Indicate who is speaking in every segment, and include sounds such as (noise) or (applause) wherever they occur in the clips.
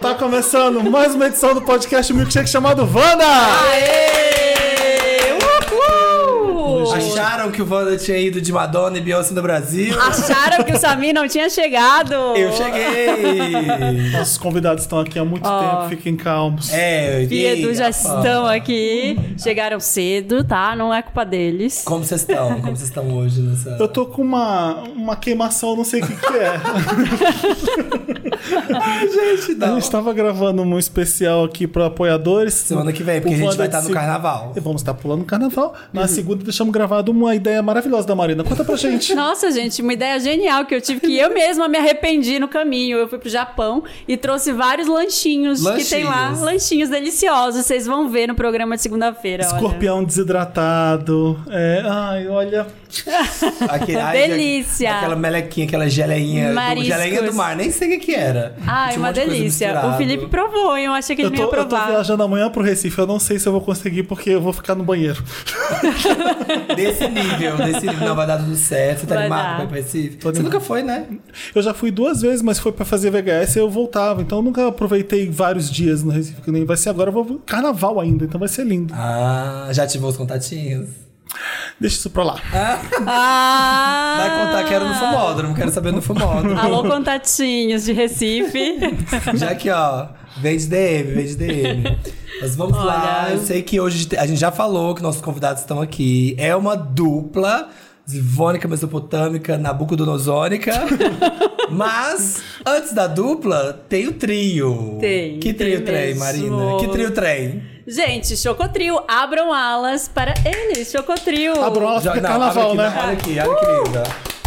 Speaker 1: Tá começando mais uma edição do podcast Milkshake chamado Vanda.
Speaker 2: Aê! Uhul!
Speaker 3: Acharam que o Wanda tinha ido de Madonna e Beyoncé no Brasil?
Speaker 2: Ah, Acharam que o Samir não tinha chegado.
Speaker 3: Eu
Speaker 2: (laughs)
Speaker 3: cheguei!
Speaker 1: Nossos convidados estão aqui há muito tempo, fiquem calmos.
Speaker 3: É,
Speaker 2: Fih e Edu já
Speaker 3: eita,
Speaker 2: estão aqui. Chegaram cedo, tá? Não é culpa deles.
Speaker 3: Como vocês estão? Como vocês estão hoje nessa.
Speaker 1: Eu tô com uma, uma queimação, não sei o que, que
Speaker 2: (laughs)
Speaker 1: é.
Speaker 3: Gente,
Speaker 1: A gente tava gravando um especial aqui para apoiadores.
Speaker 3: Semana que vem, porque a
Speaker 1: O
Speaker 3: gente
Speaker 1: Wanda
Speaker 3: vai estar
Speaker 1: de
Speaker 3: no
Speaker 1: seg-
Speaker 3: carnaval.
Speaker 1: E Vamos estar pulando o carnaval. Na
Speaker 2: Uhum.
Speaker 1: segunda deixamos gravado uma ideia maravilhosa da Marina. Conta pra
Speaker 2: (laughs)
Speaker 1: gente.
Speaker 2: Nossa, gente, uma ideia genial que eu tive que eu mesma me arrependi no caminho. Eu fui pro Japão e trouxe vários lanchinhos, que tem lá.
Speaker 3: Lanchinhos.
Speaker 2: Lanchinhos deliciosos. Vocês vão ver no programa de segunda-feira. olha.
Speaker 1: Escorpião desidratado. É, ai, olha.
Speaker 3: Aquele- ai,
Speaker 2: Delícia.
Speaker 3: Aquela melequinha, aquela geleinha. Do,
Speaker 2: Mariscos.
Speaker 3: geleinha do mar, nem sei o que, que era.
Speaker 2: Ai,
Speaker 3: Tinha um
Speaker 2: uma
Speaker 3: monte de coisa
Speaker 2: delícia. O
Speaker 3: misturado.
Speaker 2: Felipe provou, hein? eu achei que ele
Speaker 1: Eu
Speaker 2: não ia
Speaker 1: tô, eu tô
Speaker 2: provar.
Speaker 1: viajando amanhã pro Recife. Eu não sei se eu vou conseguir, porque eu vou ficar no banheiro.
Speaker 3: (laughs) Desse nível, desse nível. Não, vai dar tudo certo. Você tá
Speaker 2: Vai dar.
Speaker 3: animado? Vai pra Recife?
Speaker 1: Tô
Speaker 3: Você
Speaker 1: animado.
Speaker 3: nunca foi, né?
Speaker 1: Eu já fui duas vezes, mas foi pra fazer VHS e eu voltava. Então eu nunca aproveitei vários dias no Recife, que nem vai ser agora. Eu vou carnaval ainda, então vai ser lindo.
Speaker 3: Ah, já ativou os contatinhos?
Speaker 1: Deixa isso pra lá.
Speaker 2: É. Ah!
Speaker 3: Vai contar que era no fumódromo, quero saber no fumódromo.
Speaker 2: Alô, contatinhos de Recife.
Speaker 3: (laughs) Já que, ó, vem de DM, vem de DM. Mas vamos lá,
Speaker 2: Olha.
Speaker 3: eu sei que hoje a gente já falou que nossos convidados estão aqui. É uma dupla zivônica,
Speaker 2: (laughs)
Speaker 3: mesopotâmica, nabucodonosônica. Mas, antes da dupla, tem o trio.
Speaker 2: Tem,
Speaker 3: Que trio
Speaker 2: tem
Speaker 3: trem,
Speaker 2: mesmo.
Speaker 3: Marina? Que trio trem?
Speaker 2: Gente, Chocotrio, abram alas para eles, Chocotrio.
Speaker 1: Abram alas porque é
Speaker 3: não,
Speaker 1: carnaval,
Speaker 3: abre
Speaker 1: né?
Speaker 3: aqui, não, Olha aqui, olha que linda.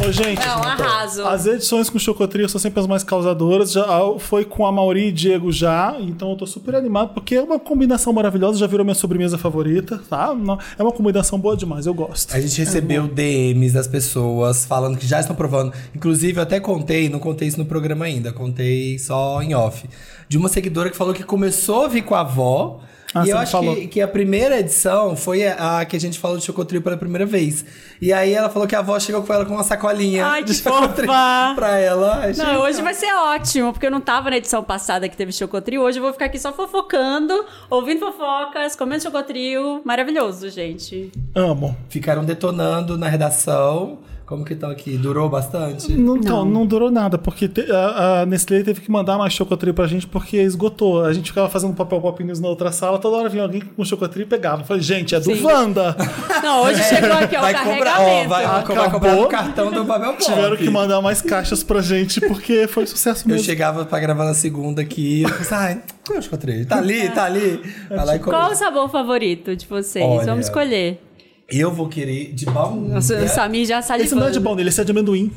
Speaker 1: Ô, gente.
Speaker 2: Não, arraso.
Speaker 1: As edições com Chocotrio são sempre as mais causadoras. Já a- foi com a Mauri e Diego já, então eu tô super animado, porque é uma combinação maravilhosa, já virou minha sobremesa favorita, tá? Não- É uma combinação boa demais, eu gosto.
Speaker 3: A gente recebeu DMs das pessoas falando que já estão provando. Inclusive, eu até contei, não contei isso no programa ainda, contei só em off. De uma seguidora que falou que começou a vir com a avó.
Speaker 1: Ah,
Speaker 3: e
Speaker 1: você
Speaker 3: eu
Speaker 1: me
Speaker 3: acho
Speaker 1: falou.
Speaker 3: que, que a primeira edição foi a, a que a gente falou de Chocotrio pela primeira vez. E aí ela falou que a avó chegou com ela com uma sacolinha
Speaker 2: Ai,
Speaker 3: de
Speaker 2: que
Speaker 3: Chocotrio
Speaker 2: fofa!
Speaker 3: pra ela. Achei-
Speaker 2: Não, hoje vai ser ótimo, porque eu não tava na edição passada que teve Chocotrio. Hoje eu vou ficar aqui só fofocando, ouvindo fofocas, comendo Chocotrio. Maravilhoso, gente.
Speaker 1: Amo.
Speaker 3: Ficaram detonando na redação. Como que estão aqui? Durou bastante?
Speaker 1: Não, então, não durou nada, porque te- a, a Nestlé teve que mandar mais chocotri pra gente porque esgotou. A gente ficava fazendo papel pop news na outra sala, toda hora vinha alguém com chocotri e pegava. Eu Falei, gente, é do
Speaker 2: Sim.
Speaker 1: Wanda! (laughs)
Speaker 2: Não, hoje chegou aqui, ó, o
Speaker 3: vai comprar, ó,
Speaker 2: carregamento.
Speaker 3: vai, vai
Speaker 1: Acabou.
Speaker 3: comprar no cartão do papel pop.
Speaker 1: Tiveram que mandar mais caixas pra gente porque foi sucesso
Speaker 3: Eu
Speaker 1: mesmo.
Speaker 3: chegava pra gravar na segunda aqui. eu pensava, Ai, eu acho que eu treinei. Tá ali, tá ali. Vai lá e come.
Speaker 2: Qual o sabor favorito de vocês?
Speaker 3: Olha.
Speaker 2: Vamos escolher.
Speaker 3: Eu vou querer de baunilha.
Speaker 2: Nossa, o Samir já salivando.
Speaker 1: Esse não é de baunilha, esse é de amendoim.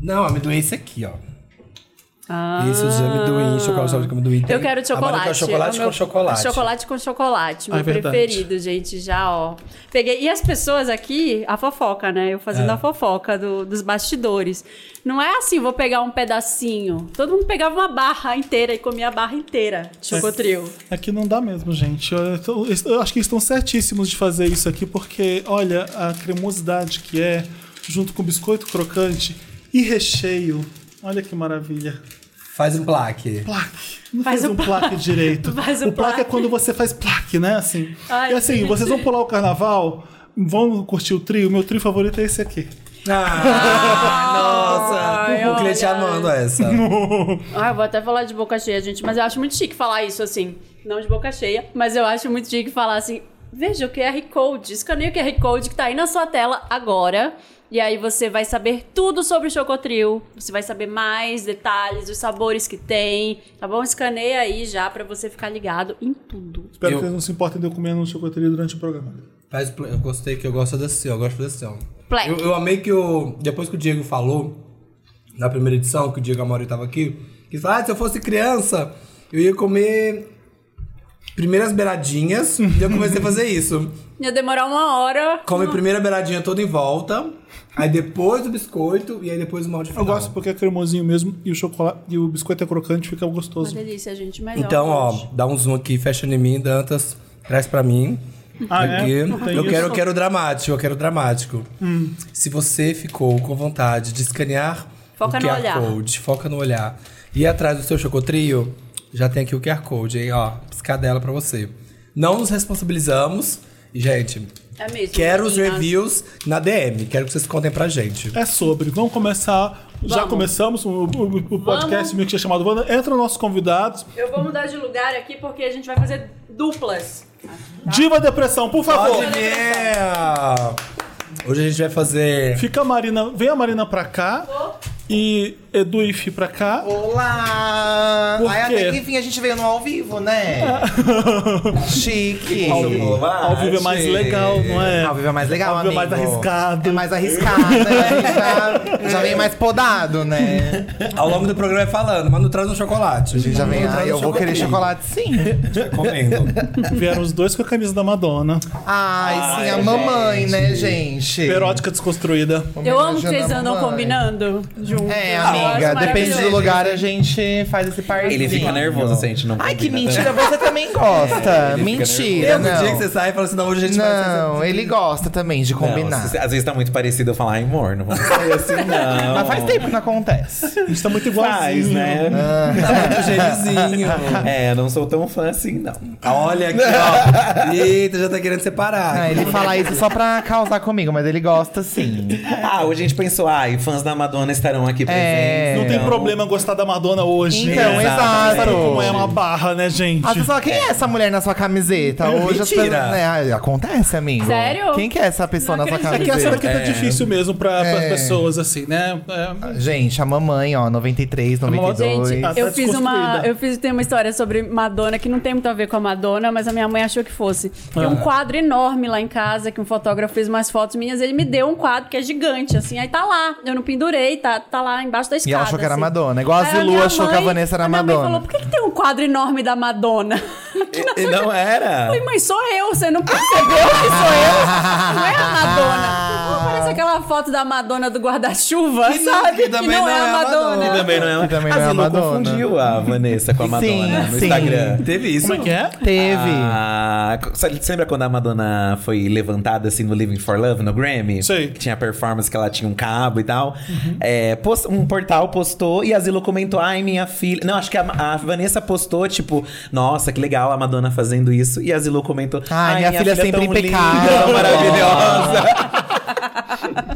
Speaker 3: Não, amendoim é esse aqui, ó.
Speaker 2: Ah.
Speaker 3: Esse é de amendoim, chocolate sabe de amendoim. tem.
Speaker 2: Eu quero de
Speaker 3: A
Speaker 2: chocolate. é
Speaker 3: Mari quer chocolate
Speaker 2: o
Speaker 3: com chocolate.
Speaker 2: Chocolate com chocolate, meu
Speaker 1: Ah, é verdade.
Speaker 2: preferido, gente, já, ó. Peguei. E as pessoas aqui, a fofoca, né? Eu fazendo
Speaker 3: É.
Speaker 2: a fofoca do- dos bastidores. Não é assim, vou pegar um pedacinho. Todo mundo pegava uma barra inteira e comia a barra inteira de chocotril.
Speaker 1: Aqui não dá mesmo, gente. Eu, eu- eu acho que estão certíssimos de fazer isso aqui, porque olha a cremosidade que é, junto com biscoito crocante e recheio. Olha que maravilha.
Speaker 3: Faz um plaque.
Speaker 1: Plaque. Não
Speaker 2: Faz
Speaker 1: faz,
Speaker 2: o
Speaker 1: um plaque direito.
Speaker 2: Faz o
Speaker 1: o plaque é
Speaker 2: plaque.
Speaker 1: quando você faz plaque, né? Assim.
Speaker 2: Ai,
Speaker 1: e assim,
Speaker 2: gente.
Speaker 1: vocês vão pular o carnaval, vão curtir o trio. Meu trio favorito é esse aqui.
Speaker 3: Ah,
Speaker 2: Ai,
Speaker 3: (laughs) nossa. O cliente
Speaker 2: olha.
Speaker 3: amando essa.
Speaker 2: Ah, eu vou até falar de boca cheia, gente, mas eu acho muito chique falar isso assim. Não de boca cheia, mas eu acho muito chique falar assim: veja o QR Code, escaneia o QR Code que tá aí na sua tela agora. E aí você vai saber tudo sobre o Chocotril. Você vai saber mais detalhes, os sabores que tem, tá bom? Escaneia aí já pra você ficar ligado em tudo.
Speaker 1: Espero
Speaker 3: Eu-
Speaker 1: que vocês não se importem de eu comer no chocoteria durante o programa.
Speaker 3: Faz, pla- eu gostei que eu gosto desse, eu gosto desse. ó.
Speaker 2: Plaque.
Speaker 3: Eu, eu amei que o depois que o Diego falou na primeira edição que o Diego Amori tava aqui, que ele falou, ah, se eu fosse criança, eu ia comer primeiras beiradinhas, e eu comecei a fazer isso.
Speaker 2: Ia demorar uma hora.
Speaker 3: Come a primeira beiradinha toda em volta, aí depois o biscoito e aí depois o molde
Speaker 1: Eu
Speaker 3: final.
Speaker 1: gosto porque é cremosinho mesmo e o chocolate e o biscoito é crocante, fica
Speaker 2: Uma
Speaker 1: gostoso.
Speaker 2: delícia, gente. é Melhor.
Speaker 3: Então,
Speaker 2: gente.
Speaker 3: ó, dá um zoom aqui, fecha em mim, Dantas, traz pra mim.
Speaker 1: Ah, é?
Speaker 3: Aqui.
Speaker 1: Não tem
Speaker 3: Eu
Speaker 1: isso? Hum.
Speaker 3: quero, eu quero dramático, eu quero dramático. Se você ficou com vontade de escanear
Speaker 2: Foca
Speaker 3: o
Speaker 2: no
Speaker 3: QR
Speaker 2: olhar.
Speaker 3: Code, foca no olhar, e ir atrás do seu chocotrio,
Speaker 4: Já tem aqui o QR Code, hein? Ó, piscadela pra você. Não nos responsabilizamos. E, gente,
Speaker 2: É mesmo.
Speaker 4: quero os
Speaker 2: meninas.
Speaker 4: reviews na DM. Quero que vocês contem pra gente.
Speaker 1: É sobre. Vamos começar. Já
Speaker 2: Vamos.
Speaker 1: começamos o, o- o podcast meio que é chamado Wanda. Entra nossos convidados.
Speaker 2: Eu vou mudar de lugar aqui porque a gente vai fazer duplas. Tá.
Speaker 1: Diva Depressão, por favor.
Speaker 4: Pode vir! Hoje a gente vai fazer...
Speaker 1: Fica a Marina. Vem a Marina pra cá. E Edu e Fih pra cá.
Speaker 5: Olá!
Speaker 1: Por
Speaker 5: Ai,
Speaker 1: quê?
Speaker 5: até que enfim a gente veio no ao vivo, né?
Speaker 1: (laughs)
Speaker 5: Chique!
Speaker 1: Ao vivo, ao vivo é mais legal, não é?
Speaker 5: Ao vivo é mais legal,
Speaker 1: Ao vivo é mais
Speaker 5: amigo.
Speaker 1: arriscado.
Speaker 5: É mais arriscado, né? Já, já vem mais podado, né?
Speaker 4: Ao longo do programa vai falando, mas não traz um chocolate.
Speaker 5: A gente já vem,
Speaker 4: Não traz
Speaker 5: ai,
Speaker 4: um
Speaker 5: eu vou querer
Speaker 4: chocolatinho.
Speaker 5: chocolate sim.
Speaker 4: (laughs) Comendo.
Speaker 1: Vieram os dois com a camisa da Madonna.
Speaker 5: Ai, sim, a mamãe, né, gente?
Speaker 1: Perótica desconstruída.
Speaker 2: Eu amo que vocês
Speaker 5: Homenageando a
Speaker 2: andam
Speaker 5: mamãe.
Speaker 2: combinando juntos.
Speaker 5: É,
Speaker 2: Eu
Speaker 5: amiga,
Speaker 2: acho
Speaker 5: depende do
Speaker 2: maravilhoso.
Speaker 5: lugar, a gente faz esse parzinho.
Speaker 3: Ele fica nervoso se a gente não
Speaker 5: Ai, que
Speaker 3: combina, né? É,
Speaker 5: mentira, você também gosta. mentira,
Speaker 4: Lembra
Speaker 3: um
Speaker 4: o
Speaker 5: não.
Speaker 4: dia que você sai e fala assim, não, hoje a gente vai fazer...
Speaker 5: Não, ele gosta também de
Speaker 3: Não,
Speaker 5: combinar.
Speaker 3: se- às vezes tá muito parecido eu falar, ai, amor, não vamos sair assim,
Speaker 4: (laughs)
Speaker 3: não.
Speaker 5: Mas faz tempo que não acontece.
Speaker 1: A gente tá muito
Speaker 3: Faz,
Speaker 1: igualzinho.
Speaker 3: né?
Speaker 4: assim,
Speaker 5: Ah.
Speaker 4: Tá Muito gelizinho.
Speaker 3: (laughs) É, eu não sou tão fã assim, não.
Speaker 4: Ah, Olha aqui,
Speaker 3: (laughs)
Speaker 4: ó. Eita, já tá querendo separar.
Speaker 5: Ah, ele fala isso só pra causar comigo, mas ele gosta sim.
Speaker 3: Ah, hoje a gente pensou, ai, fãs da Madonna estarão
Speaker 5: É.
Speaker 3: aqui presentes.
Speaker 1: Não
Speaker 4: É.
Speaker 1: tem
Speaker 3: então-
Speaker 1: problema gostar da Madonna hoje.
Speaker 5: Então,
Speaker 3: Exato.
Speaker 1: Sabe como é
Speaker 5: exato.
Speaker 1: uma barra, né, gente?
Speaker 5: As pessoas, quem é essa mulher na sua camiseta? Hoje as
Speaker 4: Mentira.
Speaker 5: pessoas- né, ai, acontece, amigo.
Speaker 2: Sério?
Speaker 5: Quem que é essa pessoa
Speaker 2: Não
Speaker 5: na sua
Speaker 1: É que essa
Speaker 5: camiseta?
Speaker 1: daqui tá difícil mesmo pra, pras
Speaker 5: É.
Speaker 1: pessoas, assim, né? É,
Speaker 5: Gente, a mamãe, ó, 93,
Speaker 1: mamãe-
Speaker 5: 92.
Speaker 2: Gente,
Speaker 1: Tá
Speaker 2: eu fiz uma.
Speaker 1: desconstruída.
Speaker 2: Eu fiz tem uma história sobre Madonna que não tem muito a ver com a Madonna, mas a minha mãe achou que fosse. Tem
Speaker 1: Ah.
Speaker 2: um quadro enorme lá em casa que um fotógrafo fez umas fotos minhas. Ele me deu um quadro que é gigante, assim. Aí tá lá. Eu não pendurei, tá, tá lá embaixo da escada.
Speaker 5: achou que era
Speaker 2: assim.
Speaker 5: Madonna, igual a
Speaker 2: Aí
Speaker 5: Zilu
Speaker 2: minha
Speaker 5: achou que a Vanessa era
Speaker 2: minha
Speaker 5: Madonna.
Speaker 2: Mãe falou: por que, que tem um quadro enorme da Madonna? (laughs) Tipo,
Speaker 3: E- e Não era.
Speaker 2: Falei, mãe, sou eu, você não
Speaker 4: (laughs)
Speaker 2: percebeu que sou eu? Não é a Madonna. Não parece aquela foto da Madonna do guarda-chuva,
Speaker 4: Que não-
Speaker 2: sabe?
Speaker 4: que também não é a Madonna.
Speaker 3: E também não é.
Speaker 5: E também não
Speaker 3: a
Speaker 5: é a
Speaker 3: Zilu
Speaker 5: Madonna.
Speaker 3: confundiu a Vanessa com a Madonna
Speaker 5: Sim,
Speaker 3: no
Speaker 5: sim.
Speaker 3: Instagram.
Speaker 4: Teve isso?
Speaker 1: como é que é?
Speaker 5: Teve.
Speaker 3: Ah, sabe- você lembra quando a Madonna foi levantada assim no Living for Love, no Grammy?
Speaker 1: Sei.
Speaker 3: Que tinha a performance que ela tinha um cabo e tal. É, post- um portal postou e a Zilo comentou: ai, minha filha. Não, acho que a, a Vanessa postou, tipo, nossa, que legal a Madonna fazendo isso. E a Zilo comentou:
Speaker 5: Ai, minha filha sempre
Speaker 3: é tão
Speaker 5: impecável."
Speaker 3: linda, tão maravilhosa.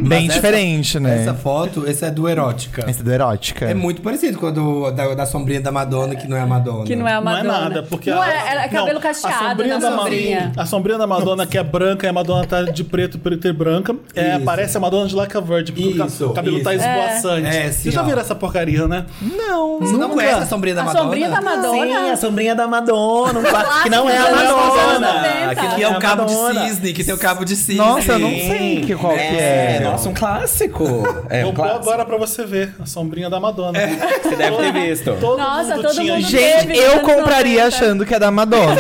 Speaker 5: Bem
Speaker 4: Mas
Speaker 5: diferente,
Speaker 4: essa,
Speaker 5: né?
Speaker 4: Essa foto, esse é do Erótica.
Speaker 5: Esse do erótica.
Speaker 4: É muito parecido com a do, da, da sombrinha da Madonna, que não é a Madonna.
Speaker 2: Que não é a
Speaker 1: Não é
Speaker 2: Madonna.
Speaker 1: nada, porque
Speaker 2: Não
Speaker 1: a-
Speaker 2: é, ela é
Speaker 1: não,
Speaker 2: cabelo cacheado,
Speaker 1: a sombrinha,
Speaker 2: né?
Speaker 1: da Ma-
Speaker 2: sombrinha.
Speaker 1: a sombrinha da Madonna, que é branca, e a Madonna tá de preto, preto e branca. É,
Speaker 4: Isso.
Speaker 1: parece a Madonna de Laca Verde, porque o ca-
Speaker 4: Isso,
Speaker 1: cabelo tá
Speaker 4: isso.
Speaker 1: esvoaçante.
Speaker 4: É, é, sim,
Speaker 1: Vocês já
Speaker 4: ó.
Speaker 1: viram essa porcaria, né?
Speaker 4: Não, Você não
Speaker 1: nunca.
Speaker 4: conhece a sombrinha da
Speaker 2: A
Speaker 4: Madonna?
Speaker 2: sombrinha da Madonna.
Speaker 3: é. Sim, a sombrinha da Madonna, um clássico que não é a
Speaker 2: dos anos
Speaker 3: Madonna.
Speaker 2: 90.
Speaker 3: Que,
Speaker 4: Que
Speaker 3: é
Speaker 4: é o cabo
Speaker 3: Madonna.
Speaker 4: de cisne,
Speaker 3: um
Speaker 4: que tem o cabo de cisne.
Speaker 5: Nossa, eu não sei que qual que é.
Speaker 3: Nossa, um clássico. (laughs) É
Speaker 1: Vou
Speaker 3: um
Speaker 1: pôr
Speaker 3: clássico.
Speaker 1: agora pra você ver. A sombrinha da Madonna.
Speaker 5: É.
Speaker 3: Você deve ter visto.
Speaker 1: Todo
Speaker 2: Nossa, todo
Speaker 1: tinha
Speaker 2: mundo
Speaker 1: isso.
Speaker 5: Gente,
Speaker 2: Teve
Speaker 5: eu
Speaker 2: nos
Speaker 5: compraria
Speaker 2: 90.
Speaker 5: achando que é
Speaker 2: (laughs)
Speaker 5: da Madonna.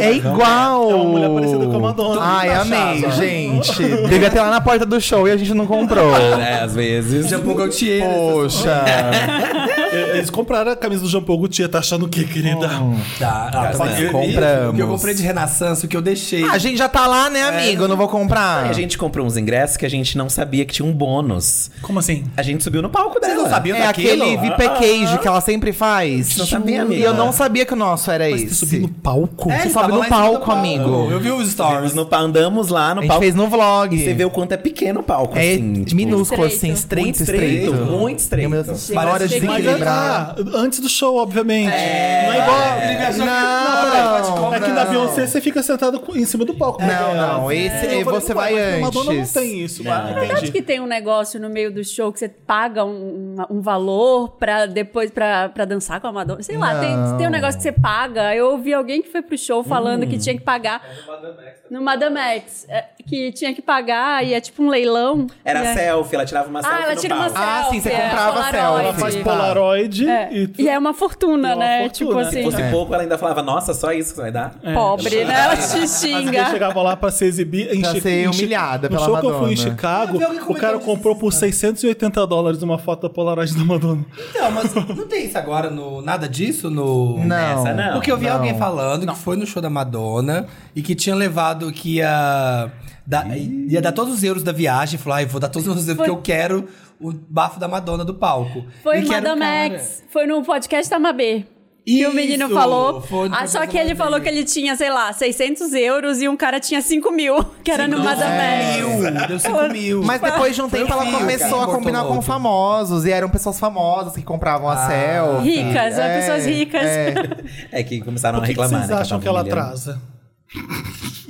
Speaker 5: é igual.
Speaker 1: É uma mulher parecida com a Madonna.
Speaker 5: Ai,
Speaker 1: Todo mundo
Speaker 5: amei,
Speaker 1: achava.
Speaker 5: gente. Devia ter lá na porta do show e a gente
Speaker 2: (laughs)
Speaker 5: não comprou.
Speaker 3: É, às vezes.
Speaker 4: Shampoo Gaultier.
Speaker 5: Poxa.
Speaker 1: É, Eles compraram a camisa do Jean Paul Gaultier, tá achando o quê, querida?
Speaker 5: Hum.
Speaker 4: Tá, ah, tá
Speaker 5: Nós
Speaker 4: vendo?
Speaker 5: compramos.
Speaker 4: O que eu comprei de Renaissance, o que eu deixei.
Speaker 5: A gente já tá lá, né, amigo? Eu não vou comprar.
Speaker 3: A gente comprou uns ingressos que a gente não sabia que tinha um bônus.
Speaker 1: Como assim?
Speaker 3: A gente subiu no palco dela.
Speaker 4: Vocês não sabiam
Speaker 5: É
Speaker 4: daquilo?
Speaker 5: aquele VIP queijo que ela sempre faz.
Speaker 3: Não sabia,
Speaker 5: E
Speaker 3: amiga.
Speaker 5: eu não sabia que o nosso era esse.
Speaker 1: Subir no palco?
Speaker 2: então.
Speaker 5: Você
Speaker 4: É, eles
Speaker 5: sobe
Speaker 4: estavam
Speaker 5: no
Speaker 4: lá em cima
Speaker 5: palco,
Speaker 4: do palco.
Speaker 5: amigo.
Speaker 4: Eu vi os stories.
Speaker 3: Nós no pa- andamos lá
Speaker 5: A
Speaker 3: no
Speaker 5: gente
Speaker 3: palco.
Speaker 5: fez no vlog.
Speaker 3: E você vê o quanto é pequeno o palco.
Speaker 5: É
Speaker 3: assim, tipo,
Speaker 5: minúsculo,
Speaker 2: estreito.
Speaker 5: assim, estreito,
Speaker 3: Muito estreito,
Speaker 5: estreito.
Speaker 3: muito estreito.
Speaker 5: Meu Deus, Várias
Speaker 1: Mas
Speaker 2: Mas-
Speaker 5: desequilibradas.
Speaker 1: ah, antes do show, obviamente. Não é igual.
Speaker 5: Não,
Speaker 1: É que na Beyoncé você fica sentado com- em cima do palco. né?
Speaker 5: Não, não,
Speaker 1: É.
Speaker 5: esse-
Speaker 1: Eu falei,
Speaker 5: você
Speaker 1: ué,
Speaker 5: vai
Speaker 1: mas Madonna não
Speaker 5: antes. É.
Speaker 1: tem isso.
Speaker 3: Não.
Speaker 1: vai,
Speaker 2: Verdade
Speaker 1: entendi.
Speaker 2: que tem um negócio no meio do show que você paga um, um- um valor pra depois pra, pra dançar com a Madonna. Sei lá, tem, tem um negócio que você paga. Eu ouvi alguém que foi pro show falando
Speaker 4: Hum.
Speaker 2: que tinha que pagar. No Madame X. é, que tinha que pagar e é tipo um leilão.
Speaker 3: Era
Speaker 2: e é-
Speaker 3: selfie, ela tirava uma selfie
Speaker 2: Ah, ela
Speaker 3: no
Speaker 2: tira uma
Speaker 3: palco.
Speaker 2: selfie.
Speaker 5: Ah, sim, você
Speaker 2: é,
Speaker 5: comprava
Speaker 2: Polaroid.
Speaker 1: Ela faz
Speaker 5: Entendi.
Speaker 1: Polaroid
Speaker 2: É,
Speaker 1: e.
Speaker 2: E é uma fortuna,
Speaker 1: É uma
Speaker 2: né?
Speaker 1: fortuna.
Speaker 2: Tipo
Speaker 1: Se
Speaker 3: Se
Speaker 2: assim,
Speaker 3: fosse pouco, ela ainda falava, nossa, só isso que você vai dar?
Speaker 5: É.
Speaker 2: pobre, né? Ela te
Speaker 1: Mas eles
Speaker 2: xinga.
Speaker 1: chegavam lá pra se exibir. Em
Speaker 5: Pra
Speaker 1: Chi-
Speaker 5: ser
Speaker 1: em Chi-
Speaker 5: humilhada
Speaker 1: no
Speaker 5: pela
Speaker 1: show que eu fui em
Speaker 5: Madonna.
Speaker 1: Chicago,
Speaker 4: Eu vi alguém
Speaker 1: o cara
Speaker 4: comentando
Speaker 1: comprou por 680 dólares uma foto da Polaroid da Madonna.
Speaker 4: Então, mas não tem isso agora no. Nada disso no.
Speaker 5: Não.
Speaker 3: Essa não.
Speaker 4: Porque eu vi
Speaker 5: Não.
Speaker 4: alguém falando que foi no show da Madonna e que tinha levado que ia. dar- ia dar todos os euros da viagem. Falou, ai, vou dar todos os euros porque eu quero o bafo da Madonna do palco.
Speaker 2: Foi
Speaker 4: e
Speaker 2: em
Speaker 4: que era o
Speaker 2: Madame
Speaker 4: cara-
Speaker 2: X. Foi no podcast Amabê. E o menino
Speaker 4: Isso!
Speaker 2: falou.
Speaker 4: Foi onde
Speaker 2: Ah,
Speaker 4: eu
Speaker 2: só
Speaker 4: fiz
Speaker 2: que ele
Speaker 4: uma
Speaker 2: falou
Speaker 4: vez.
Speaker 2: que ele tinha, sei lá, 600 euros e um cara tinha 5 mil, que era no Mazamex.
Speaker 4: Mil, deu 5 mil.
Speaker 5: Mas depois de um
Speaker 4: Foi
Speaker 5: tempo
Speaker 4: o
Speaker 5: ela
Speaker 4: filho,
Speaker 5: começou
Speaker 4: cara,
Speaker 5: a combinar
Speaker 4: Bortolotto.
Speaker 5: com famosos. E eram pessoas famosas que compravam a selfie.
Speaker 2: Ricas, é, pessoas ricas.
Speaker 3: É que começaram
Speaker 1: Por
Speaker 3: a
Speaker 1: que, que
Speaker 3: reclamar,
Speaker 1: vocês
Speaker 5: tá
Speaker 3: né?
Speaker 1: acham que
Speaker 5: um
Speaker 3: tava
Speaker 1: ela
Speaker 3: humilhando.
Speaker 1: atrasa?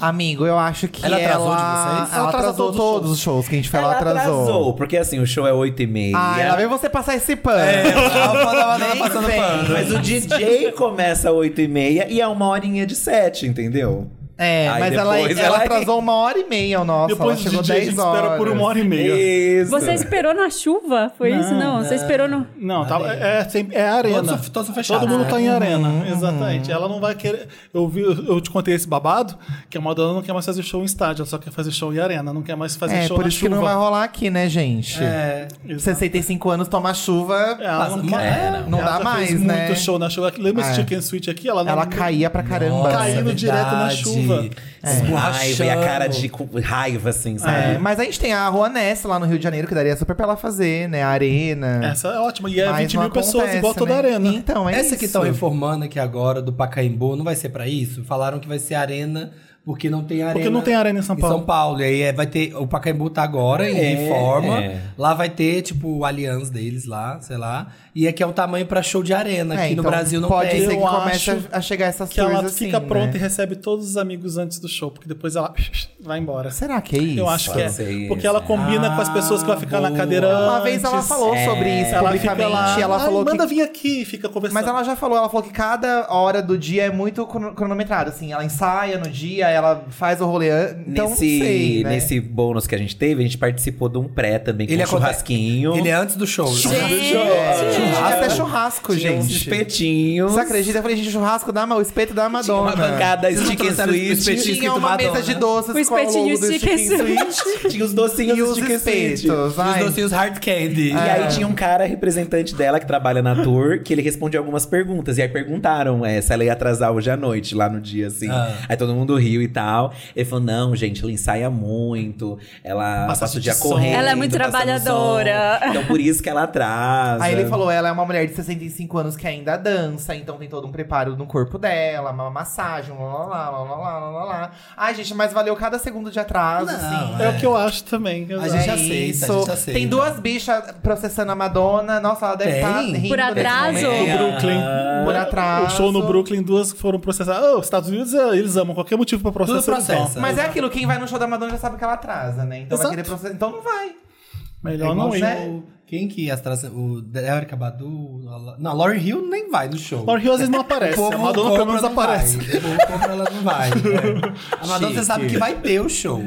Speaker 5: Amigo, eu acho que
Speaker 4: Ela
Speaker 5: ela...
Speaker 4: atrasou de vocês?
Speaker 5: Ela atrasou todos, os shows que a gente fez, ela, atrasou. Ah,
Speaker 3: porque assim, o show é 8 e meia.
Speaker 5: Ai, lá vem você passar esse pano.
Speaker 4: Ah, Ela tava
Speaker 3: (laughs)
Speaker 4: passando
Speaker 5: vem.
Speaker 4: pano.
Speaker 3: Mas o DJ começa às 8 e meia e é uma horinha de 7, entendeu?
Speaker 5: É,
Speaker 3: Aí
Speaker 5: mas ela,
Speaker 3: depois
Speaker 5: ela
Speaker 3: ela-
Speaker 5: atrasou uma hora e meia o nosso.
Speaker 1: Depois
Speaker 5: ela
Speaker 1: de
Speaker 5: chegou
Speaker 1: DJ, a gente
Speaker 5: 10 horas.
Speaker 1: espera por uma hora e meia.
Speaker 3: Isso.
Speaker 2: Você esperou na chuva? Foi isso? Não, você esperou no.
Speaker 1: Não, tá, é, é, sempre- é arena.
Speaker 4: Todos- todos fechados,
Speaker 1: Todo mundo
Speaker 4: né?
Speaker 1: tá em arena,
Speaker 5: Hum,
Speaker 1: exatamente. Ela não vai querer. Eu, vi, eu te contei esse babado que a Madonna não quer mais fazer show em estádio, ela só quer fazer show em arena, não quer mais fazer
Speaker 5: É,
Speaker 1: show
Speaker 5: por
Speaker 1: na
Speaker 5: isso
Speaker 1: chuva.
Speaker 5: que não vai rolar aqui, né, gente?
Speaker 4: É.
Speaker 5: 65 anos, toma chuva,
Speaker 1: É, ela não,
Speaker 3: Passa-
Speaker 1: quer-
Speaker 3: é,
Speaker 5: não
Speaker 1: ela
Speaker 5: dá
Speaker 1: já
Speaker 5: mais,
Speaker 1: fez
Speaker 5: né?
Speaker 1: muito show na chuva. Lembra
Speaker 5: É.
Speaker 1: esse Chicken Switch aqui? Ela, não- né?
Speaker 5: Ela caía pra caramba.
Speaker 1: Caindo direto na chuva.
Speaker 3: Com raiva e a cara de
Speaker 4: Esborrachando.
Speaker 3: cu- raiva, assim,
Speaker 5: É,
Speaker 3: sabe?
Speaker 5: mas a gente tem a Rua Ness lá no Rio de Janeiro, que daria super pra ela fazer, né? A arena.
Speaker 1: Essa é ótima. E é
Speaker 5: Mas
Speaker 1: 20
Speaker 5: não
Speaker 1: mil pessoas,
Speaker 5: acontece,
Speaker 1: igual toda
Speaker 5: né?
Speaker 1: a arena. tá
Speaker 5: Então, é
Speaker 4: Essa
Speaker 5: isso.
Speaker 4: que estão reformando aqui agora do Pacaembu não vai ser pra isso? Falaram que vai ser arena porque não tem arena.
Speaker 1: Porque não tem arena em São
Speaker 4: em
Speaker 1: Paulo.
Speaker 4: São Paulo. E aí é, vai ter. O Pacaembu tá agora em
Speaker 3: É,
Speaker 4: reforma.
Speaker 3: é.
Speaker 4: Lá vai ter, tipo, o Allianz deles lá, sei lá. E aqui é o tamanho pra show de arena.
Speaker 5: É,
Speaker 4: aqui no
Speaker 5: então
Speaker 4: Brasil não
Speaker 5: pode
Speaker 4: tem.
Speaker 5: ser que
Speaker 1: Eu
Speaker 5: comece
Speaker 1: acho
Speaker 5: a chegar essas
Speaker 1: Que
Speaker 5: tours
Speaker 1: ela
Speaker 5: assim,
Speaker 1: fica pronta
Speaker 5: né?
Speaker 1: e recebe todos os amigos antes do show, porque depois ela (laughs) vai embora.
Speaker 5: Será que é isso?
Speaker 1: Eu acho que
Speaker 3: pode
Speaker 1: é.
Speaker 3: ser isso,
Speaker 1: Porque ela
Speaker 3: né?
Speaker 1: combina com as pessoas que vai ficar na
Speaker 4: Ah, boa. É.
Speaker 1: cadeira.
Speaker 5: Uma vez ela
Speaker 1: antes.
Speaker 5: falou sobre isso
Speaker 1: ela fica
Speaker 5: publicamente.
Speaker 1: lá,
Speaker 5: Ela
Speaker 1: "Ai,
Speaker 5: falou que
Speaker 1: manda vir aqui e fica conversando.
Speaker 5: Mas ela já falou, ela falou que cada hora do dia é muito crono- cronometrada, assim, ela ensaia no dia, ela faz o rolê. an- Então, não
Speaker 3: nesse,
Speaker 5: sei, né?
Speaker 3: nesse bônus que a gente teve, a gente participou de um pré também, com
Speaker 4: Ele
Speaker 3: um
Speaker 4: aconte-
Speaker 3: churrasquinho.
Speaker 4: Ele é antes do show.
Speaker 5: Churrasco é churrasco,
Speaker 3: Tinha
Speaker 1: um
Speaker 3: uns
Speaker 5: gente.
Speaker 3: espetinhos.
Speaker 5: Você acredita? Eu falei, gente, churrasco da ma- o espeto da Madonna.
Speaker 3: Uma bancada
Speaker 4: Vocês não
Speaker 3: stick and
Speaker 4: trouxeram
Speaker 3: switch.
Speaker 4: espetinho?
Speaker 5: Tinha uma
Speaker 4: Madonna.
Speaker 5: mesa de doces
Speaker 2: O
Speaker 5: com o
Speaker 2: espetinho é
Speaker 5: logo do
Speaker 2: Chicken
Speaker 5: Chicken
Speaker 2: Switch.
Speaker 5: Switch
Speaker 3: Tinha os é docinhos
Speaker 5: e os
Speaker 3: stick and switch.
Speaker 5: espetos,
Speaker 4: Os
Speaker 5: vai.
Speaker 4: docinhos hard candy.
Speaker 3: E aí tinha um cara representante dela que trabalha na tour, que ele respondia algumas perguntas. E aí perguntaram é, se ela ia atrasar hoje à noite, lá no dia, assim.
Speaker 4: Ah.
Speaker 3: Aí todo mundo riu e tal. Ele falou: não, gente, ela ensaia muito, ela
Speaker 1: Passa
Speaker 3: passa, o
Speaker 1: de
Speaker 3: dia
Speaker 1: som.
Speaker 3: correndo.
Speaker 2: Ela é muito
Speaker 3: passa no
Speaker 2: trabalhadora.
Speaker 3: som. Então por isso que ela atrasa.
Speaker 5: Aí ele falou, ela é uma mulher de 65 anos que ainda dança, então tem todo um preparo no corpo dela, uma massagem, lá, lá, lá, lá, lá, lá, lá, lá. Ai, gente, mas valeu cada segundo de atraso,
Speaker 4: Não,
Speaker 5: assim.
Speaker 1: É o que eu acho também.
Speaker 4: A gente
Speaker 5: É
Speaker 4: aceita, a gente aceita.
Speaker 5: Tem duas bichas processando a Madonna. Nossa, ela deve
Speaker 4: Tem?
Speaker 5: estar rindo.
Speaker 2: Por
Speaker 5: nesse
Speaker 2: atraso?
Speaker 5: momento.
Speaker 1: No Brooklyn.
Speaker 5: Por
Speaker 1: O
Speaker 5: atraso.
Speaker 1: show no Brooklyn, duas foram processadas. Ah, os Estados Unidos, eh, eles amam qualquer motivo pra processar.
Speaker 4: Tudo
Speaker 1: eles dão.
Speaker 4: processa.
Speaker 5: Mas é aquilo, quem vai no show da Madonna já sabe que ela atrasa, né? Então
Speaker 1: Exato.
Speaker 5: vai querer processar. Então não vai.
Speaker 1: Melhor
Speaker 4: É
Speaker 1: não
Speaker 4: igual
Speaker 1: ir.
Speaker 5: Zé.
Speaker 4: o- Quem que as traças. O Eric Badu. a La- Não, a Lauren Hill nem vai no show.
Speaker 1: Lauren Hill às vezes não aparece.
Speaker 4: O
Speaker 1: A
Speaker 4: povo
Speaker 1: Madonna pelo
Speaker 4: compra,
Speaker 1: menos
Speaker 4: não
Speaker 1: aparece.
Speaker 4: vai. O povo compra, ela não vai. (laughs) né? A Madonna, você sabe que vai ter o show.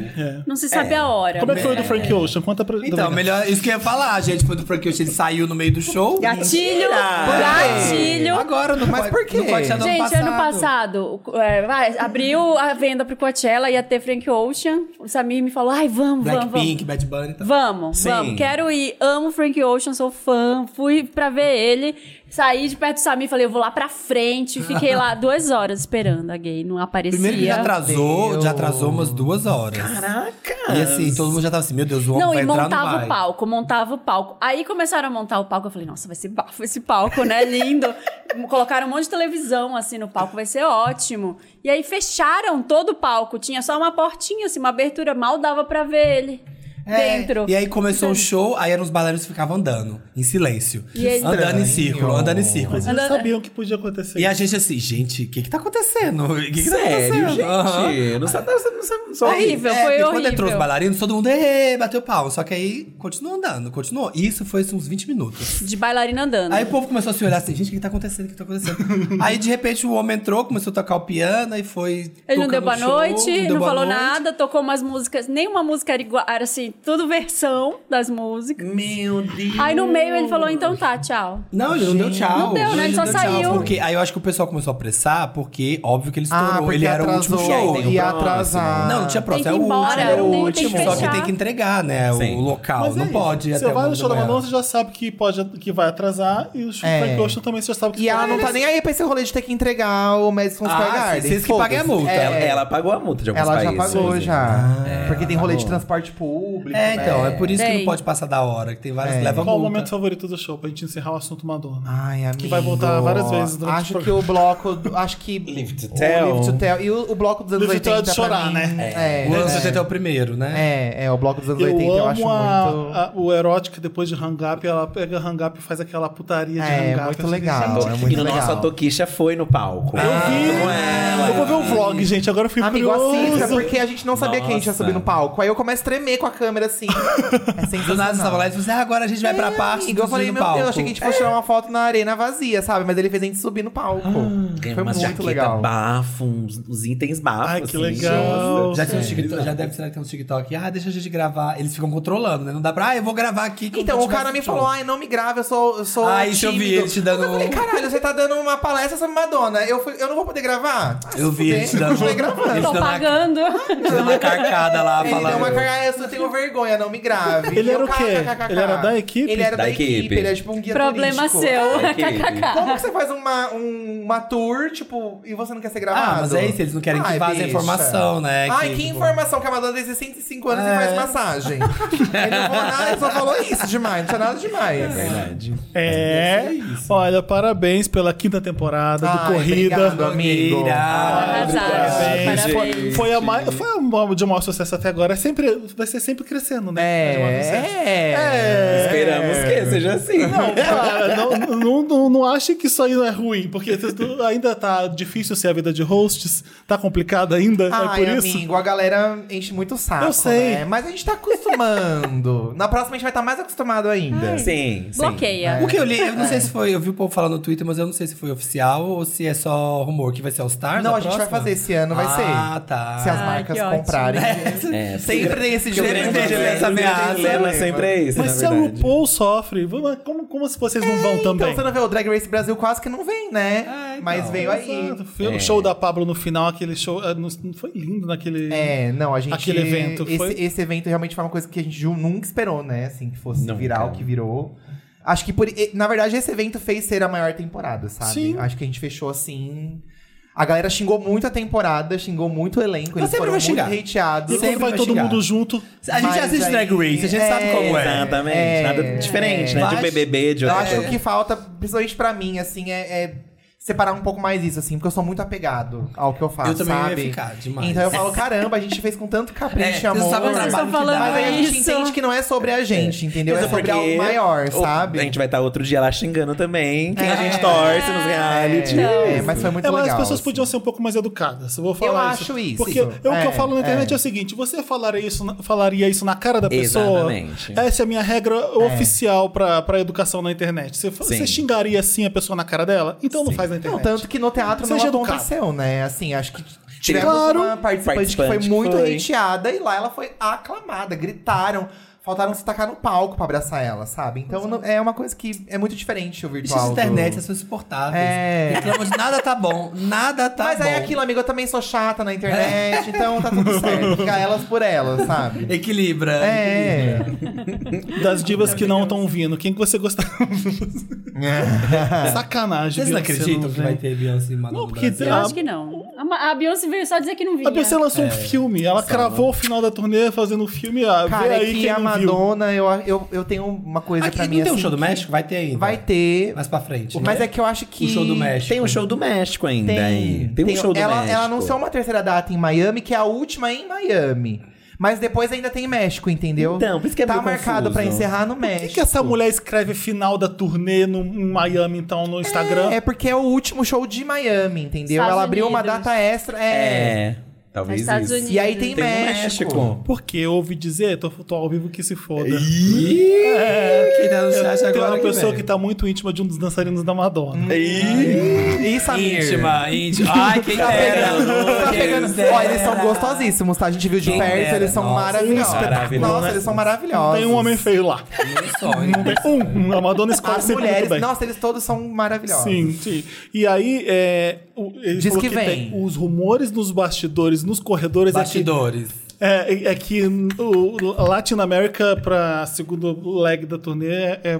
Speaker 2: Não se sabe a hora.
Speaker 1: É. Como é que foi o do Frank Ocean? Conta pra
Speaker 4: Então,
Speaker 1: Dominica.
Speaker 4: melhor. Isso que eu ia falar, gente. Foi do Frank Ocean, ele saiu no meio do show.
Speaker 2: Gatilho!
Speaker 4: Mentira!
Speaker 2: Gatilho!
Speaker 4: Agora, não
Speaker 5: Mas
Speaker 4: pode,
Speaker 5: por quê?
Speaker 4: Não pode ser ano
Speaker 2: Gente,
Speaker 4: passado.
Speaker 2: ano passado, o- é, vai, abriu a venda pro Coachella, ia ter Frank Ocean. O Samir me falou, ai, vamos, vamos, vamos.
Speaker 4: Blackpink, Bad Bunny tá- e tal.
Speaker 2: Vamos,
Speaker 3: Sim.
Speaker 2: vamos. Quero ir. Amo Frank Ocean, sou fã. Fui pra ver ele. Saí de perto do Samir, falei, eu vou lá pra frente. Fiquei lá duas horas esperando a gay, não aparecia.
Speaker 4: Primeiro que já atrasou, já atrasou umas duas horas.
Speaker 3: Caraca!
Speaker 4: E assim, todo mundo já tava assim, meu Deus, o homem
Speaker 2: Não,
Speaker 4: vai
Speaker 2: e
Speaker 4: entrar, não
Speaker 2: montava
Speaker 4: vai.
Speaker 2: o palco, montava o palco. Aí começaram a montar o palco, eu falei, nossa, vai ser bafo esse palco, né? Lindo. (laughs) Colocaram um monte de televisão, assim, no palco, vai ser ótimo. E aí fecharam todo o palco, tinha só uma portinha, assim, uma abertura, mal dava pra ver ele
Speaker 4: É,
Speaker 2: dentro.
Speaker 4: E aí começou o show, aí eram os bailarinos que ficavam andando, em silêncio.
Speaker 2: E é ele-
Speaker 4: Andando em círculo, andando em círculo.
Speaker 1: Mas eles sabiam que podia acontecer.
Speaker 4: E a gente assim, gente, o que que tá acontecendo? O que que tá
Speaker 3: Sério,
Speaker 4: acontecendo?
Speaker 3: gente?
Speaker 4: Aham. é,
Speaker 3: Não sabe, não sabe, não sabe- não sabe-
Speaker 2: Aí, Horrível, foi
Speaker 4: porque Quando
Speaker 2: horrível.
Speaker 4: entrou os bailarinos, todo mundo "Ê, bateu pau. Só que aí continuou andando, continuou. E isso foi assim, uns 20 minutos.
Speaker 2: De bailarina andando.
Speaker 4: Aí o povo começou a se olhar assim, gente, o que tá acontecendo? O que tá acontecendo? aí de repente o homem entrou, começou a tocar o piano e foi.
Speaker 2: Ele não
Speaker 4: tocando
Speaker 2: deu boa
Speaker 4: o show,
Speaker 2: noite, não,
Speaker 4: deu boa
Speaker 2: falou
Speaker 4: noite.
Speaker 2: nada, tocou umas músicas, nenhuma música era igual, era assim, tudo versão das músicas.
Speaker 3: Meu Deus!
Speaker 2: Aí no meio ele falou, então tá, tchau.
Speaker 4: Não, ele não deu tchau.
Speaker 2: Não deu, né? Ele só
Speaker 4: deu tchau,
Speaker 2: saiu.
Speaker 4: Porque, aí eu acho que o pessoal começou a apressar, porque óbvio que ele estourou.
Speaker 5: Ah, porque
Speaker 4: ele era
Speaker 5: atrasou.
Speaker 4: o último
Speaker 3: E aí
Speaker 4: show.
Speaker 3: tem o
Speaker 5: Ia
Speaker 3: próximo.
Speaker 5: atrasar.
Speaker 4: Não, não
Speaker 2: Tem
Speaker 4: tinha
Speaker 2: que
Speaker 4: próximo.
Speaker 2: ir
Speaker 4: é o
Speaker 2: embora,
Speaker 4: último.
Speaker 2: não tem- tem que
Speaker 4: Só que
Speaker 2: fechar.
Speaker 4: tem que entregar, né?
Speaker 3: Sim.
Speaker 4: O local.
Speaker 1: Mas é
Speaker 4: não
Speaker 1: isso.
Speaker 4: pode. ir
Speaker 1: Você
Speaker 4: até
Speaker 1: vai
Speaker 4: uma
Speaker 1: no show da
Speaker 4: manhã.
Speaker 1: Madonna, você já sabe que, pode, que vai atrasar. E o show
Speaker 5: É.
Speaker 1: do Frank Ocean também você já sabe que
Speaker 5: E ela não
Speaker 1: vai-
Speaker 5: tá nem aí pra esse rolê de ter que entregar o Madison Square
Speaker 4: Ah,
Speaker 5: Garden.
Speaker 4: vocês que paguem a multa.
Speaker 3: Ela,
Speaker 5: É.
Speaker 3: ela pagou a multa de alguns
Speaker 5: Ela já
Speaker 3: países. assim.
Speaker 5: pagou,
Speaker 3: inclusive.
Speaker 5: já. Porque tem rolê de transporte público. público.
Speaker 4: É, então,
Speaker 5: né?
Speaker 4: é por isso que
Speaker 2: Tem.
Speaker 4: não pode passar da hora, que tem várias
Speaker 5: É.
Speaker 4: que levam
Speaker 1: Qual o
Speaker 4: multa.
Speaker 1: momento favorito do show pra gente encerrar o assunto Madonna?
Speaker 5: Ai, amigo.
Speaker 1: Que vai voltar várias vezes durante
Speaker 5: Acho
Speaker 1: o
Speaker 5: que o bloco. do- Acho que.
Speaker 3: Live to
Speaker 5: o
Speaker 3: Tell.
Speaker 5: Live to Tell. E o, o bloco dos anos
Speaker 1: Live to
Speaker 5: 80.
Speaker 1: Tell é de
Speaker 5: pra
Speaker 1: chorar,
Speaker 5: mim,
Speaker 1: né?
Speaker 5: É.
Speaker 4: O ano
Speaker 5: é,
Speaker 4: 60 é o primeiro, né?
Speaker 5: é, é, o bloco dos anos
Speaker 1: Eu
Speaker 5: 80 eu acho
Speaker 1: amo a-
Speaker 5: muito.
Speaker 1: a- o erótico depois de hang up, ela pega hang up e faz aquela putaria de
Speaker 5: É,
Speaker 1: hang up.
Speaker 5: muito
Speaker 1: Eu falei,
Speaker 5: legal,
Speaker 1: gente,
Speaker 5: é
Speaker 1: que
Speaker 5: muito
Speaker 3: e no
Speaker 5: legal.
Speaker 3: nosso a Toquisha foi no palco. é,
Speaker 1: Eu vi!
Speaker 3: Com ela.
Speaker 1: eu vou ver o vlog, gente. Agora eu fiquei
Speaker 5: Amigo,
Speaker 1: curioso.
Speaker 5: assista, porque a gente não sabia que a gente ia
Speaker 3: Nossa.
Speaker 5: subir no palco. Aí eu começo a tremer com a câmera assim. É
Speaker 4: Do nada você tava
Speaker 5: sensacional.
Speaker 4: lá e disse, ah, agora a gente vai pra parte
Speaker 5: Amigo, É. eu falei, meu Deus, eu achei que a gente fosse tirar uma foto na arena vazia, sabe? Mas ele fez a gente subir no palco.
Speaker 4: Ah.
Speaker 3: Ganhou
Speaker 5: Foi
Speaker 3: umas
Speaker 5: muito
Speaker 3: jaquetas
Speaker 5: legal.
Speaker 3: bafo, uns, uns itens bafo.
Speaker 1: Ai, que
Speaker 3: assim,
Speaker 1: legal.
Speaker 3: nossa.
Speaker 4: Já, tinha uns TikTok, já deve ser que tem uns TikTok. Ah, deixa a gente gravar. Eles ficam controlando, né? Não dá pra. Ah, eu vou gravar aqui. como
Speaker 5: Então,
Speaker 4: se
Speaker 5: o
Speaker 4: eu tivesse
Speaker 5: cara me
Speaker 4: show.
Speaker 5: falou, ai, não me grave, eu sou, eu sou
Speaker 4: Ah, isso eu vi,
Speaker 5: tímido."
Speaker 4: ele te dando
Speaker 5: Eu falei,
Speaker 4: um-
Speaker 5: caralho, você tá dando uma palestra sobre Madonna. Eu, fui- eu não vou poder gravar? Ah,
Speaker 4: Eu
Speaker 5: se
Speaker 4: vi
Speaker 5: fuder,
Speaker 4: ele te dando.
Speaker 5: continuei
Speaker 4: (laughs)
Speaker 5: gravando.
Speaker 4: Ele te
Speaker 2: Tô
Speaker 4: dando uma-
Speaker 2: pagando.
Speaker 4: te dando uma carcada lá,
Speaker 5: Ele deu
Speaker 4: falando.
Speaker 5: uma cagada, eu tenho vergonha, não me grave.
Speaker 1: Ele
Speaker 5: E
Speaker 1: era
Speaker 5: eu,
Speaker 1: o quê?
Speaker 5: "KKKK".
Speaker 1: Ele era da equipe?
Speaker 5: Ele era da,
Speaker 3: Da
Speaker 5: equipe.
Speaker 3: equipe.
Speaker 5: ele é tipo um guia
Speaker 2: Problema
Speaker 5: turístico.
Speaker 2: seu.
Speaker 3: Ai, que-
Speaker 5: Como que você faz uma, um- uma tour, tipo, e você não quer ser gravado?
Speaker 4: Ah, mas é isso, eles não querem que
Speaker 5: Ai,
Speaker 4: vaze a
Speaker 5: bicha.
Speaker 4: informação, né?
Speaker 5: Ai, que
Speaker 4: tipo,
Speaker 5: informação, que a Madonna tem 65 anos
Speaker 4: É.
Speaker 5: e faz massagem. ele, não falou nada, ele só falou isso demais, não tinha nada demais.
Speaker 3: Verdade.
Speaker 1: É. Olha, parabéns pela quinta temporada do
Speaker 5: Ai,
Speaker 1: Corrida.
Speaker 5: obrigado, amigo.
Speaker 4: Mira.
Speaker 2: Arrasaram.
Speaker 1: Parabéns. Foi,
Speaker 2: Parabéns.
Speaker 1: foi a mais, foi a maior- de maior sucesso até agora. É sempre, vai ser sempre crescendo, né? De maior sucesso. (laughs)
Speaker 5: É.
Speaker 3: Esperamos que seja assim.
Speaker 1: Não, cara, não, não, não, não ache que isso aí não é ruim, porque tu- ainda tá difícil ser a vida de hosts, tá complicado ainda,
Speaker 5: Ai,
Speaker 1: é por isso.
Speaker 5: amigo, a galera enche muito o saco,
Speaker 1: Eu sei.
Speaker 5: né? Mas a gente tá acostumando. Na próxima a gente vai estar mais acostumado ainda.
Speaker 3: Sim, sim.
Speaker 2: Bloqueia.
Speaker 4: O que eu li, eu não
Speaker 5: é.
Speaker 4: sei se foi, eu vi o povo falando no Twitter, mas eu não sei se foi oficial ou se é só rumor que vai ser All Stars.
Speaker 5: Não,
Speaker 4: na
Speaker 5: a gente vai
Speaker 4: próxima?
Speaker 5: fazer esse ano, vai ser.
Speaker 4: Ah, tá.
Speaker 5: Se as
Speaker 2: Ai,
Speaker 5: marcas
Speaker 2: que ótimo.
Speaker 5: comprarem.
Speaker 3: É,
Speaker 5: Sempre tem esse dilema.
Speaker 3: Sempre tem
Speaker 5: né?
Speaker 3: essa ameaça.
Speaker 5: dilema.
Speaker 3: Dilema sempre é esse,
Speaker 1: Mas
Speaker 3: na
Speaker 1: se a
Speaker 3: verdade.
Speaker 1: RuPaul sofre, vamos- como, como se vocês não vão
Speaker 5: Então
Speaker 1: também? É, então,
Speaker 5: você não vê, o Drag Race Brasil quase que não vem, né? Mas veio aí.
Speaker 1: Exato. Foi
Speaker 3: É.
Speaker 1: O show da Pablo no final, aquele show. eh, não- não Foi lindo naquele.
Speaker 5: É, não, a gente.
Speaker 1: Aquele evento
Speaker 5: esse,
Speaker 1: foi-
Speaker 5: esse evento realmente foi uma coisa que a gente ju- nunca esperou, né? Assim, que fosse
Speaker 3: Nunca.
Speaker 5: viral, que virou. Acho que por. e- Na verdade, esse evento fez ser a maior temporada, sabe?
Speaker 1: Sim.
Speaker 5: Acho que a gente fechou assim. A galera xingou muito a temporada, xingou muito o elenco. Eles
Speaker 4: sempre
Speaker 5: foram
Speaker 4: vai
Speaker 5: muito
Speaker 4: xingar.
Speaker 1: E
Speaker 5: hateados.
Speaker 1: quando vai
Speaker 4: vai
Speaker 1: todo
Speaker 4: chegar.
Speaker 1: mundo junto.
Speaker 4: A gente
Speaker 5: Mas
Speaker 4: assiste
Speaker 5: aí-
Speaker 4: Drag Race, a gente sabe como é.
Speaker 3: Exatamente.
Speaker 5: É.
Speaker 3: Nada diferente, né? De um
Speaker 4: Mas-
Speaker 3: BBB, de
Speaker 5: Eu
Speaker 3: outra
Speaker 5: acho
Speaker 3: coisa.
Speaker 5: que o que falta, principalmente pra mim, assim, é, é separar um pouco mais isso, assim, porque eu sou muito apegado ao que eu faço.
Speaker 4: Eu também ia
Speaker 5: sabe?
Speaker 4: ficar demais.
Speaker 5: Então eu falo, caramba, a gente fez com tanto
Speaker 4: É,
Speaker 5: capricho e
Speaker 4: você
Speaker 5: amor.
Speaker 4: sabe o
Speaker 2: Vocês
Speaker 4: trabalho
Speaker 2: estão
Speaker 4: que dá.
Speaker 2: falando
Speaker 5: Mas aí a gente
Speaker 2: Isso.
Speaker 5: entende que não é sobre a gente, entendeu?
Speaker 3: Mas
Speaker 5: É sobre algo maior,
Speaker 3: o-
Speaker 5: sabe?
Speaker 3: A gente vai estar outro dia lá xingando também. Quem a
Speaker 5: É.
Speaker 3: gente torce nos reality.
Speaker 5: É, mas foi muito
Speaker 1: é, mas
Speaker 5: legal.
Speaker 1: as pessoas
Speaker 5: assim.
Speaker 1: podiam ser um pouco mais educadas. Eu vou falar isso.
Speaker 5: acho isso.
Speaker 1: Porque eu- o que
Speaker 5: É,
Speaker 1: eu falo na internet é,
Speaker 5: é.
Speaker 1: o seguinte: você falaria isso, na- falaria isso na cara da pessoa?
Speaker 3: Exatamente.
Speaker 1: Essa é a minha regra oficial pra, pra educação na internet. Você, fa-
Speaker 3: Sim.
Speaker 1: você xingaria assim a pessoa na cara dela? Então não faz na
Speaker 5: Não,
Speaker 1: internet.
Speaker 5: tanto que no teatro
Speaker 1: Seja
Speaker 5: não
Speaker 1: educado.
Speaker 5: aconteceu, né? Assim, acho que tivemos
Speaker 1: Claro.
Speaker 5: uma participante, que foi
Speaker 3: Participante
Speaker 5: muito
Speaker 3: foi.
Speaker 5: hateada e lá ela foi aclamada, gritaram. Faltaram se tacar no palco pra abraçar ela, sabe? Então não- é uma coisa que é muito diferente o
Speaker 4: Bichos
Speaker 5: virtual.
Speaker 4: de
Speaker 5: do-
Speaker 4: internet, vocês são insuportáveis.
Speaker 5: É.
Speaker 4: Reclamam de nada tá bom, nada tá
Speaker 5: Mas
Speaker 4: bom.
Speaker 5: aí é aquilo, amigo, eu também sou chata na
Speaker 1: (laughs)
Speaker 5: internet, então tá tudo certo. Ficar elas por elas, sabe?
Speaker 4: Equilibra.
Speaker 5: É.
Speaker 1: Das divas que não estão vindo. Quem que você gostava?
Speaker 5: né?
Speaker 1: (laughs)
Speaker 5: É.
Speaker 1: É. Sacanagem.
Speaker 4: Vocês não
Speaker 1: Beyoncé
Speaker 4: acreditam que
Speaker 1: vem.
Speaker 4: vai ter Beyoncé e Madonna
Speaker 1: Não,
Speaker 4: no
Speaker 1: porque
Speaker 4: Brasil?
Speaker 2: Eu acho que não. A Ma- A Beyoncé veio só dizer que não vinha.
Speaker 1: A Beyoncé lançou
Speaker 5: É.
Speaker 1: um filme, ela cravou o final da turnê fazendo um filme. Ah, vê
Speaker 5: Cara, é
Speaker 1: aí
Speaker 5: que
Speaker 1: quem
Speaker 5: a
Speaker 1: não viu.
Speaker 5: Madonna, eu, eu, eu tenho uma coisa
Speaker 4: Aqui
Speaker 5: pra
Speaker 4: não
Speaker 5: mim
Speaker 4: tem o
Speaker 5: assim,
Speaker 4: show do México? Vai ter ainda.
Speaker 5: Vai ter.
Speaker 4: Mais pra frente.
Speaker 5: Mas
Speaker 4: né?
Speaker 5: é que eu acho que.
Speaker 4: O show do México.
Speaker 3: Tem um show do México ainda.
Speaker 5: Tem.
Speaker 3: aí. Tem um show do
Speaker 5: ela,
Speaker 3: México.
Speaker 5: Ela anunciou um uma terceira data em Miami, que é a última em Miami. Mas depois ainda tem México, entendeu?
Speaker 3: Então, por isso que é
Speaker 5: Tá
Speaker 3: meio
Speaker 5: marcado
Speaker 3: confuso.
Speaker 5: pra encerrar no
Speaker 1: Por que,
Speaker 5: México.
Speaker 1: que essa mulher escreve final da turnê no, em Miami, então, no Instagram?
Speaker 5: É porque é o último show de Miami, entendeu?
Speaker 2: Estados
Speaker 5: Ela abriu uma
Speaker 2: Unidos.
Speaker 5: data extra. É.
Speaker 3: É. Talvez
Speaker 2: Estados
Speaker 3: isso.
Speaker 2: Unidos.
Speaker 5: E aí tem,
Speaker 3: Tem um
Speaker 5: México.
Speaker 3: México.
Speaker 1: Porque eu ouvi dizer, tô, tô ao vivo que se foda.
Speaker 3: Ih!
Speaker 5: É,
Speaker 4: Quem tá no chat
Speaker 1: Tem
Speaker 4: agora
Speaker 1: uma pessoa que,
Speaker 4: vem.
Speaker 1: tá muito íntima de um dos dançarinos da
Speaker 3: Hum.
Speaker 1: Madonna.
Speaker 3: Ih!
Speaker 5: E Samir.
Speaker 4: Íntima, íntima. Ai, quem tá
Speaker 5: Tá pegando-
Speaker 3: é.
Speaker 5: Ó, eles são gostosíssimos, tá? A gente viu de
Speaker 4: Quem
Speaker 5: perto,
Speaker 4: dera,
Speaker 5: eles são
Speaker 4: nossa,
Speaker 5: maravilhosos.
Speaker 3: maravilhoso.
Speaker 5: Nossa, eles são maravilhosos.
Speaker 1: Tem um homem feio lá. Não tem um. A Madonna escolhe
Speaker 5: As
Speaker 1: sempre muito
Speaker 5: mulheres,
Speaker 1: bem.
Speaker 5: nossa, eles todos são maravilhosos.
Speaker 1: Sim, sim. E aí, é, o- ele
Speaker 5: Diz
Speaker 1: falou
Speaker 5: que vem.
Speaker 1: tem os rumores nos bastidores, nos corredores, é que
Speaker 4: Bastidores.
Speaker 1: É, é que o Latin America, pra segundo leg da turnê, é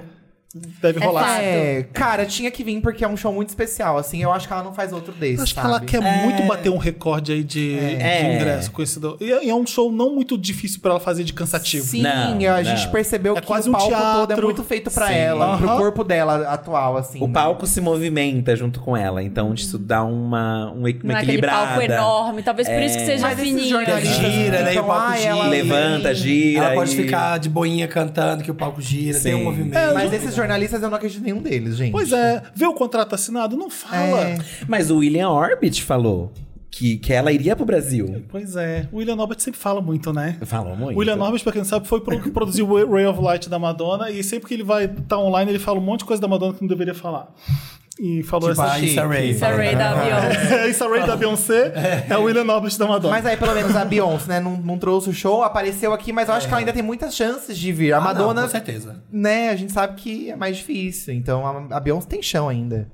Speaker 1: deve
Speaker 2: É
Speaker 1: rolar.
Speaker 2: fato.
Speaker 5: É, cara, tinha que vir porque é um show muito especial, assim. Eu acho que ela não faz outro desse,
Speaker 1: Acho que
Speaker 5: sabe?
Speaker 1: ela quer muito bater um recorde aí de, de
Speaker 3: É.
Speaker 1: ingresso com esse. do- E é- e é um show não muito difícil pra ela fazer de cansativo.
Speaker 5: Sim,
Speaker 3: Não,
Speaker 5: a gente
Speaker 3: não.
Speaker 5: percebeu
Speaker 1: É
Speaker 5: que
Speaker 1: quase
Speaker 5: o
Speaker 1: um
Speaker 5: palco todo é
Speaker 1: teatro.
Speaker 5: muito feito pra
Speaker 3: Sim.
Speaker 5: ela, pro
Speaker 1: Aham.
Speaker 5: corpo dela atual, assim.
Speaker 3: O
Speaker 5: né?
Speaker 3: palco se movimenta junto com ela, então isso dá uma, um, equ-
Speaker 2: Não
Speaker 3: uma
Speaker 2: é aquele
Speaker 3: equilibrada.
Speaker 2: palco enorme. Talvez por isso que seja
Speaker 5: Mas esses
Speaker 2: fininho.
Speaker 5: jornalistas
Speaker 4: Gira, né, e o
Speaker 5: ficam,
Speaker 4: palco
Speaker 5: "Ai,
Speaker 4: gira,
Speaker 5: ela
Speaker 3: Levanta,
Speaker 5: vem".
Speaker 3: gira.
Speaker 4: Ela pode
Speaker 3: e-
Speaker 4: ficar de boinha cantando, que o palco gira, tem um
Speaker 3: Sim.
Speaker 4: movimento.
Speaker 1: É,
Speaker 5: Mas esses jornalistas eu não acredito em nenhum deles, gente.
Speaker 1: Pois é, vê o contrato assinado, não fala.
Speaker 5: É.
Speaker 3: Mas o William Orbit falou que, que ela iria pro Brasil.
Speaker 1: Pois é, o William Norbert sempre fala muito, né?
Speaker 3: Falou muito.
Speaker 1: O William Norbert, pra quem não sabe, foi pro que produziu o Ray of Light da Madonna e sempre que ele vai estar online, ele fala um monte de coisa da Madonna que não deveria falar. E falou
Speaker 4: Tipo, a
Speaker 1: essa
Speaker 4: Issa Rae.
Speaker 2: Essa Ray da Beyoncé.
Speaker 1: (laughs) É, Issa Rae da Beyoncé é. o William Norbert da Madonna.
Speaker 5: Mas aí, pelo menos, a Beyoncé, né, não, não trouxe o show, apareceu aqui, mas eu acho que
Speaker 3: É.
Speaker 5: ela ainda tem muitas chances de vir. A
Speaker 4: Ah, não,
Speaker 5: Madonna,
Speaker 4: com certeza.
Speaker 5: né, a gente sabe que é mais difícil. Então a, a Beyoncé tem chão ainda.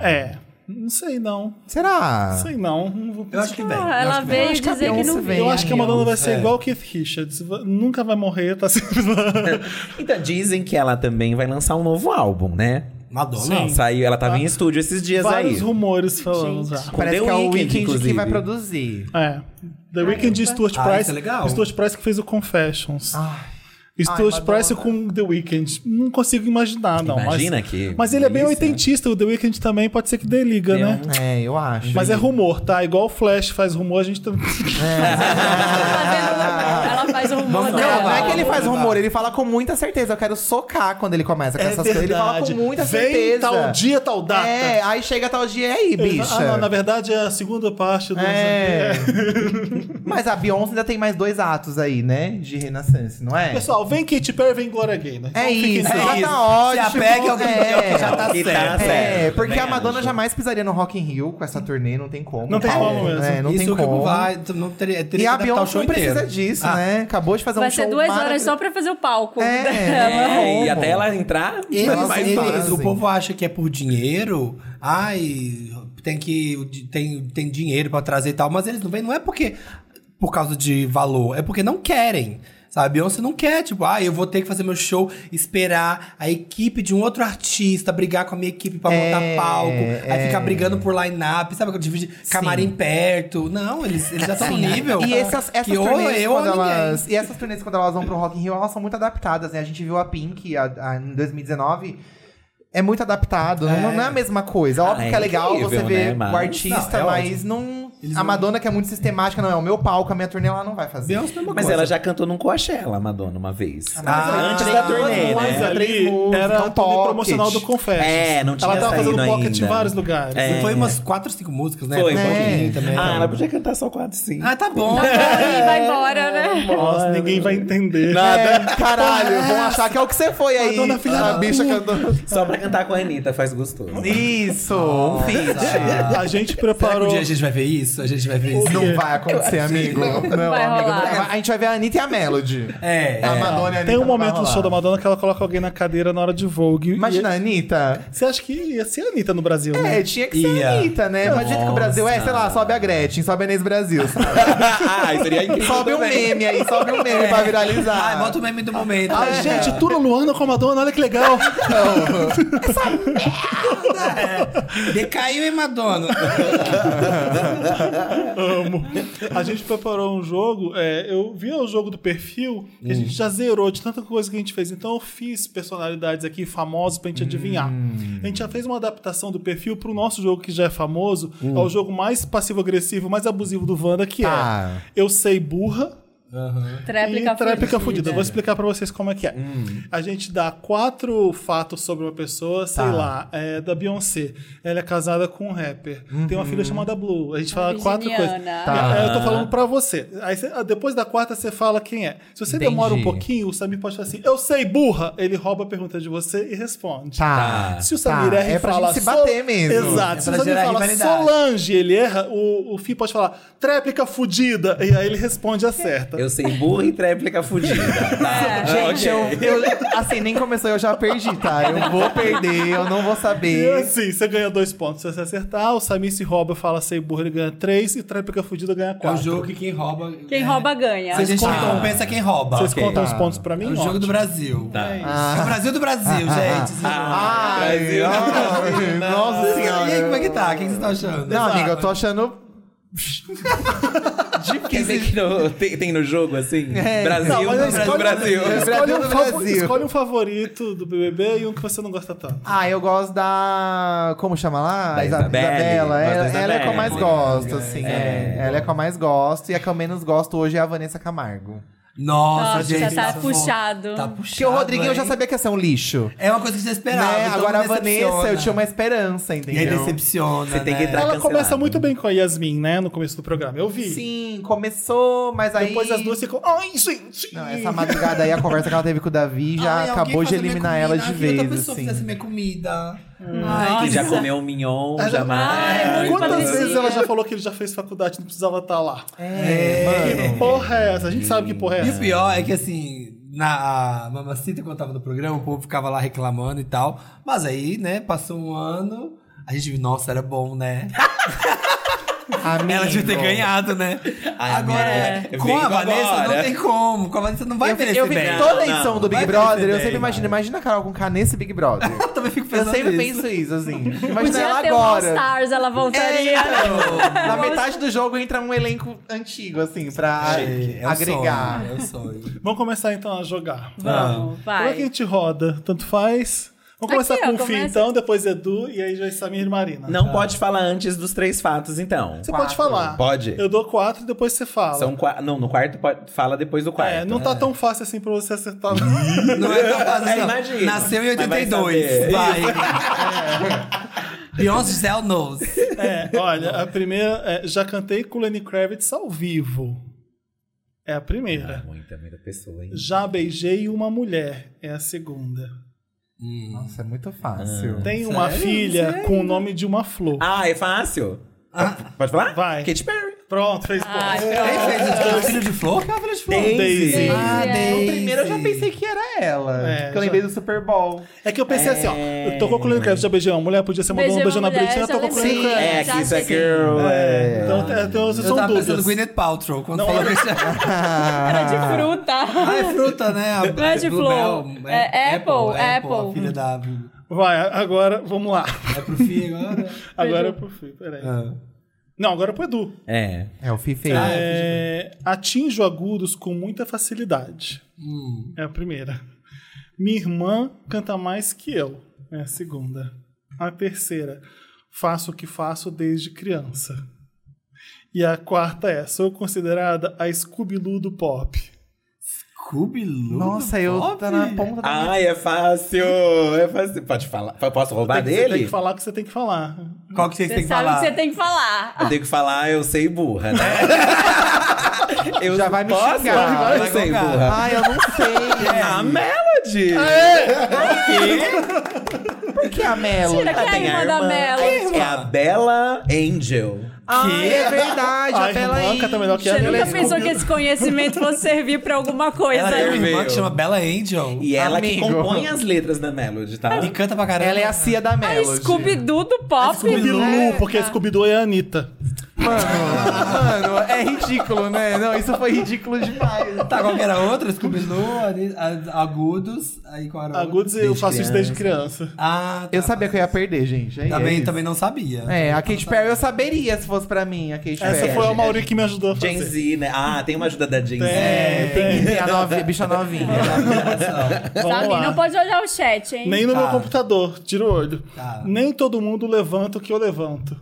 Speaker 1: É, não sei não,
Speaker 5: Será?
Speaker 1: sei não. não vou-
Speaker 4: Eu acho que vem. eu
Speaker 2: Ah, ela
Speaker 4: acho que vem.
Speaker 2: veio
Speaker 5: acho que a
Speaker 2: dizer que
Speaker 5: Beyoncé
Speaker 2: não
Speaker 5: vem.
Speaker 2: veio.
Speaker 1: Eu acho que a Madonna vai ser
Speaker 4: É.
Speaker 1: igual o Keith Richards, va- nunca vai morrer, tá sempre lá.
Speaker 3: Então, dizem que ela também vai lançar um novo álbum, né?
Speaker 4: Madonna.
Speaker 3: Saiu, ela tava em estúdio esses dias
Speaker 1: Vários
Speaker 3: aí.
Speaker 1: rumores falando
Speaker 2: Gente.
Speaker 1: já.
Speaker 3: Com
Speaker 5: Parece
Speaker 3: The
Speaker 5: que é o
Speaker 3: Weeknd,
Speaker 5: Weeknd que
Speaker 3: inclusive.
Speaker 5: vai produzir.
Speaker 1: É. The Weeknd e Stuart
Speaker 4: Ah,
Speaker 1: Price.
Speaker 4: isso é legal.
Speaker 1: Stuart Price que fez o Confessions.
Speaker 5: Ai,
Speaker 1: Stuart
Speaker 5: Ai, Madonna.
Speaker 1: Price com The Weeknd. Não consigo imaginar, não.
Speaker 3: Imagina
Speaker 1: mas,
Speaker 3: que
Speaker 1: Mas ele é bem
Speaker 3: delícia.
Speaker 1: oitentista, o The Weeknd também pode ser que dê liga,
Speaker 3: Meu.
Speaker 1: né?
Speaker 5: é, eu acho.
Speaker 1: Mas é rumor, tá? Igual o Flash faz rumor, a gente tá- (laughs)
Speaker 5: É,
Speaker 1: também.
Speaker 2: Ela faz um
Speaker 4: Vamos
Speaker 2: humor
Speaker 5: Não,
Speaker 4: gravar.
Speaker 5: É, não é
Speaker 2: dela.
Speaker 5: que ele faz
Speaker 4: Vamos
Speaker 5: rumor,
Speaker 4: lá.
Speaker 5: ele fala com muita certeza. Eu quero socar quando ele começa com
Speaker 1: É
Speaker 5: essas coisas. Ele fala com
Speaker 1: verdade.
Speaker 5: muita
Speaker 1: Vem
Speaker 5: certeza.
Speaker 1: tal dia, tal data.
Speaker 5: É, aí chega tal dia e aí,
Speaker 1: Ele-
Speaker 5: bicha.
Speaker 1: Ah, não, na verdade é a segunda parte do.
Speaker 5: É. Mas a Beyoncé ainda tem mais dois atos aí, né? De Renaissance, não é?
Speaker 1: Pessoal, vem Katy Perry, vem Glória Gaynor.
Speaker 5: é
Speaker 1: Então fiquem
Speaker 5: isso,
Speaker 1: ligados.
Speaker 5: já
Speaker 4: isso.
Speaker 5: tá ótimo.
Speaker 4: Se apegue ao que- ao que já
Speaker 3: tá
Speaker 5: É,
Speaker 3: Que tá certo.
Speaker 5: É,
Speaker 3: certo,
Speaker 5: porque
Speaker 3: também
Speaker 5: a Madonna
Speaker 3: acho.
Speaker 5: jamais pisaria no Rock in Rio com essa turnê, não tem como.
Speaker 1: Não tem
Speaker 5: É,
Speaker 1: como mesmo.
Speaker 5: é, não
Speaker 4: Isso
Speaker 5: tem
Speaker 4: que
Speaker 5: como.
Speaker 4: vai. Não teria, teria
Speaker 5: E
Speaker 4: que
Speaker 5: a
Speaker 4: adaptar o
Speaker 5: Beyoncé
Speaker 4: show
Speaker 5: não precisa
Speaker 4: inteiro.
Speaker 5: disso,
Speaker 4: Ah,
Speaker 5: né? Acabou de fazer um
Speaker 2: Vai
Speaker 5: show
Speaker 2: ser duas horas
Speaker 5: maravilhoso.
Speaker 2: só pra fazer o palco.
Speaker 5: É.
Speaker 2: (laughs) dela.
Speaker 3: É,
Speaker 5: Como?
Speaker 3: e até ela entrar.
Speaker 4: Eles,
Speaker 5: Elas
Speaker 4: eles-
Speaker 5: fazem.
Speaker 4: o povo acha que é por dinheiro, ai, tem que tem, tem dinheiro pra trazer e tal, mas eles não vêm, não é porque por causa de valor, é porque não querem. Sabe, A Beyoncé não quer, tipo, ah, eu vou ter que fazer meu show, esperar a equipe de um outro artista brigar com a minha equipe pra
Speaker 5: É,
Speaker 4: montar palco, aí
Speaker 5: é.
Speaker 4: ficar brigando por line-up, sabe, dividir camarim perto. Não, eles, eles já estão no nível.
Speaker 5: E essas, essas
Speaker 4: que ou
Speaker 5: turnês,
Speaker 4: eu ou
Speaker 5: quando
Speaker 4: ninguém.
Speaker 5: elas, e essas turnês, quando elas vão pro Rock in Rio, elas são muito adaptadas, né? A gente viu a Pink a- a- em 2019. É muito adaptado, Não, não é a mesma coisa. Óbvio
Speaker 3: Ah,
Speaker 5: que é
Speaker 3: é
Speaker 5: legal você
Speaker 3: incrível,
Speaker 5: ver
Speaker 3: né? Mas-
Speaker 5: o artista,
Speaker 4: Não, é
Speaker 5: mas não. A Madonna, que é muito sistemática, não é o meu palco, a minha turnê ela não vai fazer.
Speaker 4: Beyoncé é uma
Speaker 3: Mas
Speaker 4: coisa.
Speaker 3: ela já cantou num Coachella, a Madonna, uma vez.
Speaker 4: Ah,
Speaker 3: antes
Speaker 5: tem
Speaker 3: da
Speaker 5: duas
Speaker 3: turnê,
Speaker 5: músicas,
Speaker 3: né?
Speaker 1: Mas ali
Speaker 5: Três músicas,
Speaker 1: era
Speaker 5: um
Speaker 1: o
Speaker 5: pocket.
Speaker 1: promocional do Confessions.
Speaker 3: É, não tinha
Speaker 1: Ela tava fazendo
Speaker 3: saído
Speaker 1: pocket em
Speaker 3: ainda.
Speaker 1: vários lugares.
Speaker 3: É.
Speaker 4: E foi umas quatro, cinco músicas, né?
Speaker 3: Foi,
Speaker 4: um
Speaker 3: um
Speaker 4: pouquinho
Speaker 3: pouquinho.
Speaker 4: também.
Speaker 3: Ah, ela podia cantar só quatro, sim.
Speaker 4: Ah, tá bom.
Speaker 2: E vai embora, né?
Speaker 1: Nossa, ninguém vai entender.
Speaker 5: É, caralho, vão achar que é o que você foi aí.
Speaker 1: Madonna, filha
Speaker 5: a
Speaker 1: da
Speaker 5: bicha cantou.
Speaker 3: Só pra cantar com a Anitta,
Speaker 1: (laughs)
Speaker 3: faz gostoso.
Speaker 5: Isso! um
Speaker 3: Tá
Speaker 5: feat.
Speaker 1: É. A gente
Speaker 4: Será que um
Speaker 1: preparou.
Speaker 4: dia a gente vai ver isso? A gente vai ver isso?
Speaker 5: Não vai acontecer, amigo. Não,
Speaker 2: Vai
Speaker 5: amigo.
Speaker 2: rolar.
Speaker 5: não vai. A gente vai ver a Anitta e a Melody.
Speaker 4: É.
Speaker 3: Ah.
Speaker 5: A Madonna e a Anitta
Speaker 1: Tem um
Speaker 5: não vai
Speaker 1: momento do
Speaker 5: rolar.
Speaker 1: show da Madonna que ela coloca alguém na cadeira na hora de Vogue.
Speaker 5: Imagina a Anitta.
Speaker 1: E- Você acha que ia ser a Anitta no Brasil,
Speaker 5: É,
Speaker 1: né?
Speaker 5: tinha que ser a
Speaker 4: Ia.
Speaker 5: Anitta, né? Imagina que o Brasil é, sei lá, sobe a Gretchen, sobe a Inês Brasil.
Speaker 4: (laughs)
Speaker 5: sabe?
Speaker 1: Ah,
Speaker 3: Ai, seria incrível.
Speaker 5: sobe um meme aí, sobe um meme pra viralizar.
Speaker 4: É. Ai, bota o meme do momento.
Speaker 3: Ah.
Speaker 1: Ai, gente, tu na Luana com a Madonna, olha que legal.
Speaker 4: Decaiu, hein, Madonna?
Speaker 3: É
Speaker 1: Amo. A gente preparou um jogo. é, eu vi o jogo do perfil que a gente já zerou de tanta coisa que a gente fez. Então eu fiz personalidades aqui famosas pra gente adivinhar. A gente já fez uma adaptação do perfil pro nosso jogo que já é famoso. É o jogo mais passivo-agressivo, mais abusivo do Wanda, que
Speaker 5: Tá.
Speaker 1: é Eu Sei Burra.
Speaker 2: Tréplica
Speaker 1: e tréplica fudida. Eu Vou
Speaker 2: fudida.
Speaker 1: explicar pra vocês como é que é.
Speaker 5: Hum.
Speaker 1: A gente dá quatro fatos sobre uma
Speaker 5: Tá.
Speaker 1: pessoa, sei lá, é, da Beyoncé. Ela é casada com um rapper. Tem uma filha chamada Blue. A gente fala quatro
Speaker 2: virginiana.
Speaker 1: coisas.
Speaker 5: Uhum. Tá.
Speaker 1: É, Eu tô falando pra você. Aí você- ah, depois da quarta você fala quem é. Se você
Speaker 5: Entendi.
Speaker 1: demora um pouquinho, o Samir pode falar assim: Eu sei, burra! Ele rouba a pergunta de você e responde.
Speaker 5: Tá.
Speaker 1: Se o Samir
Speaker 5: Tá,
Speaker 1: erra e
Speaker 5: é pra
Speaker 1: fala.
Speaker 5: gente se bater mesmo.
Speaker 1: Exato.
Speaker 4: É
Speaker 1: Se o
Speaker 4: pra
Speaker 1: Samir
Speaker 4: gerar
Speaker 1: fala
Speaker 4: rivalidade.
Speaker 1: Solange, ele erra, o, o Fih pode falar tréplica fudida. E aí ele responde e acerta.
Speaker 3: Eu sei burra e tréplica fudida. Tá?
Speaker 5: É, Gente, eu, eu- Assim, nem começou, eu já perdi, tá? Eu vou perder, eu não vou
Speaker 1: E
Speaker 5: saber.
Speaker 1: assim, você ganha dois pontos se você acertar. O Samir se rouba, fala sei burro, ele ganha três. E tréplica fudida ganha
Speaker 4: É o
Speaker 1: quatro.
Speaker 4: jogo que quem rouba.
Speaker 2: Quem rouba ganha.
Speaker 4: Vocês
Speaker 5: gente-
Speaker 3: Ah.
Speaker 4: compensa quem rouba.
Speaker 1: Vocês
Speaker 3: Ok.
Speaker 1: contam os
Speaker 5: Tá.
Speaker 1: pontos pra
Speaker 4: É
Speaker 1: mim?
Speaker 4: o jogo do
Speaker 1: Ótimo.
Speaker 4: Brasil.
Speaker 3: Tá. ah.
Speaker 4: É o Brasil do Brasil,
Speaker 5: Ah,
Speaker 4: gente.
Speaker 5: Ai, ai, (laughs) nossa
Speaker 4: E aí, como é
Speaker 5: senhora.
Speaker 4: que tá? O que vocês estão achando?
Speaker 5: Não, amiga, eu tô achando.
Speaker 3: Quer ver que no- tem, tem no jogo assim?
Speaker 5: É.
Speaker 3: Brasil,
Speaker 1: Não, mas eu
Speaker 3: Brasil,
Speaker 1: escolho-
Speaker 3: Brasil.
Speaker 5: eu escolho-
Speaker 1: Escolhe um,
Speaker 5: do
Speaker 1: fa-
Speaker 5: Brasil.
Speaker 1: escolhe um favorito do BBB e um que você não gosta
Speaker 4: Tá
Speaker 1: tanto.
Speaker 5: Ah, eu gosto da. Como chama lá?
Speaker 3: Da
Speaker 5: Isa-
Speaker 3: Isabelle. Gosto da
Speaker 5: Isabela. Ela, ela é a que eu
Speaker 3: Isabelle.
Speaker 5: mais gosto, assim. é. Ela é a que eu mais gosto. E a que eu menos gosto hoje é a Vanessa Camargo.
Speaker 4: Nossa,
Speaker 2: Nossa,
Speaker 4: gente.
Speaker 2: tá
Speaker 4: isso
Speaker 2: puxado.
Speaker 4: Tá
Speaker 5: Porque o
Speaker 4: puxado.
Speaker 5: Rodriguinho eu já
Speaker 4: hein?
Speaker 5: sabia que ia ser um lixo.
Speaker 4: É uma coisa que você esperava.
Speaker 5: Né?
Speaker 4: então
Speaker 5: Agora a
Speaker 4: não
Speaker 5: Vanessa, eu
Speaker 4: decepciona.
Speaker 5: tinha uma esperança,
Speaker 4: E aí
Speaker 5: entendeu?
Speaker 4: decepciona.
Speaker 3: Você tem que
Speaker 4: né?
Speaker 3: entrar-
Speaker 1: Ela
Speaker 3: cancelado.
Speaker 1: começa muito bem com a Yasmin, né? No começo do programa. Eu vi.
Speaker 5: Sim, começou, mas aí.
Speaker 1: Depois as duas ficam. Ai, gente!
Speaker 5: Não, essa madrugada aí, a conversa que ela teve com o Davi já
Speaker 4: Ai, alguém
Speaker 5: acabou de
Speaker 4: faça minha
Speaker 5: eliminar
Speaker 4: comida.
Speaker 5: ela de
Speaker 4: Ai, que outra
Speaker 5: vez,
Speaker 4: pessoa
Speaker 5: assim.
Speaker 4: fizesse minha comida.
Speaker 3: Que
Speaker 4: Ai,
Speaker 3: já comeu um mignon,
Speaker 1: Ah,
Speaker 3: já
Speaker 2: Ai,
Speaker 1: é
Speaker 3: mais.
Speaker 2: É
Speaker 3: Então,
Speaker 2: muito
Speaker 1: Quantas
Speaker 2: Patricinha.
Speaker 1: vezes ela já falou que ele já fez faculdade não precisava estar lá?
Speaker 5: É,
Speaker 1: Que
Speaker 5: mano.
Speaker 1: porra é essa? A gente sabe que porra é
Speaker 4: E o
Speaker 1: essa.
Speaker 4: pior é que assim, na a Mamacita, quando tava no programa, o povo ficava lá reclamando e tal. Mas aí, né, passou um ano, a gente viu, nossa, era bom, né?
Speaker 5: Amigo,
Speaker 4: (laughs) Ela devia ter ganhado, né? agora,
Speaker 3: amiga,
Speaker 4: com a
Speaker 3: vem
Speaker 4: Vanessa não
Speaker 3: agora.
Speaker 4: tem como. Com a Vanessa não vai
Speaker 5: eu,
Speaker 4: merecer
Speaker 5: eu vi
Speaker 4: bem.
Speaker 5: toda a
Speaker 3: Não,
Speaker 5: edição do Big
Speaker 4: vai
Speaker 5: Brother, eu
Speaker 4: merecer
Speaker 5: sempre
Speaker 4: bem,
Speaker 5: imagino, imagina a Carol com K nesse Big Brother.
Speaker 4: Eu também fico
Speaker 5: eu
Speaker 4: pensando
Speaker 5: sempre
Speaker 4: nisso.
Speaker 5: penso isso, assim.
Speaker 2: Podia É,
Speaker 5: Imagina
Speaker 2: ter
Speaker 5: ela
Speaker 2: um All
Speaker 5: agora. É.
Speaker 2: Stars, ela voltaria.
Speaker 5: (laughs) Na metade do jogo entra um elenco antigo, assim, pra
Speaker 4: É, é o
Speaker 5: agregar.
Speaker 4: sonho, é o sonho.
Speaker 1: Vamos começar então a jogar. Como
Speaker 2: Vamos,
Speaker 1: é que a
Speaker 2: vai.
Speaker 1: gente roda? Tanto faz. Vamos começar
Speaker 2: Aqui, ó,
Speaker 1: com o Fih,
Speaker 2: começa.
Speaker 1: então, depois Edu, e aí já é Samir e Marina.
Speaker 3: Não pode falar antes dos três fatos, então.
Speaker 1: Você pode
Speaker 5: Quatro.
Speaker 1: falar.
Speaker 3: Pode?
Speaker 1: Eu dou quatro e depois você fala.
Speaker 3: São qua- Não, no quarto pode... fala depois do quarto. Ah,
Speaker 1: É, não tá tão fácil assim pra você acertar.
Speaker 3: (laughs)
Speaker 1: não.
Speaker 4: Não é tão fácil.
Speaker 3: É,
Speaker 4: não.
Speaker 3: imagina.
Speaker 4: Nasceu em
Speaker 3: Mas vai
Speaker 4: 82.
Speaker 3: saber.
Speaker 4: Vai.
Speaker 2: É.
Speaker 4: Beyoncé Giselle knows.
Speaker 1: é, olha, a primeira. é, já cantei com Lenny Kravitz ao vivo. É a
Speaker 3: Ah,
Speaker 1: primeira.
Speaker 3: muita, muita pessoa, hein?
Speaker 1: Já beijei uma mulher. É a segunda.
Speaker 5: Nossa, é muito fácil.
Speaker 1: Tem uma filha com o nome de uma flor.
Speaker 3: Ah, é fácil? Pode falar?
Speaker 1: Ah. Vai.
Speaker 3: Katy Perry.
Speaker 1: Pronto, fez ponto.
Speaker 2: Ai,
Speaker 4: Quem fez isso? Foi o filho de flor? Quem é o filho de flor?
Speaker 1: Daisy.
Speaker 3: Daisy.
Speaker 4: Ah,
Speaker 2: é.
Speaker 5: O
Speaker 4: Daisy.
Speaker 5: primeiro eu já pensei que era ela.
Speaker 1: É,
Speaker 5: porque eu lembrei do Super Bowl.
Speaker 1: É que eu pensei assim, ó. Eu tô com o Lenny Kravitz, já beijei uma mulher, podia ser mandou um
Speaker 2: Beijei
Speaker 1: beijo na
Speaker 2: uma mulher,
Speaker 1: Britney,
Speaker 2: já
Speaker 1: tô com o Lenny
Speaker 2: lembrei.
Speaker 1: Kravitz.
Speaker 3: É,
Speaker 2: Já
Speaker 3: Kiss a
Speaker 2: achei que-
Speaker 3: Girl. É.
Speaker 1: Então, é, então
Speaker 4: Eu
Speaker 1: são
Speaker 4: tava
Speaker 1: dúvidas.
Speaker 4: pensando no Gwyneth Paltrow. Quando falou que isso
Speaker 2: Era de fruta.
Speaker 4: Ah, é fruta, né? A,
Speaker 2: (laughs) Não é de
Speaker 4: Bluebell,
Speaker 2: flor. É Apple, Apple.
Speaker 4: A filha da...
Speaker 1: Vai, agora, vamos
Speaker 4: (laughs)
Speaker 1: lá.
Speaker 4: É pro filho
Speaker 2: (laughs)
Speaker 4: agora?
Speaker 1: Agora é pro Fih, peraí. Não, agora é pro Edu.
Speaker 3: É.
Speaker 5: É o Fife.
Speaker 4: Ah,
Speaker 1: É, atinjo agudos com muita facilidade.
Speaker 4: Hum.
Speaker 1: É a primeira. Minha irmã canta mais que eu. É a segunda. A terceira. Faço o que faço desde criança. E a quarta é: sou considerada a Scooby-Loo do pop.
Speaker 4: Cubilu?
Speaker 5: Nossa, eu tá na ponta da
Speaker 3: Ai, é fácil. É fácil. Pode falar. Posso roubar
Speaker 1: Você tem
Speaker 3: dele?
Speaker 1: que falar o que você tem que falar.
Speaker 4: Qual que vocês
Speaker 2: Você
Speaker 4: têm que
Speaker 2: sabe o
Speaker 4: falar?
Speaker 2: que você tem que falar.
Speaker 3: Eu tenho que falar, eu sei burra, né? eu
Speaker 5: Já vai me
Speaker 3: posso?
Speaker 5: xingar.
Speaker 3: Agora
Speaker 4: Vai
Speaker 3: eu sei
Speaker 4: colocar.
Speaker 3: burra.
Speaker 5: Ai, eu não sei.
Speaker 3: (laughs) É a Melody!
Speaker 5: Por que a Melo?
Speaker 2: Tira que é
Speaker 3: Ela
Speaker 2: a
Speaker 3: tem
Speaker 2: irmã da Melody.
Speaker 3: É a Bella Angel.
Speaker 5: Ai, é verdade,
Speaker 1: A
Speaker 5: a Bela
Speaker 1: irmã
Speaker 5: aí.
Speaker 1: canta melhor que
Speaker 2: Você
Speaker 1: ela.
Speaker 2: nunca pensou que esse conhecimento fosse servir pra alguma coisa,
Speaker 4: Ela é um tem uma
Speaker 2: né?
Speaker 4: irmã que
Speaker 3: Meu.
Speaker 4: chama Bella Angel.
Speaker 3: E ela que
Speaker 5: Amigo.
Speaker 3: compõe as letras da Melody, tá?
Speaker 4: E canta pra caramba.
Speaker 5: Ela é a
Speaker 2: assim.
Speaker 5: Cia da
Speaker 2: A
Speaker 5: Melody.
Speaker 2: Scooby-Doo do pop.
Speaker 1: Scooby-Doo, porque Scooby-Doo é a Anitta.
Speaker 5: Mano, mano, é ridículo, né? Não, isso foi ridículo demais.
Speaker 4: Tá, qual que era a outra? Scooby-Doo, ali- a- Agudos. Aí qual era a outra?
Speaker 1: Agudos, eu
Speaker 3: Desde
Speaker 1: faço isso desde criança.
Speaker 4: Ah, tá.
Speaker 5: Eu sabia que eu ia perder, gente. É
Speaker 1: Tá
Speaker 4: Também,
Speaker 5: isso.
Speaker 4: também não sabia.
Speaker 5: É, a Katy Perry eu saberia se fosse pra mim, a Katy Perry.
Speaker 1: É, Essa foi a Mauri que me ajudou a fazer.
Speaker 3: Gen Z, né? Ah, tem uma ajuda da Gen Z.
Speaker 5: É, tem que ter a novinha, bicha novinha.
Speaker 1: Vamos
Speaker 2: Sabe?
Speaker 1: lá.
Speaker 2: Não pode olhar o chat, hein?
Speaker 1: Nem no meu
Speaker 4: Tá.
Speaker 1: computador, tira o olho.
Speaker 4: Tá.
Speaker 1: Nem todo mundo levanta o que eu levanto.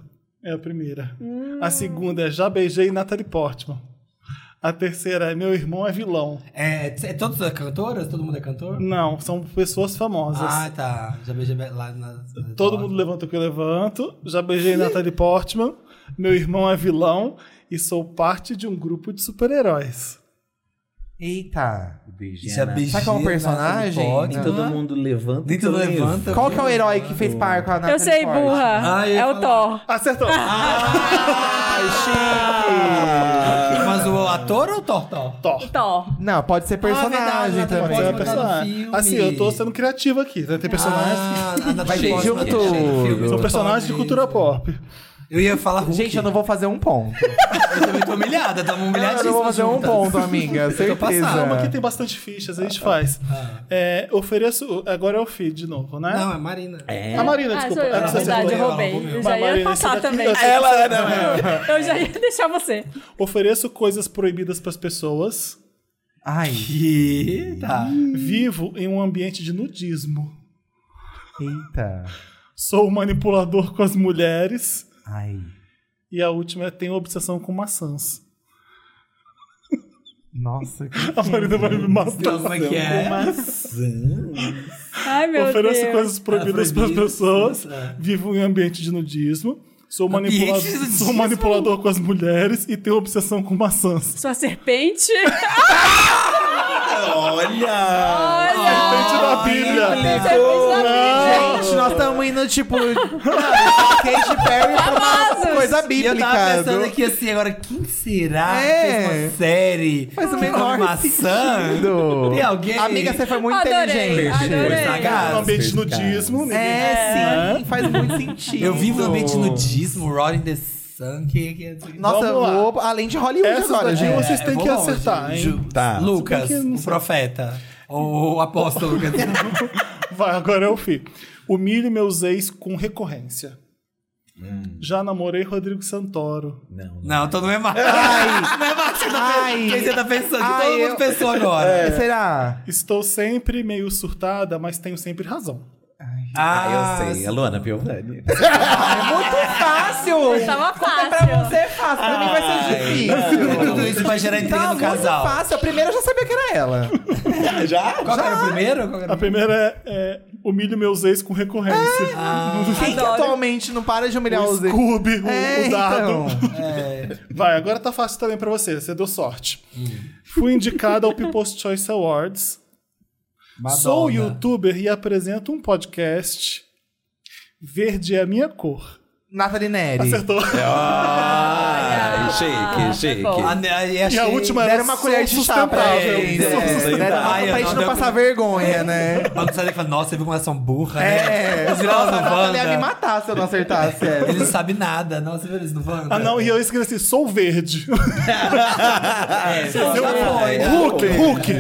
Speaker 1: É a primeira.
Speaker 4: Hum.
Speaker 1: A segunda é Já Beijei Natalie Portman. A terceira é Meu Irmão é Vilão.
Speaker 4: É, é todas as cantoras? Todo mundo é cantor?
Speaker 1: Não, são pessoas famosas.
Speaker 4: Ah, tá. Já beijei lá na... na-
Speaker 1: todo
Speaker 4: na-
Speaker 1: mundo levanta o que eu levanto. Já beijei Natalie Portman. Meu irmão é vilão. E sou parte de um grupo de super-heróis.
Speaker 5: Eita.
Speaker 3: Isso
Speaker 5: Sabe qual é o
Speaker 4: né?
Speaker 5: personagem?
Speaker 3: E
Speaker 5: Não.
Speaker 3: todo mundo levanta.
Speaker 4: Dito
Speaker 3: todo mundo
Speaker 4: levanta.
Speaker 5: Qual que é o herói que fez par com a Natalie
Speaker 2: Eu sei,
Speaker 5: Portman?
Speaker 2: burra.
Speaker 4: Ah, eu ia
Speaker 2: é o
Speaker 4: falar.
Speaker 2: Thor.
Speaker 1: Acertou!
Speaker 5: Ai, chique.
Speaker 3: Ah,
Speaker 4: Mas o ator ou o Tortol?
Speaker 1: Thor.
Speaker 2: Thor.
Speaker 5: Não, pode ser Ah, personagem
Speaker 4: É
Speaker 1: Ah, Pode
Speaker 4: verdade,
Speaker 1: ser uma
Speaker 5: também.
Speaker 4: Pode mandar no
Speaker 1: é personagem.
Speaker 4: filme. Ah,
Speaker 1: Assim, eu tô sendo criativo aqui. né? Tem personagens.
Speaker 5: Ah, Vai ter junto.
Speaker 1: que são personagens de cultura pop.
Speaker 4: Eu ia falar Hulk. Ah,
Speaker 5: Gente, eu não vou fazer um ponto.
Speaker 4: Eu também tô humilhada, tava
Speaker 5: eu
Speaker 4: humilhadíssima.
Speaker 5: não vou fazer um
Speaker 4: juntas.
Speaker 5: (laughs) ponto, amiga.
Speaker 4: passada.
Speaker 1: Calma, aqui
Speaker 5: Certeza.
Speaker 1: Ah, tem bastante fichas, a gente faz. É, ofereço. Agora é o feed de novo, né?
Speaker 4: Não, é Marina.
Speaker 3: (laughs) é.
Speaker 1: A Marina,
Speaker 2: Ah, sou
Speaker 1: desculpa.
Speaker 2: eu,
Speaker 1: É
Speaker 2: na
Speaker 1: que você
Speaker 2: verdade,
Speaker 1: acertou.
Speaker 2: eu
Speaker 4: errou.
Speaker 2: roubei.
Speaker 4: Ela
Speaker 2: Eu
Speaker 4: roubou
Speaker 2: já ia
Speaker 1: Marina, esse
Speaker 2: passar
Speaker 1: daqui
Speaker 2: também.
Speaker 1: eu sei que
Speaker 3: Ela não é.
Speaker 2: (laughs) Eu já ia deixar você.
Speaker 1: Ofereço coisas proibidas pras pessoas.
Speaker 5: Ai.
Speaker 4: Eita.
Speaker 1: Vivo em um ambiente de nudismo.
Speaker 5: Eita.
Speaker 1: Sou manipulador com as mulheres.
Speaker 5: Ai.
Speaker 1: E a última é tenho obsessão com maçãs.
Speaker 5: Nossa, que
Speaker 1: A Marina vai me matar.
Speaker 4: Então, como é que é?
Speaker 2: Ai,
Speaker 1: (laughs)
Speaker 2: meu
Speaker 1: Ofereço
Speaker 2: Deus.
Speaker 1: coisas proibidas
Speaker 4: Ah,
Speaker 1: para as
Speaker 4: proibido.
Speaker 1: pessoas.
Speaker 4: Ah.
Speaker 1: Vivo em ambiente de nudismo. Sou,
Speaker 4: Ambiente
Speaker 1: manipula-
Speaker 4: de nudismo?
Speaker 1: sou manipulador com as mulheres e tenho obsessão com maçãs.
Speaker 2: Sua serpente.
Speaker 3: Olha!
Speaker 2: Olha.
Speaker 1: Serpente da Bíblia.
Speaker 2: Serpente da Bíblia.
Speaker 5: Gente, nós estamos indo, tipo, Kate Perry pra uma
Speaker 2: Famosos.
Speaker 5: coisa
Speaker 4: E eu
Speaker 5: bíblica.
Speaker 4: tava pensando
Speaker 5: do-
Speaker 4: aqui assim, agora quem será
Speaker 5: É.
Speaker 4: que fez uma série
Speaker 5: Faz o
Speaker 4: que
Speaker 5: menor
Speaker 4: come maçã?
Speaker 5: sentido.
Speaker 4: Tem alguém?
Speaker 5: Amiga, você foi muito
Speaker 2: Adorei,
Speaker 5: inteligente.
Speaker 2: adorei.
Speaker 1: Um
Speaker 4: sagaz.
Speaker 1: ambiente de nudismo. ninguém-
Speaker 5: É, sim, faz muito sentido.
Speaker 4: Eu vivo no ambiente nudismo, Rod in the Sun, que, é assim. que, que-
Speaker 5: Nossa, eu
Speaker 1: Vamos lá.
Speaker 5: vou além de Hollywood
Speaker 1: Essas
Speaker 5: agora,
Speaker 1: daqui
Speaker 5: gente.
Speaker 1: você- vocês têm
Speaker 4: vou
Speaker 1: que
Speaker 4: longe.
Speaker 1: acertar, hein?
Speaker 4: Ju-
Speaker 3: Tá.
Speaker 4: Lucas,
Speaker 1: Você tem que- não
Speaker 4: o
Speaker 1: sei.
Speaker 4: profeta. Ou o apóstolo, quer dizer.
Speaker 1: Vai, agora é o fim. Humilhe meus ex com recorrência. Já namorei Rodrigo Santoro.
Speaker 3: Não, não.
Speaker 4: Não, então não é Marta.
Speaker 5: Ai,
Speaker 4: (laughs) Não é Marta, quem
Speaker 5: ai.
Speaker 4: você tá pensando?
Speaker 5: Ai,
Speaker 4: que todo
Speaker 5: eu- É.
Speaker 4: mundo pensou agora.
Speaker 5: Será?
Speaker 1: Estou sempre meio surtada, mas tenho sempre razão.
Speaker 3: Ah, eu sei. É Luana Piovani.
Speaker 5: É muito fácil.
Speaker 2: Tava
Speaker 5: É pra
Speaker 2: fácil.
Speaker 5: você é fácil, pra mim vai
Speaker 3: É
Speaker 5: ser difícil.
Speaker 4: Tudo isso vai gerar intriga
Speaker 5: Tá muito
Speaker 4: no casal.
Speaker 5: fácil. A primeira eu já sabia que era ela.
Speaker 3: Já?
Speaker 4: Qual que era o primeiro? Qual que era
Speaker 1: A
Speaker 4: o primeiro?
Speaker 1: primeira é, é humilhe meus ex com recorrência.
Speaker 5: Quem que
Speaker 2: Adoro.
Speaker 5: atualmente não para de humilhar
Speaker 1: (laughs) o
Speaker 5: os ex?
Speaker 1: Scooby, o-
Speaker 5: É,
Speaker 1: o dado.
Speaker 5: então.
Speaker 1: Vai, agora tá fácil também pra você, você deu sorte. Fui indicada ao People's Choice Awards.
Speaker 4: Madonna.
Speaker 1: Sou youtuber e apresento um podcast. Verde é a minha cor.
Speaker 5: Nathalie Neri.
Speaker 1: Acertou.
Speaker 3: Ah,
Speaker 2: Ah,
Speaker 3: shake, shake.
Speaker 2: foi bom.
Speaker 4: A, a,
Speaker 1: E a última era,
Speaker 5: Deram uma colher de chá
Speaker 1: sustentável.
Speaker 5: pra eles.
Speaker 3: Sou
Speaker 5: É,
Speaker 3: sustentável.
Speaker 5: deram uma
Speaker 4: Ai,
Speaker 5: pra
Speaker 4: eu
Speaker 5: gente
Speaker 4: não-
Speaker 5: não passar vergonha, né?
Speaker 4: Pra não sair falando, nossa, você viu como elas são burras, né?
Speaker 5: É,
Speaker 4: Eles viram elas
Speaker 5: nossa,
Speaker 4: no
Speaker 5: a Nathalie ia me
Speaker 4: Wanda.
Speaker 5: matar se eu não acertasse é. essa.
Speaker 4: Eles não sabem nada. Nossa, você viu eles no Wanda?
Speaker 1: Ah, não, e eu esqueci, sou verde.
Speaker 5: (laughs)
Speaker 4: É, só já foi, né?
Speaker 1: Hulk, Hulk.
Speaker 5: (laughs)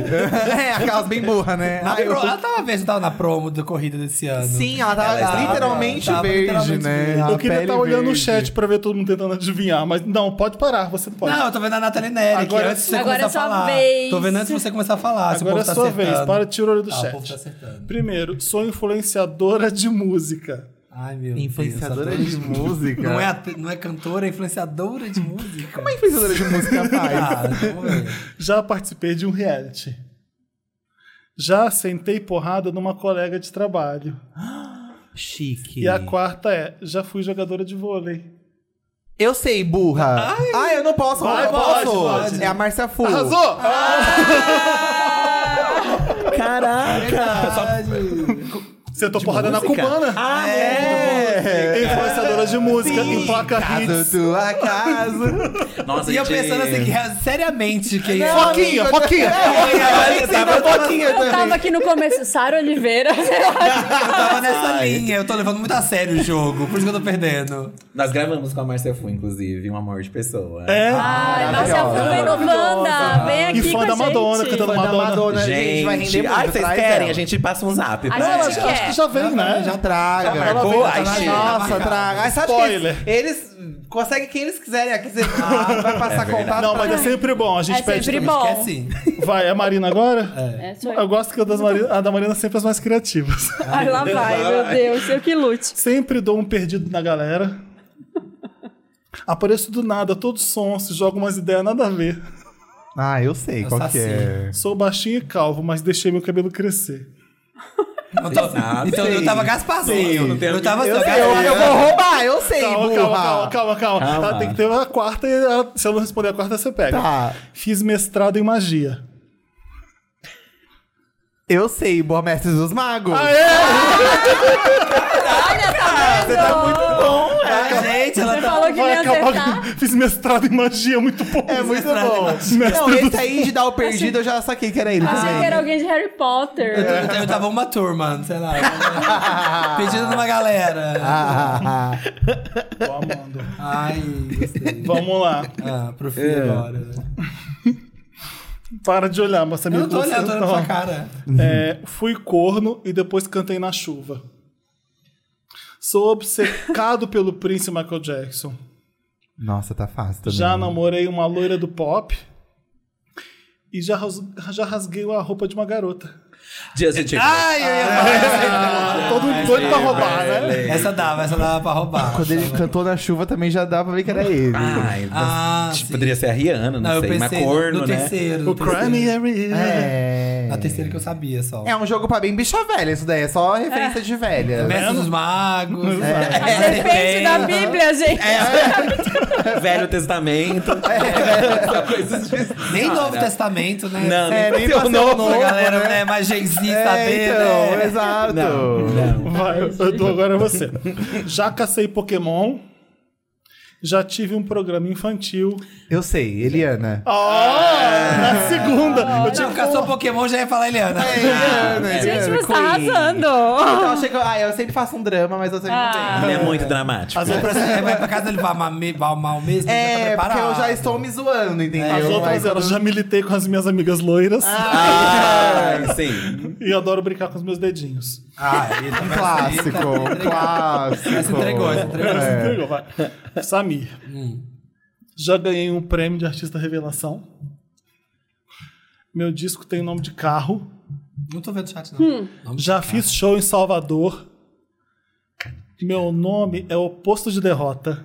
Speaker 5: É, aquelas bem burra, né?
Speaker 4: Na
Speaker 5: Ai, eu-
Speaker 4: pro- Ela tava verde, não tava na promo da corrida desse ano.
Speaker 5: Sim, ela tava
Speaker 3: Ela tava-
Speaker 5: literalmente
Speaker 4: tava
Speaker 5: verde,
Speaker 4: literalmente
Speaker 5: né?
Speaker 4: verde.
Speaker 5: A
Speaker 1: Eu queria
Speaker 5: pele
Speaker 1: estar olhando o
Speaker 5: verde.
Speaker 1: chat pra ver todo mundo tentando adivinhar, mas não, pode parar, você pode.
Speaker 4: Não, eu tô vendo a Nathalie Neri aqui,
Speaker 1: Agora-
Speaker 4: antes de você
Speaker 2: Agora
Speaker 4: começar
Speaker 2: é
Speaker 4: a
Speaker 2: sua
Speaker 4: falar.
Speaker 2: vez.
Speaker 4: Tô vendo antes de você começar a falar. se o
Speaker 1: agora é
Speaker 4: povo tá
Speaker 1: sua
Speaker 4: acertando.
Speaker 1: vez, para, tira o olho do
Speaker 4: Ah, o povo tá
Speaker 1: chat.
Speaker 4: acertando.
Speaker 1: Primeiro, sou influenciadora de música.
Speaker 4: Ai, meu Deus,
Speaker 5: Influenciadora
Speaker 4: adorei.
Speaker 5: de música. é
Speaker 4: Não é, at- não é cantora, é influenciadora de música. Como
Speaker 5: influenciadora de música,
Speaker 4: Ah,
Speaker 5: pai.
Speaker 4: vamos ver.
Speaker 1: Já participei de um reality. Já sentei porrada numa colega de trabalho.
Speaker 5: Chique.
Speaker 1: E a quarta é, já fui jogadora de vôlei.
Speaker 5: Eu sei, burra. Ai, eu não posso,
Speaker 1: Vai,
Speaker 5: eu posso.
Speaker 1: pode, pode.
Speaker 5: É a Márcia Fu.
Speaker 1: Arrasou!
Speaker 3: Caraca!
Speaker 1: Sentou porrada na cubana. Ah, é! Influenciadora de música, em placa
Speaker 5: Caso
Speaker 1: hits.
Speaker 5: tua casa.
Speaker 3: Nossa,
Speaker 4: E eu
Speaker 3: gente-
Speaker 4: pensando
Speaker 3: (laughs)
Speaker 4: assim, que, seriamente, que
Speaker 5: Não,
Speaker 1: Foquinha,
Speaker 5: amigo,
Speaker 1: foquinha!
Speaker 3: Tá
Speaker 5: Eu sei
Speaker 4: um
Speaker 5: da boquinha
Speaker 2: Eu tava
Speaker 5: também.
Speaker 2: aqui no começo. Sara Oliveira.
Speaker 4: eu tava nessa linha. Eu tô levando muito a sério o jogo, por isso que eu tô perdendo.
Speaker 3: Nós gravamos com a Marcia Fu, inclusive, um amor de pessoa.
Speaker 1: É.
Speaker 2: Ai, nossa,
Speaker 5: Maravilhosa.
Speaker 2: vem no Wanda. Vem aqui
Speaker 1: E fã
Speaker 2: com a
Speaker 1: da Madonna,
Speaker 2: gente.
Speaker 1: cantando
Speaker 5: Fã da
Speaker 1: Madonna.
Speaker 4: né,
Speaker 5: Madonna, gente,
Speaker 3: Gente,
Speaker 5: vai render muito.
Speaker 3: ai, vocês
Speaker 5: traz
Speaker 3: querem?
Speaker 5: ela.
Speaker 3: A gente passa um zap.
Speaker 2: A
Speaker 3: pra
Speaker 2: gente
Speaker 3: vocês.
Speaker 2: quer.
Speaker 1: Acho que já vem, né?
Speaker 5: Já traga.
Speaker 3: marcou, ai,
Speaker 5: Nossa,
Speaker 3: chega.
Speaker 5: Nossa, traga. Ai, sabe que
Speaker 1: Spoiler.
Speaker 5: eles, eles conseguem quem eles quiserem aqui. Você vai passar contato.
Speaker 1: Não, mas é sempre bom. A gente
Speaker 2: É
Speaker 1: pede
Speaker 2: sempre
Speaker 1: também.
Speaker 2: bom.
Speaker 4: Esquece.
Speaker 1: Vai, é a Marina agora?
Speaker 2: É, sou eu.
Speaker 1: Eu gosto que a, das Marina, a da Marina é sempre as mais criativas. (laughs)
Speaker 2: Ai, lá vai, meu Deus. Eu que lute.
Speaker 1: Sempre dou um perdido na galera. Apareço do nada, todo sonso, jogo umas ideias nada a ver.
Speaker 5: Ah, eu sei
Speaker 4: Eu
Speaker 5: qual
Speaker 4: saci.
Speaker 5: que é.
Speaker 1: Sou baixinho e calvo, mas deixei meu cabelo crescer.
Speaker 4: Não tô-
Speaker 3: sabe.
Speaker 4: então eu tava Gasparzinho.
Speaker 3: Sim.
Speaker 4: Eu tava assim,
Speaker 5: Eu,
Speaker 4: ó,
Speaker 5: sei, eu, eu vou roubar, eu sei,
Speaker 1: Calma,
Speaker 5: burra.
Speaker 1: calma, calma, calma, calma.
Speaker 3: Calma.
Speaker 1: Tá, tem que ter a quarta e a- se eu não responder a quarta, você pega.
Speaker 5: Tá.
Speaker 1: Fiz mestrado em magia.
Speaker 5: Eu sei, Boa Mestre dos Magos.
Speaker 2: Olha, tá vendo?
Speaker 3: Bom, a gente, ela
Speaker 2: Você
Speaker 3: tá...
Speaker 2: falou que
Speaker 1: Vai
Speaker 2: ia acertar.
Speaker 1: acabar. Fiz mestrado em magia, muito bom.
Speaker 5: É muito
Speaker 3: Mestrado em
Speaker 5: bom. Não, esse aí de dar o perdido, eu já saquei que era ele.
Speaker 2: Achei
Speaker 5: também.
Speaker 2: que era alguém de Harry Potter.
Speaker 1: É.
Speaker 4: Eu, eu tava uma turma, sei lá. Pedindo numa galera.
Speaker 5: Ah, ah, ah.
Speaker 1: Tô amando.
Speaker 4: Ai, gostei.
Speaker 1: Vamos lá.
Speaker 4: Ah, pro fim agora. né?
Speaker 1: Para de olhar, moça
Speaker 4: Eu
Speaker 1: amiga.
Speaker 4: não tô
Speaker 1: você
Speaker 4: olhando, tô olhando pra
Speaker 1: tá-
Speaker 4: sua cara.
Speaker 1: É, fui corno e depois cantei na chuva. Sou obcecado (laughs) pelo Prince Michael Jackson.
Speaker 5: Nossa, tá fácil também.
Speaker 1: Já namorei uma loira do pop. E já, ras- já rasguei a roupa de uma garota.
Speaker 3: Justin Timberlake.
Speaker 4: Ai, eu ia
Speaker 1: (laughs)
Speaker 4: falar.
Speaker 1: Todo mundo doido pra roubar,
Speaker 4: é,
Speaker 1: né?
Speaker 4: essa. Essa dava, essa dava pra roubar.
Speaker 5: Quando (laughs) ele cantou na chuva, também já dá pra ver que era ele.
Speaker 3: Ai,
Speaker 4: Ah,
Speaker 3: tipo,
Speaker 4: sim.
Speaker 3: poderia ser a Rihanna, não,
Speaker 4: Não, eu
Speaker 3: sei, mas
Speaker 4: pensei no-
Speaker 3: corno,
Speaker 4: no
Speaker 3: né?
Speaker 4: terceiro. no
Speaker 1: O é Crime
Speaker 4: terceiro.
Speaker 1: Area.
Speaker 5: É.
Speaker 4: A terceira que eu sabia só.
Speaker 5: É um jogo pra bem bicha velha, isso daí. É só referência de velha.
Speaker 4: Mestre dos Magos. né?
Speaker 2: A
Speaker 4: É.
Speaker 2: serpente da Bíblia, gente.
Speaker 3: (laughs) Velho
Speaker 4: (laughs)
Speaker 3: Testamento.
Speaker 4: É,
Speaker 3: (laughs)
Speaker 4: Nem Novo Testamento, né?
Speaker 3: Não,
Speaker 5: É,
Speaker 3: nem
Speaker 5: nem
Speaker 3: pra ser o
Speaker 5: pra ser o
Speaker 3: novo.
Speaker 4: Pra
Speaker 5: novo.
Speaker 4: galera,
Speaker 5: né?
Speaker 4: né? Mais Gen Z saber,
Speaker 5: então, (laughs)
Speaker 4: né?
Speaker 5: exato.
Speaker 1: Vai, eu dou agora a você. Já cacei Pokémon. Já tive um programa infantil.
Speaker 5: Eu sei, Eliana.
Speaker 1: Oh,
Speaker 4: Ah!
Speaker 1: na segunda. eu
Speaker 4: Não, caçou um Pokémon, já ia falar Eliana.
Speaker 5: É. Eliana,
Speaker 2: Gente, você tá
Speaker 3: Queen.
Speaker 2: arrasando.
Speaker 5: Então, eu achei que eu, ah, eu sempre faço um drama, mas eu sempre não
Speaker 2: Ah.
Speaker 3: Ele
Speaker 5: tenho.
Speaker 3: é muito
Speaker 5: Tipo,
Speaker 3: dramático.
Speaker 1: As outras,
Speaker 4: Você vai pra casa dele vai mal mesmo, vai mal mesmo, já tá
Speaker 5: É, porque
Speaker 4: preparado.
Speaker 5: eu já estou me É, zoando, entendeu?
Speaker 1: as outras
Speaker 5: Mas quando-
Speaker 1: elas já militei com as minhas amigas loiras.
Speaker 3: Ah, sim.
Speaker 1: E adoro brincar com os meus dedinhos.
Speaker 4: Ah, ele tá
Speaker 5: um Clássico, clássico.
Speaker 4: Essa entregou, essa
Speaker 1: (laughs)
Speaker 4: entregou.
Speaker 5: É.
Speaker 1: Entregou, vai.
Speaker 5: (laughs)
Speaker 1: Samir. Já ganhei um prêmio de artista revelação. Meu disco tem nome de carro.
Speaker 4: Não tô vendo o chat, não. Vamos-
Speaker 1: Já fiz show em Salvador. Meu nome é oposto de derrota.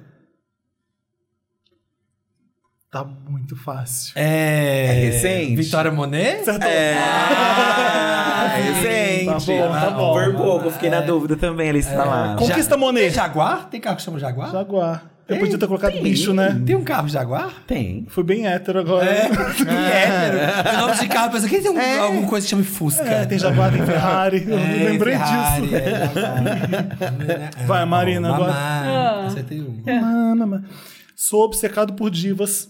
Speaker 1: Tá muito fácil.
Speaker 4: É...
Speaker 3: recente?
Speaker 4: Vitória Monet?
Speaker 3: Ah, recente.
Speaker 1: Tá bom, tá bom.
Speaker 3: Por pouco, fiquei
Speaker 4: É.
Speaker 3: na dúvida também, eles falaram.
Speaker 1: Com- Conquista Monet.
Speaker 4: Tem É, Jaguar? Tem carro que chama Jaguar?
Speaker 1: Jaguar. Eu podia ter colocado bicho, né?
Speaker 4: Tem É. um carro Jaguar?
Speaker 3: Tem.
Speaker 1: Fui bem hétero agora.
Speaker 4: Que hétero. O nome de carro, pensa, quem tem um- alguma coisa que chame Fusca?
Speaker 1: (laughs) É, tem Jaguar, tem Ferrari. Eu
Speaker 4: (laughs) É,
Speaker 1: lembrei
Speaker 4: Ferrari,
Speaker 1: disso.
Speaker 4: (laughs) é, Jaguar. É,
Speaker 1: Vai,
Speaker 4: bom,
Speaker 1: Marina, agora.
Speaker 2: Ah.
Speaker 4: Mamá. Acertei um.
Speaker 1: Mano, mano. Sou obcecado por divas.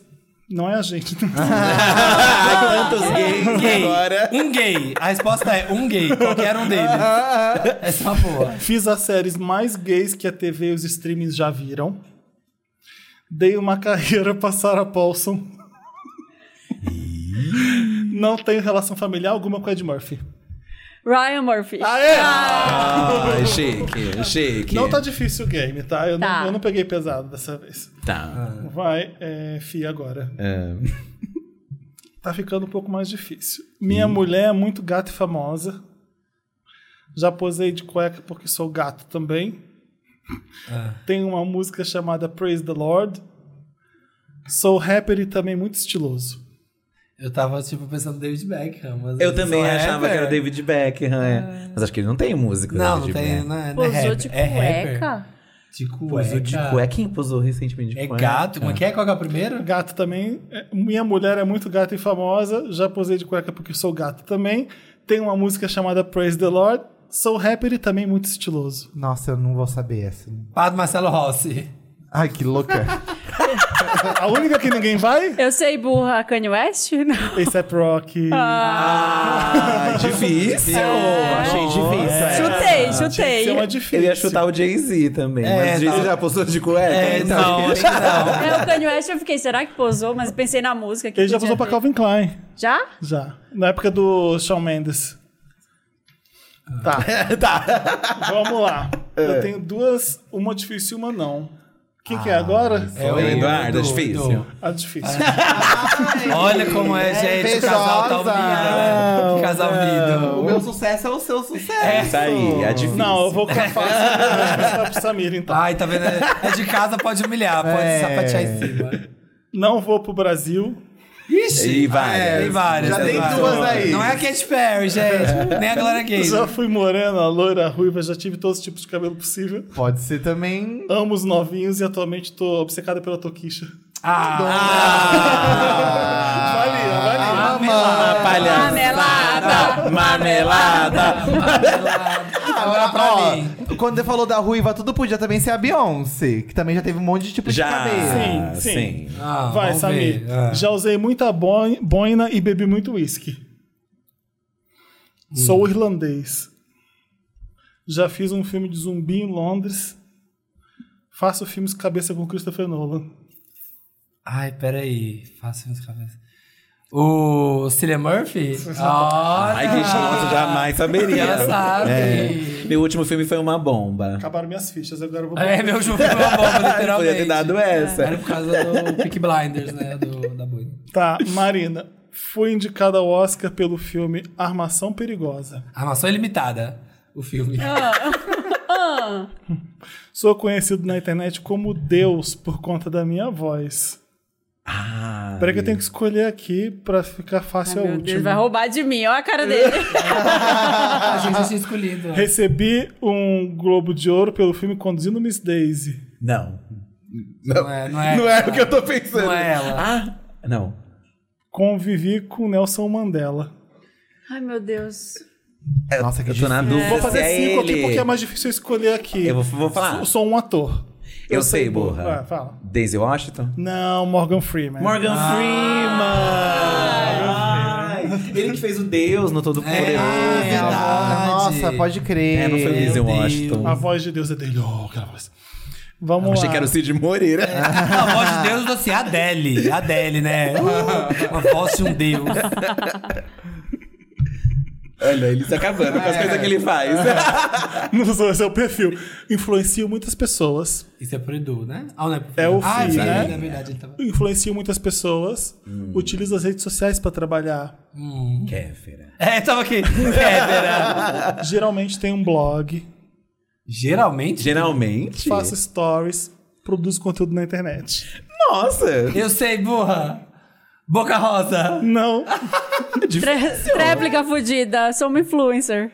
Speaker 1: Não é a
Speaker 4: (laughs)
Speaker 1: gente.
Speaker 3: Ah, Quantos gays
Speaker 4: Gay.
Speaker 3: agora?
Speaker 4: Um gay. A resposta é um gay. Qualquer um deles. Essa é uma boa.
Speaker 1: Fiz as séries mais gays que a TV e os streamings já viram. Dei uma (laughs) carreira pra Sarah Paulson. Não tenho relação familiar alguma com Ed Murphy.
Speaker 2: Ryan Murphy.
Speaker 1: Aê!
Speaker 4: Ah,
Speaker 3: Ai, chique, chique.
Speaker 1: Não tá difícil o game, tá? Eu,
Speaker 2: Tá.
Speaker 1: Não, eu não peguei pesado dessa vez.
Speaker 3: Tá.
Speaker 4: Ah,
Speaker 1: Vai, é, Fia, agora.
Speaker 3: É.
Speaker 1: (laughs) Tá ficando um pouco mais difícil. Minha mulher é muito gata e famosa. Já posei de cueca porque sou gato também. Tem uma música chamada Praise the Lord. Sou rapper e também muito estiloso.
Speaker 4: Eu tava, tipo, pensando no David Beckham. Mas
Speaker 3: Eu também
Speaker 4: só é
Speaker 3: achava que era
Speaker 4: rapper.
Speaker 3: David Beckham, é. Mas acho que ele não tem música.
Speaker 4: Não, não
Speaker 3: David
Speaker 4: tem.
Speaker 3: Beckham.
Speaker 4: Não é, não é
Speaker 2: Posou
Speaker 4: rapper,
Speaker 2: de
Speaker 4: é rapper.
Speaker 2: cueca.
Speaker 4: De cueca.
Speaker 3: Posou de cueca. Quem posou recentemente de
Speaker 4: É
Speaker 3: cueca?
Speaker 4: gato. Mas quem é? Qual que é o primeiro?
Speaker 1: Gato também. é, Minha mulher é muito gata e famosa. Já posei de cueca porque sou gato também. Tem uma música chamada Praise the Lord. Sou rapper e também muito estiloso.
Speaker 5: Nossa, eu não vou saber essa.
Speaker 4: Padre Marcelo Rossi.
Speaker 5: Ai, que louca.
Speaker 1: A única que ninguém vai?
Speaker 2: Eu sei burra Kanye West? (laughs) Não.
Speaker 1: ASAP Rock.
Speaker 3: (laughs) Ah, difícil. Achei difícil. é.
Speaker 2: Chutei,
Speaker 1: Isso é
Speaker 2: chutei.
Speaker 1: uma
Speaker 3: Eu
Speaker 1: difícil.
Speaker 3: ia chutar o Jay-Z também.
Speaker 4: É,
Speaker 3: mas o Jay-Z
Speaker 4: não.
Speaker 3: já posou de cueca?
Speaker 4: É, não, acho
Speaker 2: (laughs)
Speaker 4: que não.
Speaker 2: É o Kanye West, eu fiquei, será que posou? Mas pensei na música. Que
Speaker 1: Ele já
Speaker 2: podia
Speaker 1: posou pra
Speaker 2: ter.
Speaker 1: Calvin Klein.
Speaker 2: Já?
Speaker 1: Já. Na época do Shawn Mendes. Tá. (laughs) tá. Vamos lá. Eu tenho duas, uma difícil e uma não. Quem que é agora?
Speaker 3: o Eduardo, é difícil.
Speaker 1: A difícil.
Speaker 4: Olha como é, gente.
Speaker 5: invejosa.
Speaker 4: Casal tá unido. Casal
Speaker 5: o
Speaker 4: unido.
Speaker 5: meu sucesso é o seu sucesso.
Speaker 3: É isso aí, é difícil.
Speaker 1: Não, eu vou com a fácil né? eu vou passar pro Samir, então.
Speaker 4: Ai, tá vendo? É de casa, pode humilhar, pode
Speaker 5: É.
Speaker 4: sapatear em cima.
Speaker 1: Não vou pro Brasil.
Speaker 3: E
Speaker 4: É,
Speaker 3: vai.
Speaker 4: tem várias.
Speaker 5: Já
Speaker 4: tem
Speaker 5: tem
Speaker 4: várias.
Speaker 5: duas aí.
Speaker 4: Não é a Katy Perry, gente. Nem a Glória Gaynor.
Speaker 1: Já fui morena, loira, ruiva, já tive todos os tipos de cabelo possível.
Speaker 5: Pode ser também.
Speaker 1: Amo os novinhos e atualmente tô obcecada pela Toquicha.
Speaker 4: Ah,
Speaker 3: Ah,
Speaker 1: Valia, valia.
Speaker 5: Ah,
Speaker 3: Uma palhaçada,
Speaker 2: Marmelada.
Speaker 3: marmelada.
Speaker 4: Agora pra mim.
Speaker 5: Ó, quando você falou da ruiva, tudo podia também ser a Beyoncé, que também já teve um monte de tipo
Speaker 3: Já.
Speaker 5: de cabelo.
Speaker 1: Sim, sim.
Speaker 3: sim.
Speaker 4: Ah,
Speaker 1: Vai,
Speaker 4: vamos
Speaker 1: Samir.
Speaker 4: ver. Ah.
Speaker 1: Já usei muita boi- boina e bebi muito uísque.
Speaker 4: Hum.
Speaker 1: Sou irlandês. Já fiz um filme de zumbi em Londres. Faço filmes cabeça com Christopher Nolan.
Speaker 4: Ai, peraí. Faça minhas cabeças. O Cillian Murphy? Olha!
Speaker 3: Ai, gente, nossa, jamais saberia.
Speaker 4: Ela sabe.
Speaker 3: É. Meu último filme foi uma bomba.
Speaker 1: Acabaram minhas fichas, agora eu vou.
Speaker 4: É, meu último filme é uma bomba, literalmente.
Speaker 3: Podia ter dado essa.
Speaker 4: Era por causa do Peak Blinders, né? Do, da boina.
Speaker 1: Tá, Marina. Fui indicada ao Oscar pelo filme Armação Perigosa.
Speaker 4: Armação Ilimitada, é o filme.
Speaker 1: Sou conhecido na internet como Deus por conta da minha voz.
Speaker 3: Ah,
Speaker 1: Peraí que eu tenho que escolher aqui pra ficar fácil a
Speaker 2: Meu
Speaker 1: última.
Speaker 2: Deus, vai roubar de mim. Olha a cara dele.
Speaker 4: Ah, a gente já tinha escolhido. né? ó.
Speaker 1: Recebi um Globo de Ouro pelo filme Conduzindo Miss Daisy.
Speaker 3: Não.
Speaker 4: Não é, não é.
Speaker 3: Não é o que eu tô pensando.
Speaker 4: Não é ela.
Speaker 3: Ah, não.
Speaker 1: Convivi com Nelson Mandela.
Speaker 2: Ai, meu Deus.
Speaker 5: Nossa, que
Speaker 3: É, Eu tô na
Speaker 5: difícil.
Speaker 3: dúvida.
Speaker 1: Vou fazer
Speaker 3: se é
Speaker 1: cinco
Speaker 3: ele.
Speaker 1: aqui porque é mais difícil eu escolher aqui.
Speaker 3: Eu vou- vou falar.
Speaker 1: Sou, sou um ator.
Speaker 3: Eu, sei, burra.
Speaker 1: Vai, É, fala.
Speaker 3: Daisy Washington?
Speaker 1: Não, Morgan Freeman.
Speaker 3: Morgan
Speaker 4: Ah.
Speaker 3: Freeman! Ai, ele que fez o Deus no Todo Poderoso.
Speaker 4: É,
Speaker 5: É,
Speaker 4: verdade.
Speaker 5: Nossa, pode crer.
Speaker 3: É, não foi o Daisy
Speaker 4: Meu Deus.
Speaker 3: Washington.
Speaker 1: A voz de Deus é dele. Oh, aquela voz. Vamos
Speaker 3: Achei
Speaker 1: lá. (laughs)
Speaker 3: que era o Cid Moreira.
Speaker 4: A voz de Deus, assim, Adele. Adele, né? Uh, Uma voz de um Deus.
Speaker 3: (laughs) Olha, ele se acabando
Speaker 4: É.
Speaker 3: com as coisas que ele
Speaker 4: (laughs)
Speaker 3: faz.
Speaker 1: Não sou esse é o perfil. Influencio muitas pessoas.
Speaker 4: Isso é pro Edu, né? Ah, não é pro
Speaker 1: É o
Speaker 4: Ah, é
Speaker 1: filho,
Speaker 4: verdade,
Speaker 1: né?
Speaker 4: é verdade. Ele tava...
Speaker 1: Influencio muitas pessoas.
Speaker 3: Hum.
Speaker 1: Utilizo as redes sociais pra
Speaker 3: (laughs)
Speaker 1: trabalhar.
Speaker 3: Kéfera.
Speaker 4: É, tava aqui. É, Kéfera.
Speaker 1: Geralmente tem um blog.
Speaker 4: Geralmente,
Speaker 3: Geralmente.
Speaker 1: Faço stories. Produzo conteúdo na internet.
Speaker 3: Nossa!
Speaker 4: eu sei, burra. Boca Rosa.
Speaker 1: Não.
Speaker 2: Tré- Tréplica fudida. Sou uma influencer.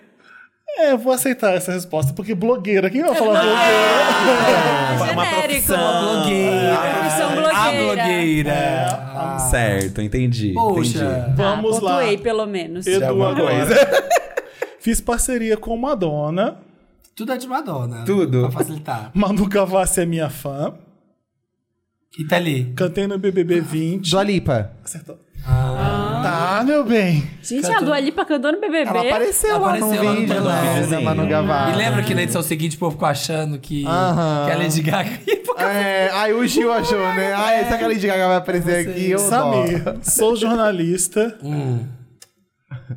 Speaker 1: É, vou aceitar essa resposta, porque blogueira, quem vai
Speaker 2: É.
Speaker 1: falar blogueira?
Speaker 3: uma
Speaker 2: genérico.
Speaker 3: profissão.
Speaker 4: Blogueira.
Speaker 2: Ah, profissão
Speaker 4: A
Speaker 2: blogueira.
Speaker 4: blogueira. É.
Speaker 3: Certo, entendi.
Speaker 4: Poxa.
Speaker 3: entendi.
Speaker 1: Vamos
Speaker 2: ah,
Speaker 1: lá.
Speaker 2: pontuei, pelo menos.
Speaker 1: Edu
Speaker 3: é alguma
Speaker 1: agora.
Speaker 3: coisa.
Speaker 1: (laughs) Fiz parceria com Madonna.
Speaker 4: Tudo é de Madonna.
Speaker 3: Tudo.
Speaker 4: Pra facilitar.
Speaker 1: Manu Gavassi é minha fã.
Speaker 4: E tá ali.
Speaker 1: Cantei no BBB 20.
Speaker 5: Dua Lipa.
Speaker 1: Acertou.
Speaker 4: Ah,
Speaker 1: Tá, meu bem.
Speaker 2: Gente, a Dua Lipa cantou no BBB.
Speaker 5: Ela apareceu,
Speaker 4: Apareceu
Speaker 5: lá
Speaker 4: lá
Speaker 5: no
Speaker 4: no
Speaker 5: vídeo, né?
Speaker 3: videozinho.
Speaker 5: Da Manu Gavassi.
Speaker 3: Ah,
Speaker 4: E lembra
Speaker 3: é.
Speaker 4: que na edição seguinte o povo ficou achando que,
Speaker 5: Aham.
Speaker 4: que a Lady Gaga ia pro
Speaker 5: É, aí o Gil achou, né? Ai, será que a Lady Gaga vai aparecer aqui? Eu
Speaker 1: Samir,
Speaker 5: Samir.
Speaker 1: sou jornalista.
Speaker 3: Hum.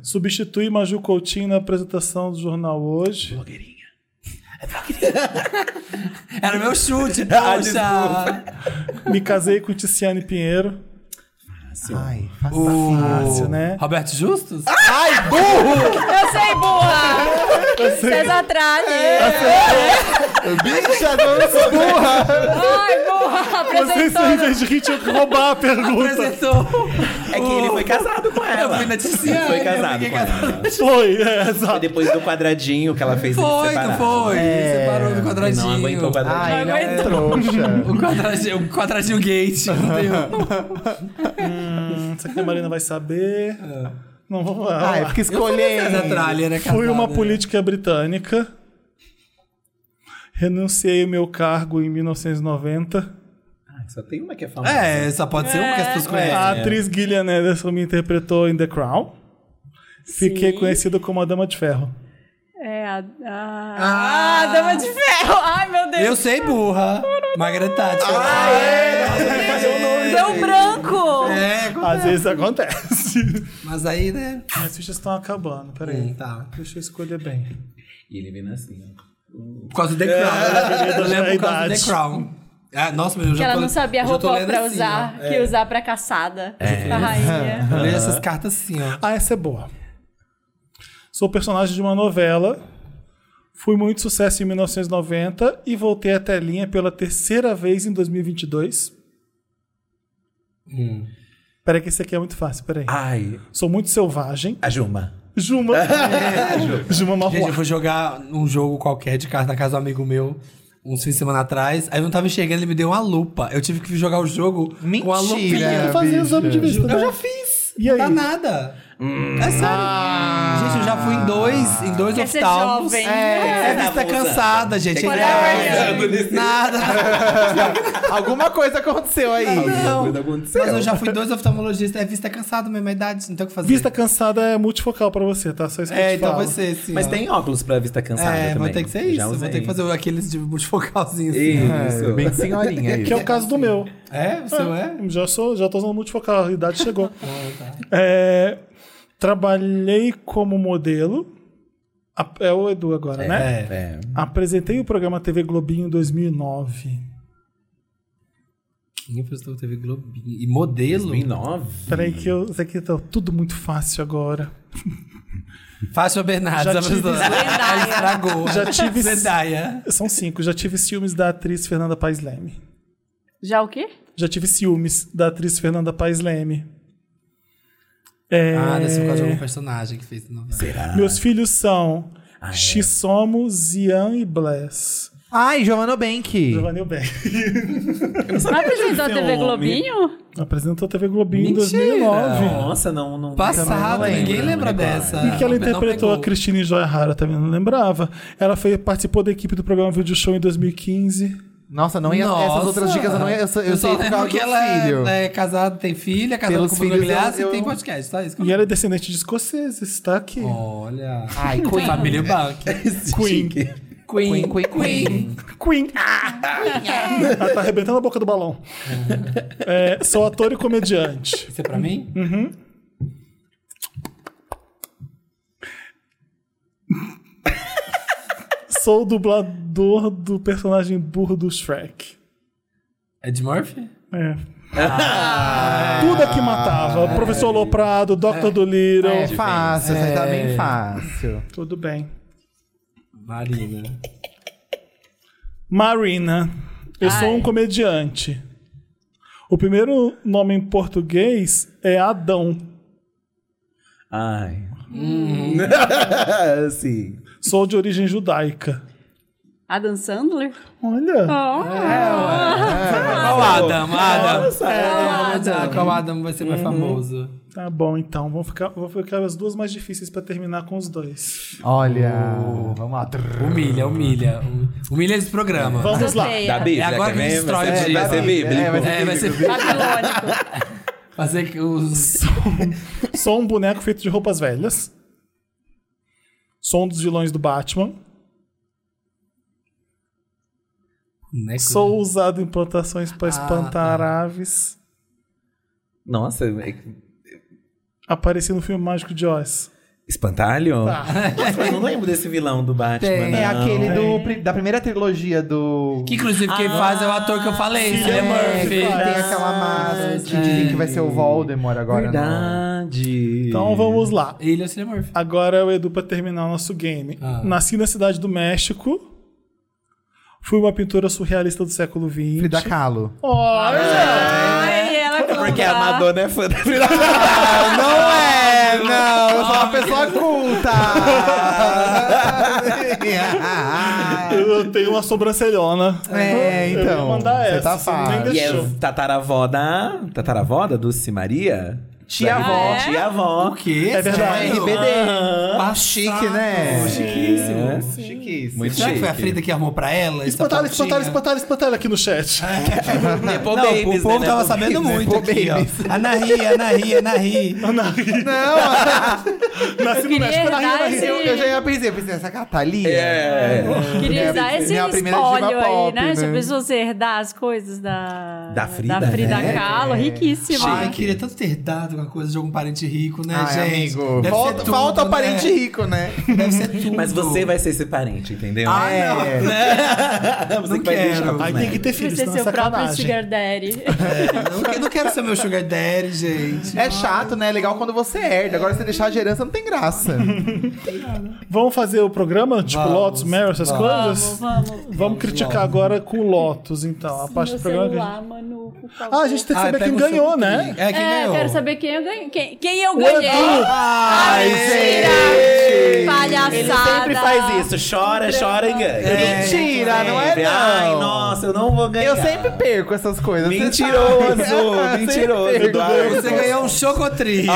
Speaker 1: Substitui Maju Coutinho na apresentação do jornal hoje.
Speaker 4: Era
Speaker 3: (laughs)
Speaker 4: meu chute,
Speaker 3: Ah,
Speaker 4: poxa!
Speaker 1: Me casei com Tiziane Pinheiro.
Speaker 5: Ai, faça. assim.
Speaker 1: Fácil, né?
Speaker 4: Roberto Justus?
Speaker 5: Ai, burro!
Speaker 2: Eu sei, burra! César Tralli.
Speaker 4: É.
Speaker 5: Bicha, não sou burra!
Speaker 2: Ai, burra!
Speaker 1: Vocês,
Speaker 2: Apresentou. né?
Speaker 1: em vez de rir, tinham que roubar a pergunta.
Speaker 4: Apresentou.
Speaker 3: É que ele foi casado com (laughs) ela.
Speaker 4: Eu fui na Tiziane,
Speaker 3: Foi
Speaker 4: eu
Speaker 3: casado
Speaker 4: fiquei
Speaker 3: com ela.
Speaker 1: Foi, é,
Speaker 3: Foi
Speaker 1: exato.
Speaker 3: depois do quadradinho que ela fez ele
Speaker 4: Foi, não
Speaker 3: separar.
Speaker 4: foi?
Speaker 5: É.
Speaker 4: Separou do
Speaker 3: Ele
Speaker 4: quadradinho.
Speaker 3: Não aguentou o quadradinho.
Speaker 5: Ai, ele é um
Speaker 2: aguento.
Speaker 5: trouxa.
Speaker 4: O quadradinho, o quadradinho
Speaker 3: (laughs)
Speaker 4: gate. meu Deus.
Speaker 1: Hum, Isso aqui a Marina vai saber. Não, vamos lá.
Speaker 5: Ai, porque escolher.
Speaker 4: Essa tralha, né,
Speaker 1: Fui
Speaker 4: casada,
Speaker 1: uma
Speaker 4: né?
Speaker 1: política britânica. Renunciei o meu cargo em 1990.
Speaker 3: Ai, Só tem uma que é famosa.
Speaker 4: É, só pode ser um que as pessoas
Speaker 1: A
Speaker 3: Ah.
Speaker 4: conhecem.
Speaker 1: atriz Gillian Anderson me interpretou em The Crown. Fiquei
Speaker 2: Sim.
Speaker 1: conhecida como a Dama de Ferro.
Speaker 2: É, a, a,
Speaker 4: Ah.
Speaker 2: a Dama de Ferro. Ai, meu Deus.
Speaker 4: Eu sei, burra. Margaret Thatcher. Ah,
Speaker 2: Deu um branco.
Speaker 4: é. co-
Speaker 1: Às vezes acontece.
Speaker 4: Mas aí, né?
Speaker 1: Minhas fichas estão acabando, peraí.
Speaker 4: Hum, tá.
Speaker 1: Deixa eu escolher bem.
Speaker 3: E ele vem assim, ó.
Speaker 4: Por causa do The Crown. né?
Speaker 1: É.
Speaker 4: Eu lembro por causa do
Speaker 1: Idade.
Speaker 4: The Crown. Ah, nossa, meu, eu
Speaker 2: Que
Speaker 4: já
Speaker 2: ela
Speaker 4: tô-
Speaker 2: não sabia a
Speaker 4: eu já tô
Speaker 2: roupa
Speaker 4: lendo
Speaker 2: pra
Speaker 4: assim,
Speaker 2: usar,
Speaker 4: ó. É.
Speaker 2: que usar pra caçada. Pra rainha.
Speaker 4: (laughs) Eu leio essas cartas assim, ó.
Speaker 1: Ah, essa é boa. Sou personagem de uma novela. Fui muito sucesso em 1990 e voltei à telinha pela terceira vez em 2022.
Speaker 4: Hum.
Speaker 1: Peraí, que esse aqui é muito fácil, peraí.
Speaker 4: Ah.
Speaker 3: Ai,
Speaker 1: Sou muito selvagem.
Speaker 3: a Juma.
Speaker 1: Juma. Juma
Speaker 4: É, Gente,
Speaker 1: (laughs)
Speaker 4: eu
Speaker 1: Marroa.
Speaker 4: vou jogar um jogo qualquer de carta na casa do amigo meu. uns fins de semana atrás. Aí eu não tava enxergando, ele me deu uma lupa. Eu tive que jogar o jogo com a
Speaker 5: Mentira.
Speaker 4: lupinha.
Speaker 1: Tem que fazer
Speaker 5: bicha.
Speaker 1: exame de vista.
Speaker 4: é, Eu
Speaker 1: né?
Speaker 4: já fiz.
Speaker 1: E
Speaker 4: não
Speaker 1: aí? Ah.
Speaker 4: dá nada.
Speaker 3: Hum.
Speaker 4: é sério. Gente, eu já fui em dois, em dois
Speaker 2: Quer ser
Speaker 4: oftalmos.
Speaker 2: jovem.
Speaker 4: É, é vista
Speaker 3: Tá abusando.
Speaker 4: cansada, gente.
Speaker 3: Tem que
Speaker 4: É
Speaker 2: dar uma
Speaker 4: grave. Nada.
Speaker 5: Alguma coisa aconteceu aí.
Speaker 4: Não.
Speaker 3: coisa aconteceu.
Speaker 4: Mas eu já fui em dois oftalmologistas. É vista cansada, mesma idade, não tem o que fazer.
Speaker 1: Vista cansada é multifocal pra você, tá? Só isso que eu
Speaker 4: É,
Speaker 1: te
Speaker 4: então
Speaker 1: falo.
Speaker 4: vai ser esse.
Speaker 3: Mas
Speaker 4: ó.
Speaker 3: tem óculos pra vista cansada
Speaker 4: É,
Speaker 3: também.
Speaker 4: vai ter que ser
Speaker 3: Eu já
Speaker 4: isso. Vou ter
Speaker 3: usei.
Speaker 4: que fazer aqueles de multifocalzinho assim.
Speaker 3: Isso.
Speaker 5: É, bem senhorinha aí.
Speaker 1: Que é o caso do meu.
Speaker 4: É, você é?
Speaker 1: Já sou, já tô usando multifocal, a idade
Speaker 3: (laughs)
Speaker 1: chegou.
Speaker 3: tá.
Speaker 1: É, trabalhei como modelo. A- É o Edu agora, né?
Speaker 3: É.
Speaker 1: Apresentei o programa TV Globinho em 2009.
Speaker 4: Quem apresentou TV Globinho? E modelo?
Speaker 3: 2009?
Speaker 1: Peraí que eu, isso aqui tá tudo muito fácil agora.
Speaker 4: Fátima Bernardes
Speaker 1: Já
Speaker 4: apresentou.
Speaker 1: tive-
Speaker 4: Ela estragou.
Speaker 1: Já tive-
Speaker 4: (laughs) Zendaya.
Speaker 1: São cinco. Já tive ciúmes da atriz Fernanda Paes Leme.
Speaker 2: Já o quê?
Speaker 1: Já tive ciúmes da atriz Fernanda Paes Leme. É,
Speaker 4: Ah, desse por causa de algum personagem que fez. Não.
Speaker 3: Ah.
Speaker 1: Meus filhos são
Speaker 3: é?
Speaker 1: Shisomo, Zian e Bless.
Speaker 5: Ai, Giovanna Bank.
Speaker 1: Giovanni Bem.
Speaker 2: Não apresentou a TV
Speaker 3: filme.
Speaker 2: Globinho?
Speaker 1: Apresentou a TV Globinho em
Speaker 4: Mentira!
Speaker 1: 2009.
Speaker 3: Nossa, não. não
Speaker 4: Passado,
Speaker 3: também não
Speaker 4: ninguém
Speaker 3: lembro,
Speaker 4: lembra
Speaker 3: não
Speaker 4: dessa.
Speaker 1: E que ela
Speaker 4: Não
Speaker 1: interpretou
Speaker 4: pegou.
Speaker 1: a Cristine Joia Rara, também não lembrava. Ela foi, participou da equipe do programa Video Show em 2015.
Speaker 5: Nossa, não ia. Essas
Speaker 4: Nossa.
Speaker 5: outras dicas eu não ia. Eu, só- eu
Speaker 4: só
Speaker 5: sei por
Speaker 4: lembro
Speaker 5: causa
Speaker 4: (laughs) que
Speaker 5: do
Speaker 4: ela é-
Speaker 5: filho.
Speaker 4: é casada, tem filha, casada
Speaker 5: Pelos
Speaker 4: com o
Speaker 5: filhos,
Speaker 4: Bruno
Speaker 5: eu-
Speaker 4: e tem
Speaker 5: eu-
Speaker 4: podcast, só isso. que eu
Speaker 1: E ela é descendente de escoceses, tá aqui.
Speaker 4: Olha.
Speaker 5: Ai, (laughs) Queen.
Speaker 4: Família Bank.
Speaker 1: Queen.
Speaker 5: Queen, Queen, Queen.
Speaker 1: Queen. Ela tá arrebentando a boca do balão.
Speaker 4: (laughs)
Speaker 1: É, sou ator e comediante.
Speaker 4: Isso é pra mim?
Speaker 1: Sou o dublador do personagem burro do Shrek.
Speaker 4: Ed Murphy?
Speaker 1: É.
Speaker 4: Ah.
Speaker 1: Tudo é que matava. Professor Loprado, Dr. Dolittle.
Speaker 5: É fácil, essa aí tá bem
Speaker 4: É.
Speaker 5: fácil.
Speaker 1: Tudo bem.
Speaker 4: Marina.
Speaker 1: Marina. Eu
Speaker 2: Ai.
Speaker 1: sou um comediante. O primeiro nome em português é Adão.
Speaker 3: Ai.
Speaker 4: Hum.
Speaker 3: (laughs) Sim.
Speaker 1: Sou de origem judaica.
Speaker 2: Adam Sandler?
Speaker 1: Olha.
Speaker 4: Qual Adam? Adam.
Speaker 2: Adam.
Speaker 4: Qual Adam vai ser mais
Speaker 1: Uhum.
Speaker 4: famoso?
Speaker 1: Tá bom, então. Vou ficar, vou ficar as duas mais difíceis pra terminar com os dois.
Speaker 5: Olha, vamos lá.
Speaker 4: Humilha, humilha. Um, Humilha esse programa.
Speaker 1: Vamos lá.
Speaker 2: Sorteia.
Speaker 3: Da Bíblia.
Speaker 4: É agora
Speaker 3: quer
Speaker 4: que
Speaker 3: ver?
Speaker 4: destrói
Speaker 3: Vai
Speaker 4: o
Speaker 3: ser-
Speaker 4: dia.
Speaker 3: Vai ser
Speaker 5: É, vai
Speaker 3: bíblico.
Speaker 4: É, vai ser
Speaker 3: (laughs)
Speaker 2: Babilônico.
Speaker 4: fazer que os.
Speaker 1: Sou um boneco feito de roupas velhas. Sou um dos vilões do Batman.
Speaker 4: Né,
Speaker 1: Sou usado em plantações pra espantar aves.
Speaker 3: Nossa, é-
Speaker 1: Apareci no filme Mágico de Oz.
Speaker 3: espantalho? Nossa, eu não lembro desse vilão do Batman.
Speaker 4: Tá. Tem.
Speaker 5: É
Speaker 3: não.
Speaker 5: aquele do, pri- da primeira trilogia do.
Speaker 4: Que inclusive quem faz é o ator que eu falei, Cillian
Speaker 5: é, que
Speaker 4: Murphy.
Speaker 5: tem aquela massa que dizem que vai ser o Voldemort agora. não.
Speaker 3: Verdade.
Speaker 1: Então vamos lá.
Speaker 4: Ele é o Cillian Murphy.
Speaker 1: Agora é o Edu pra terminar o nosso game.
Speaker 4: Ah.
Speaker 1: Nasci na cidade do México. Fui uma pintura surrealista do século XX.
Speaker 5: Frida Kahlo.
Speaker 2: Ai, ela conta.
Speaker 3: É. Porque a Madonna é fã da
Speaker 4: (laughs)
Speaker 3: Frida
Speaker 5: Ah, Não é, não. Eu sou uma pessoa culta.
Speaker 1: Eu tenho uma sobrancelhona.
Speaker 5: Ah. é,
Speaker 1: Eu ia
Speaker 5: então.
Speaker 1: mandar
Speaker 5: você
Speaker 1: essa,
Speaker 5: tá
Speaker 1: você nem
Speaker 5: fácil.
Speaker 3: E é
Speaker 1: Show.
Speaker 3: tataravó da. Tataravó da Dulce Maria?
Speaker 5: Tia-avó.
Speaker 3: É? Tia-avó.
Speaker 4: O quê?
Speaker 1: É verdade.
Speaker 4: Sério?
Speaker 3: Ah.
Speaker 5: RBD.
Speaker 4: Passado.
Speaker 5: Chique, né?
Speaker 4: Chiquíssimo.
Speaker 5: Chiquíssimo.
Speaker 3: Muito
Speaker 4: Será que foi a
Speaker 3: chique.
Speaker 4: Frida que armou pra ela? essa
Speaker 1: Espantalho,
Speaker 4: pautinha?
Speaker 1: espantalho, espantalho, espantalho aqui no chat. (laughs)
Speaker 3: Nepo
Speaker 4: Não,
Speaker 3: Babies,
Speaker 4: o povo
Speaker 3: né?
Speaker 4: tava
Speaker 3: Nepo
Speaker 4: sabendo
Speaker 3: Babies.
Speaker 4: muito aqui, ó. Anahi, Anahi, Anahi.
Speaker 1: Nasci
Speaker 2: Eu
Speaker 1: no
Speaker 2: queria
Speaker 1: México. na
Speaker 2: herdar
Speaker 1: Rio, na
Speaker 2: esse-
Speaker 5: assim, Eu, eu já ia pensar, eu pensei, essa Catalia?
Speaker 4: (laughs)
Speaker 3: É.
Speaker 2: Queria
Speaker 5: Minha-
Speaker 2: dar esse
Speaker 5: minha primeira diva
Speaker 2: espólio aí,
Speaker 5: pop,
Speaker 2: né? Já
Speaker 5: né?
Speaker 2: pensou você herdar as coisas da...
Speaker 3: Da Frida,
Speaker 2: Frida
Speaker 3: né?
Speaker 2: Kahlo? Riquíssima.
Speaker 4: Ai, queria tanto ter dado com a coisa de algum parente rico, né,
Speaker 5: Ai,
Speaker 4: gente?
Speaker 5: Ah, amigo.
Speaker 4: Deve
Speaker 5: Falta,
Speaker 4: ser tudo,
Speaker 5: falta o
Speaker 4: né?
Speaker 5: parente rico, né?
Speaker 4: Deve ser tudo.
Speaker 3: Mas você vai ser esse parente, entendeu?
Speaker 4: Ah,
Speaker 5: É.
Speaker 4: não.
Speaker 3: você
Speaker 4: não
Speaker 3: que vai
Speaker 4: quero.
Speaker 3: deixar os
Speaker 1: Aí tem que ter
Speaker 2: Você
Speaker 1: filhos,
Speaker 2: ser
Speaker 1: senão é
Speaker 2: seu próprio
Speaker 1: sacanagem.
Speaker 2: sugar daddy.
Speaker 5: (laughs)
Speaker 4: Não, eu não quero ser meu sugar daddy, gente.
Speaker 5: É chato, né? É legal quando você herda. Agora, se você deixar a herança, não tem graça.
Speaker 1: Vamos fazer o programa? Tipo,
Speaker 4: Vamos,
Speaker 1: Lotus, Meryl, essas
Speaker 4: vamos.
Speaker 1: coisas?
Speaker 2: vamos, vamos.
Speaker 1: Vamos criticar agora com o Lotus, então. A parte
Speaker 2: Meu
Speaker 1: do programa. que a gente-
Speaker 2: celular, Manu, por favor.
Speaker 1: Ah, a gente tem que
Speaker 4: Ah,
Speaker 1: saber
Speaker 4: pega
Speaker 1: quem
Speaker 4: o seu
Speaker 1: ganhou,
Speaker 4: cookie.
Speaker 1: né?
Speaker 4: É, quem
Speaker 2: é,
Speaker 4: ganhou.
Speaker 2: quero saber quem eu ganhei. Quem, quem eu ganhei.
Speaker 3: Ai,
Speaker 2: Mentira! Palhaçada.
Speaker 3: Ele sempre faz isso, chora, chora e ganha.
Speaker 5: Mentira, não é
Speaker 3: Sempre. Ai,
Speaker 5: não.
Speaker 3: nossa, eu não vou ganhar.
Speaker 5: Eu sempre perco essas coisas. você (laughs) sabe.
Speaker 3: Mentiroso, mentiroso,
Speaker 5: Sempre
Speaker 3: Eduardo.
Speaker 4: Você ganhou um chocotrio.
Speaker 1: Ah,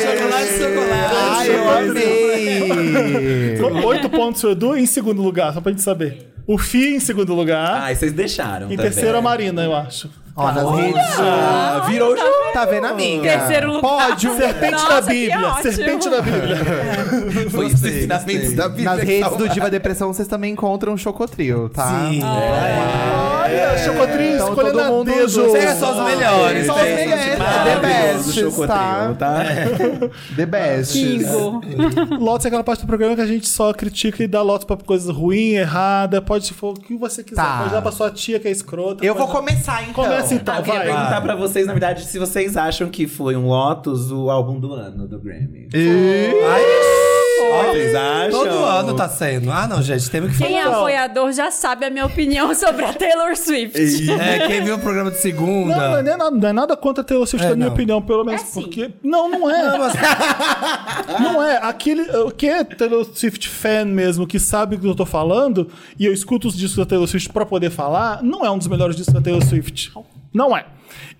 Speaker 4: Chocolate, chocolate.
Speaker 5: Ai, eu amei.
Speaker 1: Oito pontos pro Edu em segundo lugar, só pra gente saber. O Fih em segundo lugar.
Speaker 3: Ai, tá vocês deixaram.
Speaker 1: em
Speaker 3: também.
Speaker 1: terceiro, a Marina, eu acho.
Speaker 5: Ó, nas redes.
Speaker 3: Ah, virou o jogo.
Speaker 5: Tá vendo, amiga? um
Speaker 2: Terceiro lugar.
Speaker 5: Pódio.
Speaker 1: Serpente
Speaker 2: Nossa,
Speaker 1: da
Speaker 2: que
Speaker 1: Bíblia.
Speaker 2: ótimo.
Speaker 1: Serpente da Bíblia.
Speaker 3: Foi isso, ensinamentos da vida.
Speaker 5: Nas redes do Diva Depressão, vocês também encontram o Chocotrio, tá?
Speaker 4: Sim.
Speaker 3: Ah,
Speaker 1: Olha, Chocotrinho
Speaker 5: Então,
Speaker 1: escolhendo
Speaker 5: todo
Speaker 1: a
Speaker 5: mundo
Speaker 1: dedo.
Speaker 5: junto.
Speaker 3: Vocês são os melhores. Ah,
Speaker 5: São os
Speaker 3: vocês são
Speaker 5: melhores,
Speaker 3: maravilhosos,
Speaker 5: the best,
Speaker 3: Chocotrio, tá?
Speaker 5: The
Speaker 3: Ah,
Speaker 5: best.
Speaker 2: Kingo.
Speaker 1: Lotus é aquela parte do programa que a gente só critica e dá lotes pra coisa ruim, errada. Pode se for o que você quiser.
Speaker 5: Tá.
Speaker 1: Pode dar pra sua tia que é escrota.
Speaker 5: Eu
Speaker 1: pode
Speaker 5: vou
Speaker 1: dar-
Speaker 5: começar, então.
Speaker 1: Começa então,
Speaker 3: Eu queria
Speaker 1: vai.
Speaker 3: perguntar pra vocês, na verdade, se vocês acham que foi um Lotus o álbum do ano do Grammy.
Speaker 5: E...
Speaker 3: Ai, ó, vocês acham?
Speaker 4: Todo ano tá sendo. Ah, não, gente, temos
Speaker 1: (laughs)
Speaker 4: que
Speaker 2: Quem é
Speaker 1: Então.
Speaker 2: apoiador já sabe a minha opinião (laughs) sobre a Taylor Swift.
Speaker 4: É, quem viu o programa de segunda.
Speaker 1: Não, não é, nem nada, não é nada contra a Taylor Swift,
Speaker 4: É,
Speaker 1: na minha
Speaker 4: não.
Speaker 1: opinião, pelo menos.
Speaker 2: É sim.
Speaker 1: porque. Não, não é. Não, (laughs) é. Aquele. O que é Taylor Swift fan mesmo, que sabe o que eu tô falando, e eu escuto os discos da Taylor Swift pra poder falar, não é um dos melhores discos da Taylor Swift. Não é.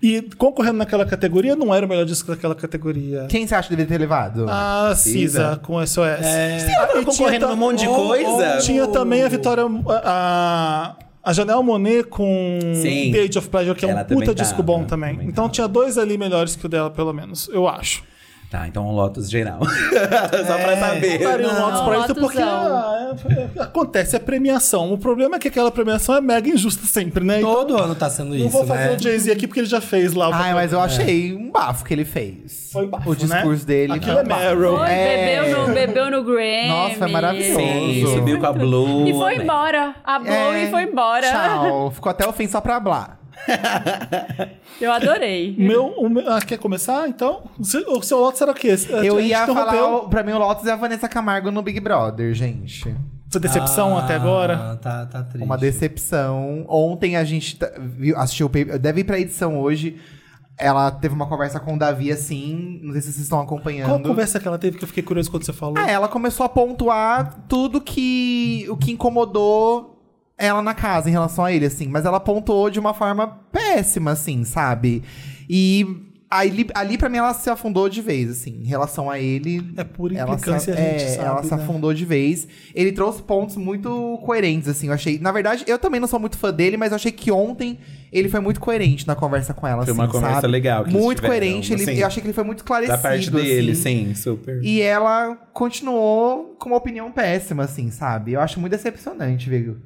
Speaker 1: E concorrendo naquela categoria, não era o melhor disco daquela categoria.
Speaker 5: Quem você acha que deve ter levado?
Speaker 1: A Cisa
Speaker 3: Cisa.
Speaker 1: com SOS. É...
Speaker 3: tava concorrendo num monte de coisa.
Speaker 1: Tinha também a Vitória. A, a Janelle Monet com
Speaker 3: Sim.
Speaker 1: The Age of Pleasure, que é
Speaker 3: Ela
Speaker 1: um puta
Speaker 3: também
Speaker 1: disco
Speaker 3: tava, né?
Speaker 1: bom também.
Speaker 3: também
Speaker 1: então
Speaker 3: tava.
Speaker 1: tinha dois ali melhores que o dela, pelo menos, eu acho.
Speaker 3: Tá, então um Lotus geral. (laughs) Só
Speaker 5: É,
Speaker 3: pra saber.
Speaker 1: Eu daria um Lotus pra isso
Speaker 2: Lotusão.
Speaker 1: porque ah, é- é- acontece, é premiação. O problema é que aquela premiação é mega injusta sempre, né? Então,
Speaker 4: Todo ano tá sendo
Speaker 1: não
Speaker 4: isso,
Speaker 1: vou fazer
Speaker 4: né?
Speaker 1: o Jay-Z aqui porque ele já fez lá. o
Speaker 3: Ah,
Speaker 5: Ai,
Speaker 1: papel.
Speaker 5: mas eu achei um bafo que ele fez.
Speaker 1: Foi bafo,
Speaker 5: O discurso
Speaker 1: né?
Speaker 5: dele.
Speaker 1: Aquilo
Speaker 5: foi
Speaker 1: é
Speaker 5: um bafo.
Speaker 1: Meryl.
Speaker 2: Foi,
Speaker 5: É.
Speaker 2: bebeu, no, bebeu no Grammy.
Speaker 5: Nossa, foi maravilhoso.
Speaker 3: Sim, subiu com a Blue.
Speaker 2: E foi
Speaker 3: né?
Speaker 2: embora. A Blow
Speaker 5: É.
Speaker 2: e foi embora.
Speaker 5: Tchau. Ficou até o fim só pra blá.
Speaker 2: Eu adorei.
Speaker 3: é.
Speaker 1: Meu, o meu- ah, quer começar, então? O seu- O seu Lotus era o quê? É, A
Speaker 5: Eu
Speaker 1: gente
Speaker 5: ia
Speaker 1: interrompeu.
Speaker 5: falar, o- pra mim, o Lotus é a Vanessa Camargo no Big Brother, gente.
Speaker 1: Sua decepção até agora?
Speaker 4: Ah, Tá, tá triste.
Speaker 5: Uma decepção. Ontem a gente tá- viu- assistiu o paper. Deve ir pra edição hoje. Ela teve uma conversa com o Davi, assim. Não sei se vocês estão acompanhando.
Speaker 1: Qual a conversa que ela teve que eu fiquei curioso quando você falou?
Speaker 5: Ah, ela começou a pontuar tudo que o que incomodou ela na casa em relação a ele, assim. Mas ela pontuou de uma forma péssima, assim, sabe? E ali, ali para mim ela se afundou de vez, assim, em relação a ele.
Speaker 1: É por
Speaker 5: Ela se,
Speaker 1: implicância, a gente
Speaker 5: é,
Speaker 1: sabe,
Speaker 5: ela se
Speaker 1: né?
Speaker 5: afundou de vez. Ele trouxe pontos muito coerentes, assim, eu achei. Na verdade, eu também não sou muito fã dele, mas eu achei que ontem ele foi muito coerente na conversa com ela.
Speaker 3: Foi uma
Speaker 5: assim,
Speaker 3: conversa
Speaker 5: sabe?
Speaker 3: legal que eles
Speaker 5: Muito
Speaker 3: tiveram,
Speaker 5: coerente. ele-
Speaker 3: assim,
Speaker 5: eu achei que ele foi muito esclarecido.
Speaker 3: Da parte dele,
Speaker 5: assim.
Speaker 3: sim, super.
Speaker 5: E ela continuou com uma opinião péssima, assim, sabe? Eu acho muito decepcionante ver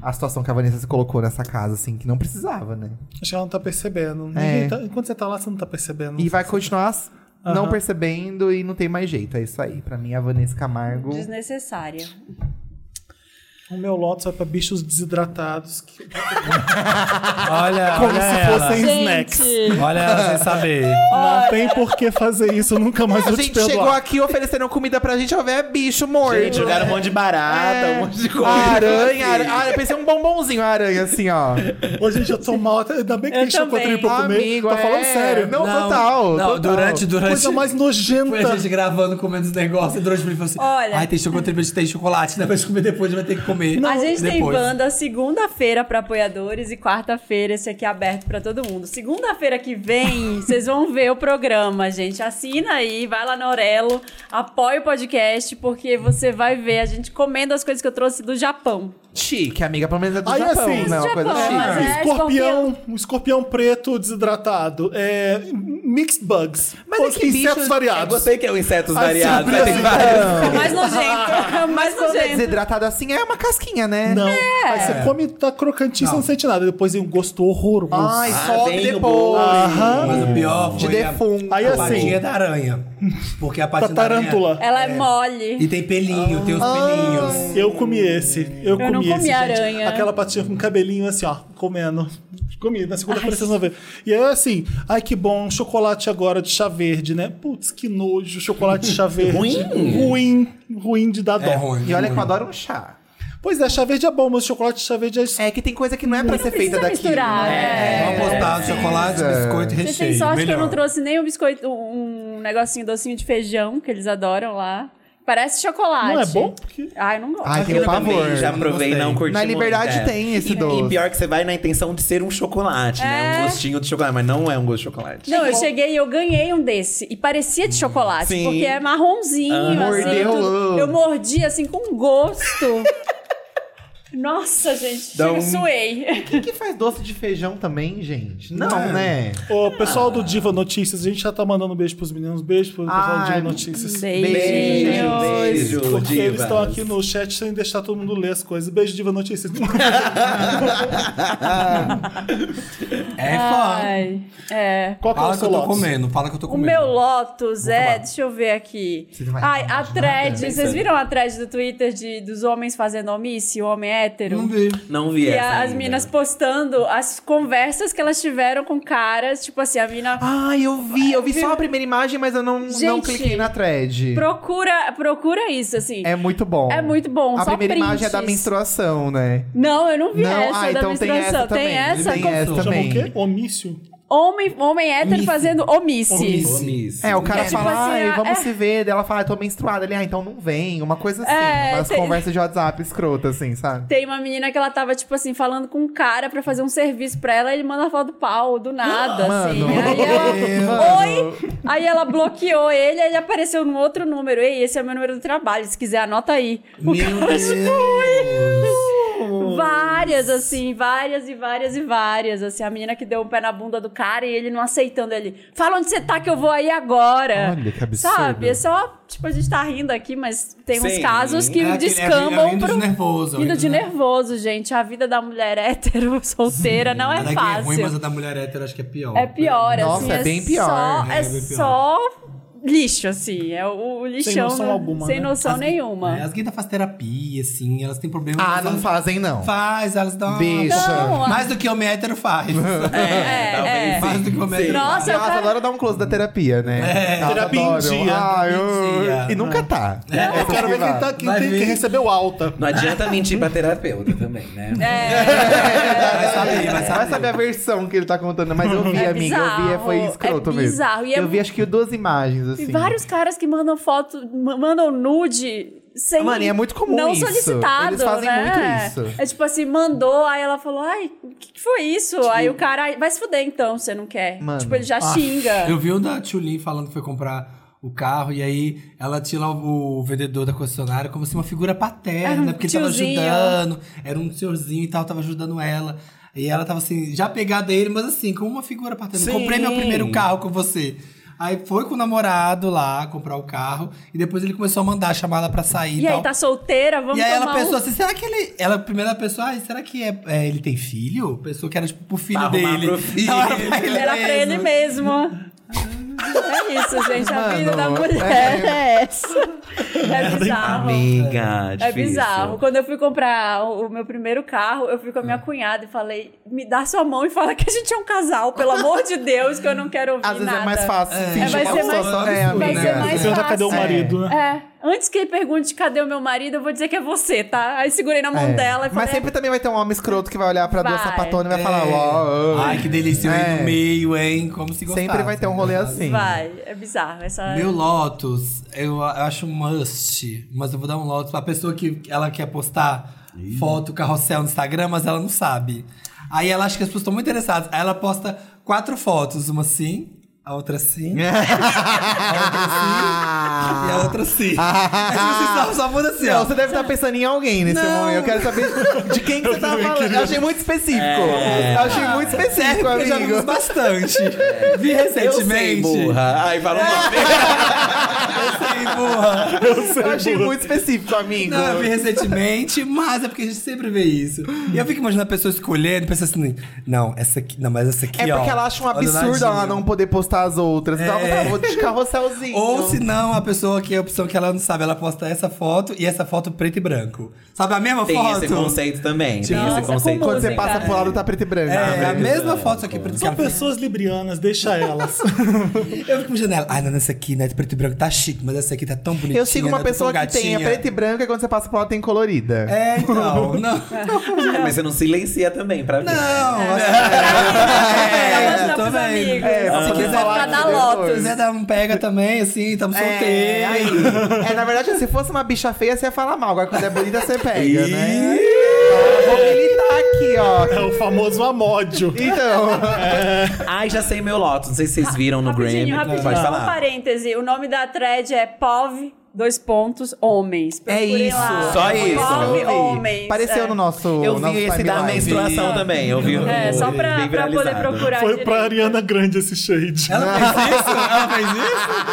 Speaker 5: a situação que a Vanessa se colocou nessa casa, assim, que não precisava, né?
Speaker 1: Acho que ela não tá percebendo.
Speaker 5: É.
Speaker 1: Ninguém tá- enquanto você tá lá, você não tá percebendo.
Speaker 5: E vai continuar s- não
Speaker 1: Aham.
Speaker 5: percebendo e não tem mais jeito. É isso aí. Pra mim, a Vanessa Camargo.
Speaker 2: Desnecessária.
Speaker 1: O meu lote vai pra bichos desidratados. que-
Speaker 4: Olha,
Speaker 1: Como
Speaker 4: olha
Speaker 1: se
Speaker 4: ela.
Speaker 1: fossem snacks.
Speaker 2: Gente,
Speaker 4: Olha ela sem saber.
Speaker 1: Não tem por que fazer isso, eu nunca mais
Speaker 5: A
Speaker 1: vou te
Speaker 5: gente chegou
Speaker 1: perdoar.
Speaker 5: aqui oferecendo comida pra gente, ó, é bicho morto.
Speaker 3: Gente, jogaram um monte de barata,
Speaker 5: É.
Speaker 3: um monte de coisa.
Speaker 1: assim?
Speaker 5: Aranha, aranha. Ah, eu pensei um bombonzinho, uma aranha, assim, ó.
Speaker 1: Hoje gente, eu tô mal, até- ainda bem que
Speaker 2: Eu
Speaker 1: tem chocotrinho
Speaker 2: também.
Speaker 1: pra eu comer. (laughs)
Speaker 5: Amigo,
Speaker 1: tô falando
Speaker 5: é.
Speaker 1: sério.
Speaker 5: Não, total,
Speaker 4: Não,
Speaker 5: total.
Speaker 4: durante, durante.
Speaker 1: Coisa mais
Speaker 4: Foi a
Speaker 1: nojenta.
Speaker 4: gente gravando, comendo os negócios, e durante o vídeo falou assim:
Speaker 2: Olha.
Speaker 4: Ai, tem chocolate, mas tem chocolate, né? Mas comer depois, vai ter que comer.
Speaker 2: a gente tem
Speaker 4: depois.
Speaker 2: banda segunda-feira pra apoiadores e quarta-feira esse aqui é aberto pra todo mundo. Segunda-feira que vem, vocês vão ver o programa, gente. Assina aí, vai lá na Orelo, apoia o podcast, porque você vai ver a gente comendo as coisas que eu trouxe do Japão.
Speaker 5: Chique, amiga, pelo menos é do
Speaker 1: Aí,
Speaker 5: Japão,
Speaker 1: assim,
Speaker 5: né? Uma
Speaker 2: do
Speaker 5: coisa
Speaker 2: Japão, mas
Speaker 5: chique.
Speaker 2: é-
Speaker 1: Escorpião, um escorpião preto desidratado. É, mixed bugs.
Speaker 5: Mas é
Speaker 1: Os
Speaker 5: que
Speaker 1: insetos
Speaker 5: bicho-
Speaker 3: Eu
Speaker 1: variados.
Speaker 3: gostei que é o insetos
Speaker 1: Assim,
Speaker 3: variados,
Speaker 1: assim,
Speaker 3: né? Tem vários.
Speaker 2: É o (laughs) mais nojento. É o mais
Speaker 5: Quando é
Speaker 2: nojento.
Speaker 5: desidratado assim, é uma casquinha, né?
Speaker 1: Não. Aí você come, tá crocantinho, você não sente nada. Depois tem um gosto horroroso.
Speaker 5: Ai,
Speaker 3: Ah,
Speaker 5: sobe
Speaker 3: vem o ah,
Speaker 5: depois.
Speaker 1: Aham.
Speaker 4: Ah, Mas o pior
Speaker 5: De
Speaker 4: foi a,
Speaker 5: defunto.
Speaker 1: Aí,
Speaker 4: a
Speaker 1: assim, tá
Speaker 4: patinha da aranha. Porque a
Speaker 1: Da
Speaker 4: patinha da aranha.
Speaker 1: tarântula.
Speaker 2: Ela é, mole.
Speaker 4: E tem pelinho, tem os
Speaker 1: Ah.
Speaker 4: pelinhos.
Speaker 1: Eu comi esse. Eu, comi
Speaker 2: não comi
Speaker 1: esse, gente.
Speaker 2: aranha.
Speaker 1: Aquela patinha com cabelinho assim, ó, comendo. Comi, na segunda-feira vocês vão ver. E aí assim, ai que bom, chocolate agora de chá verde, né? Putz, que nojo, chocolate de chá verde.
Speaker 3: Ruim?
Speaker 1: Ruim, ruim de dar dó.
Speaker 4: É ruim.
Speaker 5: E olha que eu adoro um chá.
Speaker 1: Pois é, chá verde é bom, mas chocolate chá verde é
Speaker 5: É que tem coisa que não é pra ser feita
Speaker 2: precisa
Speaker 5: daqui.
Speaker 2: misturar,
Speaker 5: né?
Speaker 2: né?
Speaker 4: Vamos apostar chocolate,
Speaker 5: É.
Speaker 4: biscoito e recheio.
Speaker 2: Vocês têm sorte que eu não
Speaker 4: Melhor.
Speaker 2: trouxe nem um biscoito, um negocinho docinho de feijão, que eles adoram lá. Parece chocolate.
Speaker 1: Não é bom? Porque...
Speaker 2: Ai, não gosto.
Speaker 5: Ai,
Speaker 3: Eu
Speaker 5: tem
Speaker 3: também
Speaker 5: pavor.
Speaker 3: já provei,
Speaker 4: Não
Speaker 3: não
Speaker 4: gostei.
Speaker 3: curti
Speaker 5: Na liberdade
Speaker 3: muito, é.
Speaker 5: tem esse
Speaker 3: E
Speaker 5: doce.
Speaker 3: pior que você vai na intenção de ser um chocolate, né? Um gostinho de chocolate, mas não é um gosto de chocolate.
Speaker 2: Não, eu cheguei e eu ganhei um desse. E parecia de chocolate,
Speaker 3: Sim.
Speaker 2: porque é marronzinho, assim.
Speaker 5: Mordeu,
Speaker 2: tudo.
Speaker 5: ah.
Speaker 2: Eu mordi, assim, com gosto. (laughs) Nossa, gente,
Speaker 3: Dá
Speaker 2: eu
Speaker 3: um-
Speaker 2: suei.
Speaker 5: Quem que faz doce de feijão também, gente? Não,
Speaker 4: Não.
Speaker 5: né?
Speaker 1: Ô, pessoal do Diva Notícias, a gente já tá mandando um beijo pros meninos, beijo pro pessoal do
Speaker 5: Ai,
Speaker 1: Diva Notícias.
Speaker 5: Beijo,
Speaker 3: beijo,
Speaker 1: Porque eles
Speaker 3: divas.
Speaker 1: estão aqui no chat sem deixar todo mundo ler as coisas. Beijo, Diva Notícias.
Speaker 4: É fã.
Speaker 2: Ai, é.
Speaker 1: Qual que é o
Speaker 4: Fala que
Speaker 1: seu
Speaker 4: eu tô
Speaker 1: lote?
Speaker 4: comendo, fala que eu tô
Speaker 2: Ah, O
Speaker 4: comendo.
Speaker 2: meu Lotus é.
Speaker 4: falar.
Speaker 2: Deixa eu ver aqui.
Speaker 5: Você não vai
Speaker 2: Ai,
Speaker 5: falar
Speaker 2: a
Speaker 5: de
Speaker 2: thread.
Speaker 5: nada?
Speaker 2: Vocês viram a thread do Twitter de, dos homens fazendo omisse, o homem hétero?
Speaker 4: Não vi.
Speaker 3: Não vi
Speaker 2: E
Speaker 3: essa
Speaker 2: a- as
Speaker 3: ainda.
Speaker 2: minas postando as conversas que elas tiveram com caras, tipo assim, a mina
Speaker 5: Ai, eu vi, eu vi só a primeira imagem, mas eu não, não
Speaker 2: Gente.
Speaker 5: cliquei na thread.
Speaker 2: procura, procura isso, assim.
Speaker 5: É muito bom.
Speaker 2: É muito bom,
Speaker 5: A
Speaker 2: só
Speaker 5: primeira imagem é da
Speaker 2: prints.
Speaker 5: menstruação, né?
Speaker 2: Não, eu não vi
Speaker 5: Não,
Speaker 2: essa
Speaker 5: ah,
Speaker 2: da
Speaker 5: então tem
Speaker 2: menstruação.
Speaker 5: essa também.
Speaker 2: Tem essa?
Speaker 5: Tem
Speaker 2: Com-
Speaker 5: essa
Speaker 1: Chamam
Speaker 5: também.
Speaker 1: o quê? Omício?
Speaker 2: Homem, homem hétero fazendo omisse.
Speaker 1: Omisse.
Speaker 3: Omiss.
Speaker 5: É, o cara
Speaker 2: É, tipo
Speaker 5: fala,
Speaker 2: assim,
Speaker 5: ai,
Speaker 2: é-
Speaker 5: vamos
Speaker 2: é-
Speaker 5: se ver. Daí ela fala, ah, tô menstruada. Ele, ah, então não vem. Uma coisa assim,
Speaker 2: É,
Speaker 5: umas
Speaker 2: tem-
Speaker 5: conversas de WhatsApp escrota, assim, sabe?
Speaker 2: Tem uma menina que ela tava, tipo assim, falando com um cara pra fazer um serviço pra ela e ele manda a foto do pau, do nada, assim.
Speaker 5: Mano.
Speaker 2: Aí ela,
Speaker 5: Mano.
Speaker 2: oi! Aí ela bloqueou ele, aí ele apareceu num outro número. Ei, esse é o meu número do trabalho, se quiser anota aí. (laughs) O
Speaker 4: Meu
Speaker 2: cara, tipo,
Speaker 4: Deus.
Speaker 2: várias, assim, várias e várias e várias, assim. A menina que deu um pé na bunda do cara e ele não aceitando ele. Fala onde você tá que eu vou aí agora.
Speaker 5: Olha que absurdo.
Speaker 2: Sabe? É só, tipo, a gente tá rindo aqui, mas tem uns
Speaker 3: Sim.
Speaker 2: casos que
Speaker 4: É aquele-
Speaker 2: descambam
Speaker 4: é vindo de
Speaker 2: pro...
Speaker 4: nervoso.
Speaker 2: Vindo de
Speaker 4: né?
Speaker 2: nervoso, gente. A vida da mulher é (laughs) hétero, solteira, não
Speaker 4: A
Speaker 2: é
Speaker 4: daqui É ruim, mas a
Speaker 2: fácil.
Speaker 4: da mulher hétero acho que é pior.
Speaker 2: É pior,
Speaker 5: Nossa,
Speaker 2: assim.
Speaker 5: é bem pior.
Speaker 2: Só,
Speaker 4: É,
Speaker 2: é,
Speaker 4: é bem pior.
Speaker 2: só lixo, assim. É o, o lixão.
Speaker 1: noção
Speaker 2: né?
Speaker 1: alguma,
Speaker 2: Sem
Speaker 1: né?
Speaker 2: noção
Speaker 4: As-
Speaker 2: nenhuma.
Speaker 4: É, as gays fazem terapia, assim, elas têm problema.
Speaker 5: Ah,
Speaker 4: mas
Speaker 5: não
Speaker 4: elas-
Speaker 5: fazem, não.
Speaker 4: Faz, elas dão uma-
Speaker 2: Então,
Speaker 5: Bicha.
Speaker 2: Não,
Speaker 4: Mais do que homem hétero faz.
Speaker 2: (laughs) É,
Speaker 3: talvez
Speaker 4: Mais
Speaker 3: sim.
Speaker 4: do que homem
Speaker 3: Sim.
Speaker 4: hétero
Speaker 2: Nossa, eu
Speaker 5: Nossa,
Speaker 2: quero-
Speaker 5: adora dar um close da terapia, né? Elas
Speaker 1: Terapia em
Speaker 5: adoram.
Speaker 1: dia.
Speaker 5: Ai, eu-
Speaker 4: Em dia.
Speaker 5: E nunca tá.
Speaker 1: Eu quero ver quem, tá, quem,
Speaker 4: Vai
Speaker 1: tem,
Speaker 4: ver.
Speaker 1: quem recebeu alta.
Speaker 3: Não adianta mentir pra terapeuta também, né?
Speaker 2: É,
Speaker 4: Vai saber, vai
Speaker 5: Vai
Speaker 4: saber.
Speaker 5: saber a versão que ele tá contando, mas eu vi,
Speaker 2: É
Speaker 5: amiga. Eu vi,
Speaker 2: bizarro,
Speaker 5: foi escroto
Speaker 2: é
Speaker 5: mesmo.
Speaker 2: bizarro, e é
Speaker 5: eu vi
Speaker 2: mu-
Speaker 5: acho que duas imagens, assim.
Speaker 2: E vários caras que mandam foto, ma- mandam nude sem.
Speaker 5: Mano, e é muito comum
Speaker 2: Não
Speaker 5: isso.
Speaker 2: solicitado.
Speaker 5: Eles fazem
Speaker 2: né?
Speaker 5: muito isso.
Speaker 2: É tipo assim, mandou, aí ela falou, ai, o que, que foi isso? Aí o cara, "Ai, vai se fuder então, você não quer.
Speaker 5: Tipo Mano. Ah,
Speaker 2: Tipo, ele já xinga.
Speaker 4: Ah, Eu vi o da Tchulin falando que foi comprar o carro e aí ela tinha lá o o vendedor da concessionária como se uma figura
Speaker 2: Era
Speaker 4: paterna,
Speaker 2: um
Speaker 4: porque ele tava
Speaker 2: tiozinho.
Speaker 4: ajudando, era um senhorzinho e tal, tava ajudando ela. E ela tava assim, já pegada ele, mas assim, como uma figura paterna.
Speaker 3: Sim.
Speaker 4: Comprei meu primeiro carro com você. Aí foi com o namorado lá comprar o carro e depois ele começou a mandar chamar ela pra sair e,
Speaker 2: E
Speaker 4: tal.
Speaker 2: aí, tá solteira, vamos
Speaker 4: E aí ela
Speaker 2: tomar um
Speaker 4: pensou assim, será que ele. Ela, primeira pessoa, ah, será que é, é, ele tem filho? Pensou que era tipo pro filho
Speaker 3: Pra arrumar
Speaker 4: dele.
Speaker 3: pro filho.
Speaker 4: Não, era (laughs) pra
Speaker 5: assim,
Speaker 4: ele
Speaker 2: Era pra ele mesmo. É isso, gente. A vida da
Speaker 5: Mano,
Speaker 2: mulher (laughs) é essa. É bizarro.
Speaker 3: Amiga,
Speaker 2: É
Speaker 3: difícil.
Speaker 2: bizarro. Quando eu fui comprar o o meu primeiro carro, eu fui com a
Speaker 5: Ah.
Speaker 2: minha cunhada e falei: me dá sua mão e fala que a gente é um casal, pelo amor de Deus, que eu não quero ouvir
Speaker 5: Às vezes
Speaker 2: nada.
Speaker 5: é mais fácil. fingir
Speaker 2: vai
Speaker 5: uma
Speaker 2: ser
Speaker 5: pessoa
Speaker 2: mais-
Speaker 5: só- é,
Speaker 4: vai
Speaker 5: amiga.
Speaker 2: ser mais
Speaker 1: Você pergunta
Speaker 2: fácil.
Speaker 1: cadê o marido, né?
Speaker 2: É, antes que ele pergunte cadê o meu marido, eu vou dizer que é você, tá? Aí segurei na mão
Speaker 5: É.
Speaker 2: dela e falei.
Speaker 5: Mas sempre também vai ter um homem escroto que vai olhar pra duas
Speaker 2: Vai.
Speaker 5: sapatonas e vai
Speaker 4: É.
Speaker 5: falar, ó, ó,
Speaker 4: Ai, que delícia, eu
Speaker 5: É.
Speaker 4: ir no meio, hein? Como se gostasse.
Speaker 5: sempre vai ter um rolê assim.
Speaker 2: (laughs)
Speaker 5: (laughs)
Speaker 2: Vai, é bizarro. Essa...
Speaker 4: Meu Lotus, eu a- acho um must, mas eu vou dar um Lotus pra pessoa que ela quer postar foto carrossel no Instagram, mas ela não sabe. Aí ela acha que as pessoas estão muito interessadas. Aí ela posta quatro fotos, uma assim, a outra assim,
Speaker 5: (laughs)
Speaker 1: Ah,
Speaker 4: e a outra assim. Aí você só, só muda assim,
Speaker 5: Não,
Speaker 4: ó.
Speaker 5: você deve estar pensando em alguém nesse
Speaker 4: Não.
Speaker 5: momento. Eu quero saber de quem que você tá falando. Eu achei muito específico. Eu achei muito
Speaker 4: É. Sério,
Speaker 5: específico,
Speaker 4: eu já vi
Speaker 5: amigo. (laughs)
Speaker 4: bastante. Vi
Speaker 3: Eu sei,
Speaker 4: recentemente.
Speaker 3: burra. Ai, fala
Speaker 1: É.
Speaker 3: uma vez.
Speaker 4: Sei, burra.
Speaker 5: Eu achei muito específico, amigo.
Speaker 4: Não, eu vi (laughs) recentemente, mas é porque a gente sempre vê isso. E eu fico imaginando a pessoa escolhendo, pensando assim, não, essa aqui, não, mas essa aqui,
Speaker 5: É
Speaker 4: ó.
Speaker 5: porque ela acha um
Speaker 4: olha o
Speaker 5: absurdo
Speaker 4: ladinho.
Speaker 5: ela não poder postar as outras. Então ela
Speaker 4: É.
Speaker 5: fala, vou de carrosselzinho.
Speaker 4: Ou se não, a pessoa que é a opção que ela não sabe, ela posta essa foto e essa foto preto e branco. Sabe a mesma
Speaker 3: Tem
Speaker 4: foto?
Speaker 3: esse conceito também. Tem
Speaker 2: Nossa,
Speaker 3: esse conceito.
Speaker 2: como
Speaker 5: Quando você
Speaker 2: Música.
Speaker 5: passa pro lado, tá preto e branco.
Speaker 4: É,
Speaker 5: Ah,
Speaker 4: a
Speaker 5: beleza.
Speaker 4: mesma foto, só que preto e
Speaker 1: São
Speaker 4: branco.
Speaker 1: pessoas librianas, deixa elas. (laughs)
Speaker 4: Eu fico imaginando ela, ai, não, essa aqui, né, preto e branco, tá chique, mas essa aqui aqui tá tão bonitinha.
Speaker 5: Eu sigo uma
Speaker 4: né? Tô tão
Speaker 5: pessoa que tem a
Speaker 4: gatinha."
Speaker 5: preta e branca, e quando você passa por ela tem colorida.
Speaker 4: É,
Speaker 5: (laughs)
Speaker 4: então. Não.
Speaker 3: Mas você não silencia também, pra ver.
Speaker 4: Não, acho
Speaker 2: Pra
Speaker 4: que-
Speaker 2: mostrar
Speaker 4: é, tô
Speaker 2: pros
Speaker 4: bem.
Speaker 2: amigos.
Speaker 5: É,
Speaker 2: Se
Speaker 5: pra
Speaker 2: quiser
Speaker 5: falar
Speaker 2: pra
Speaker 5: que
Speaker 2: dar
Speaker 5: deu
Speaker 2: lotos.
Speaker 5: coisa.
Speaker 4: Né, dá um pega também, assim, tamo
Speaker 5: É, aí.
Speaker 4: solteiro.
Speaker 5: É, na verdade, se fosse uma bicha feia, você ia falar mal. Agora, quando é bonita, você pega, né?
Speaker 3: Ih!
Speaker 5: Então, eu vou militar aqui,
Speaker 1: É
Speaker 5: ó.
Speaker 1: o famoso amódio.
Speaker 5: Então,
Speaker 3: Ai, já sei meu Lotus. Não sei se vocês viram no Grammy.
Speaker 2: Rapidinho, rapidinho,
Speaker 3: Pode
Speaker 2: só um
Speaker 3: falar.
Speaker 2: parêntese. O nome da thread é POV, dois pontos, homens. Procurem
Speaker 5: É isso,
Speaker 2: lá.
Speaker 3: só isso.
Speaker 2: POV,
Speaker 3: Eu
Speaker 2: homens.
Speaker 5: apareceu
Speaker 2: é.
Speaker 5: no nosso
Speaker 3: Eu
Speaker 5: nosso
Speaker 3: vi esse da
Speaker 5: timeline.
Speaker 3: menstruação também. Eu vi o-
Speaker 2: É, só
Speaker 3: bem
Speaker 2: pra, pra poder
Speaker 3: viralizado.
Speaker 2: procurar
Speaker 1: Foi
Speaker 2: direito.
Speaker 1: pra Ariana Grande esse shade. (laughs)
Speaker 4: Ela fez isso? Ela fez isso?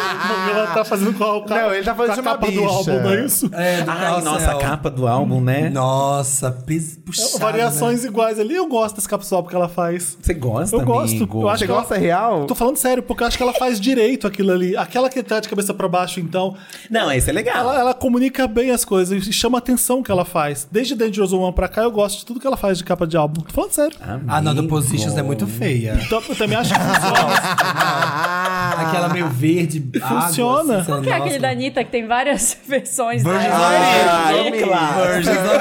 Speaker 1: Ela tá fazendo com a,
Speaker 5: Não, ele tá fazendo
Speaker 1: com
Speaker 5: de
Speaker 1: a
Speaker 5: uma
Speaker 1: capa do
Speaker 5: bicha.
Speaker 1: álbum, não é isso?
Speaker 4: É, do
Speaker 3: Ai, nossa, a
Speaker 4: Carrossel.
Speaker 3: capa do álbum,
Speaker 1: Hum,
Speaker 3: né?
Speaker 4: Nossa, pes- puxado,
Speaker 1: Variações
Speaker 4: né?
Speaker 1: iguais ali. Eu gosto das capsulas que ela faz.
Speaker 3: Você gosta,
Speaker 1: Eu gosto.
Speaker 3: amigo?
Speaker 1: Eu acho
Speaker 5: Você
Speaker 1: que ela-
Speaker 5: gosta real?
Speaker 1: Tô falando sério, porque eu acho que ela faz direito aquilo ali. Aquela que tá de cabeça pra baixo, então.
Speaker 3: Não, esse é legal.
Speaker 1: Ela, ela comunica bem as coisas e chama a atenção que ela faz. Desde Dangerous Woman pra cá, eu gosto de tudo que ela faz de capa de álbum. Tô falando sério.
Speaker 4: A Nada
Speaker 3: Amigo.
Speaker 4: Positions é muito feia.
Speaker 1: Então, eu também acho que funciona.
Speaker 5: Ah.
Speaker 4: Aquela meio verde. água,
Speaker 1: Funciona.
Speaker 4: assim,
Speaker 2: Qual que é
Speaker 4: nossa.
Speaker 2: aquele da Anitta que tem várias (laughs) versões
Speaker 4: Virgin
Speaker 2: dela?
Speaker 3: Ah,
Speaker 4: Maria.
Speaker 3: é claro.
Speaker 4: Virgins of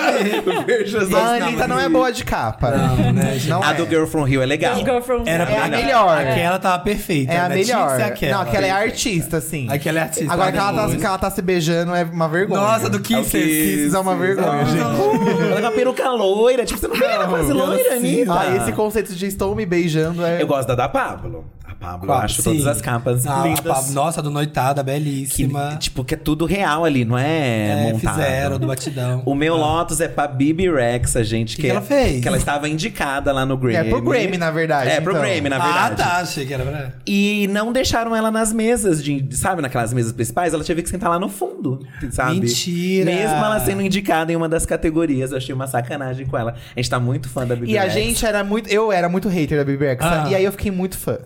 Speaker 4: Mary.
Speaker 3: Virgins
Speaker 5: A
Speaker 3: of-
Speaker 5: Anitta não é boa de capa.
Speaker 4: né, Não, né, gente?
Speaker 5: Não
Speaker 3: A
Speaker 5: é.
Speaker 3: do Girl From Rio é legal.
Speaker 2: Girl from-
Speaker 4: Era
Speaker 5: É a
Speaker 4: Não,
Speaker 5: melhor.
Speaker 4: Aquela tava perfeita.
Speaker 5: É a
Speaker 4: né? Tinha que
Speaker 5: melhor.
Speaker 4: ser aquela.
Speaker 5: Não, aquela é artista, assim.
Speaker 4: Aquela é artista.
Speaker 5: Agora que ela, tá,
Speaker 4: depois.
Speaker 5: que ela tá se beijando é uma vergonha.
Speaker 4: Nossa, do
Speaker 3: É o
Speaker 4: Kisses.
Speaker 5: Isso é uma vergonha, gente.
Speaker 3: Ela é uma peruca loira. Tipo, você não vê ela quase
Speaker 4: ela
Speaker 3: loira,
Speaker 4: sim.
Speaker 3: Anitta.
Speaker 5: Ah, esse conceito de estou me beijando é.
Speaker 3: Eu gosto da da Pablo. A Pablo, eu
Speaker 4: Qual?
Speaker 3: acho
Speaker 4: Sim.
Speaker 3: todas as capas
Speaker 4: Ah,
Speaker 3: lindas.
Speaker 4: pá, Nossa, do Noitada,
Speaker 3: Que,
Speaker 4: belíssima.
Speaker 3: tipo, que é tudo real ali, não é,
Speaker 4: É,
Speaker 3: montado.
Speaker 4: fizeram do batidão.
Speaker 3: O meu Lotus é pra Bibi Rex, a gente. Que,
Speaker 4: que ela fez?
Speaker 3: Que ela estava indicada lá no Grammy.
Speaker 5: É pro Grammy, na verdade,
Speaker 3: É pro
Speaker 5: então.
Speaker 3: Grammy, na
Speaker 4: Ah,
Speaker 3: verdade.
Speaker 4: tá. Achei que era pra...
Speaker 3: E não deixaram ela nas mesas, de, sabe? Naquelas mesas principais, ela teve que sentar lá no fundo, sabe?
Speaker 4: Mentira!
Speaker 3: Mesmo ela sendo indicada em uma das categorias, eu achei uma sacanagem com ela. A gente tá muito fã da Bibi
Speaker 5: E a
Speaker 3: Rex.
Speaker 5: gente era muito. Eu era muito hater da Bibi Rex.
Speaker 4: Ah.
Speaker 5: E aí eu fiquei muito fã.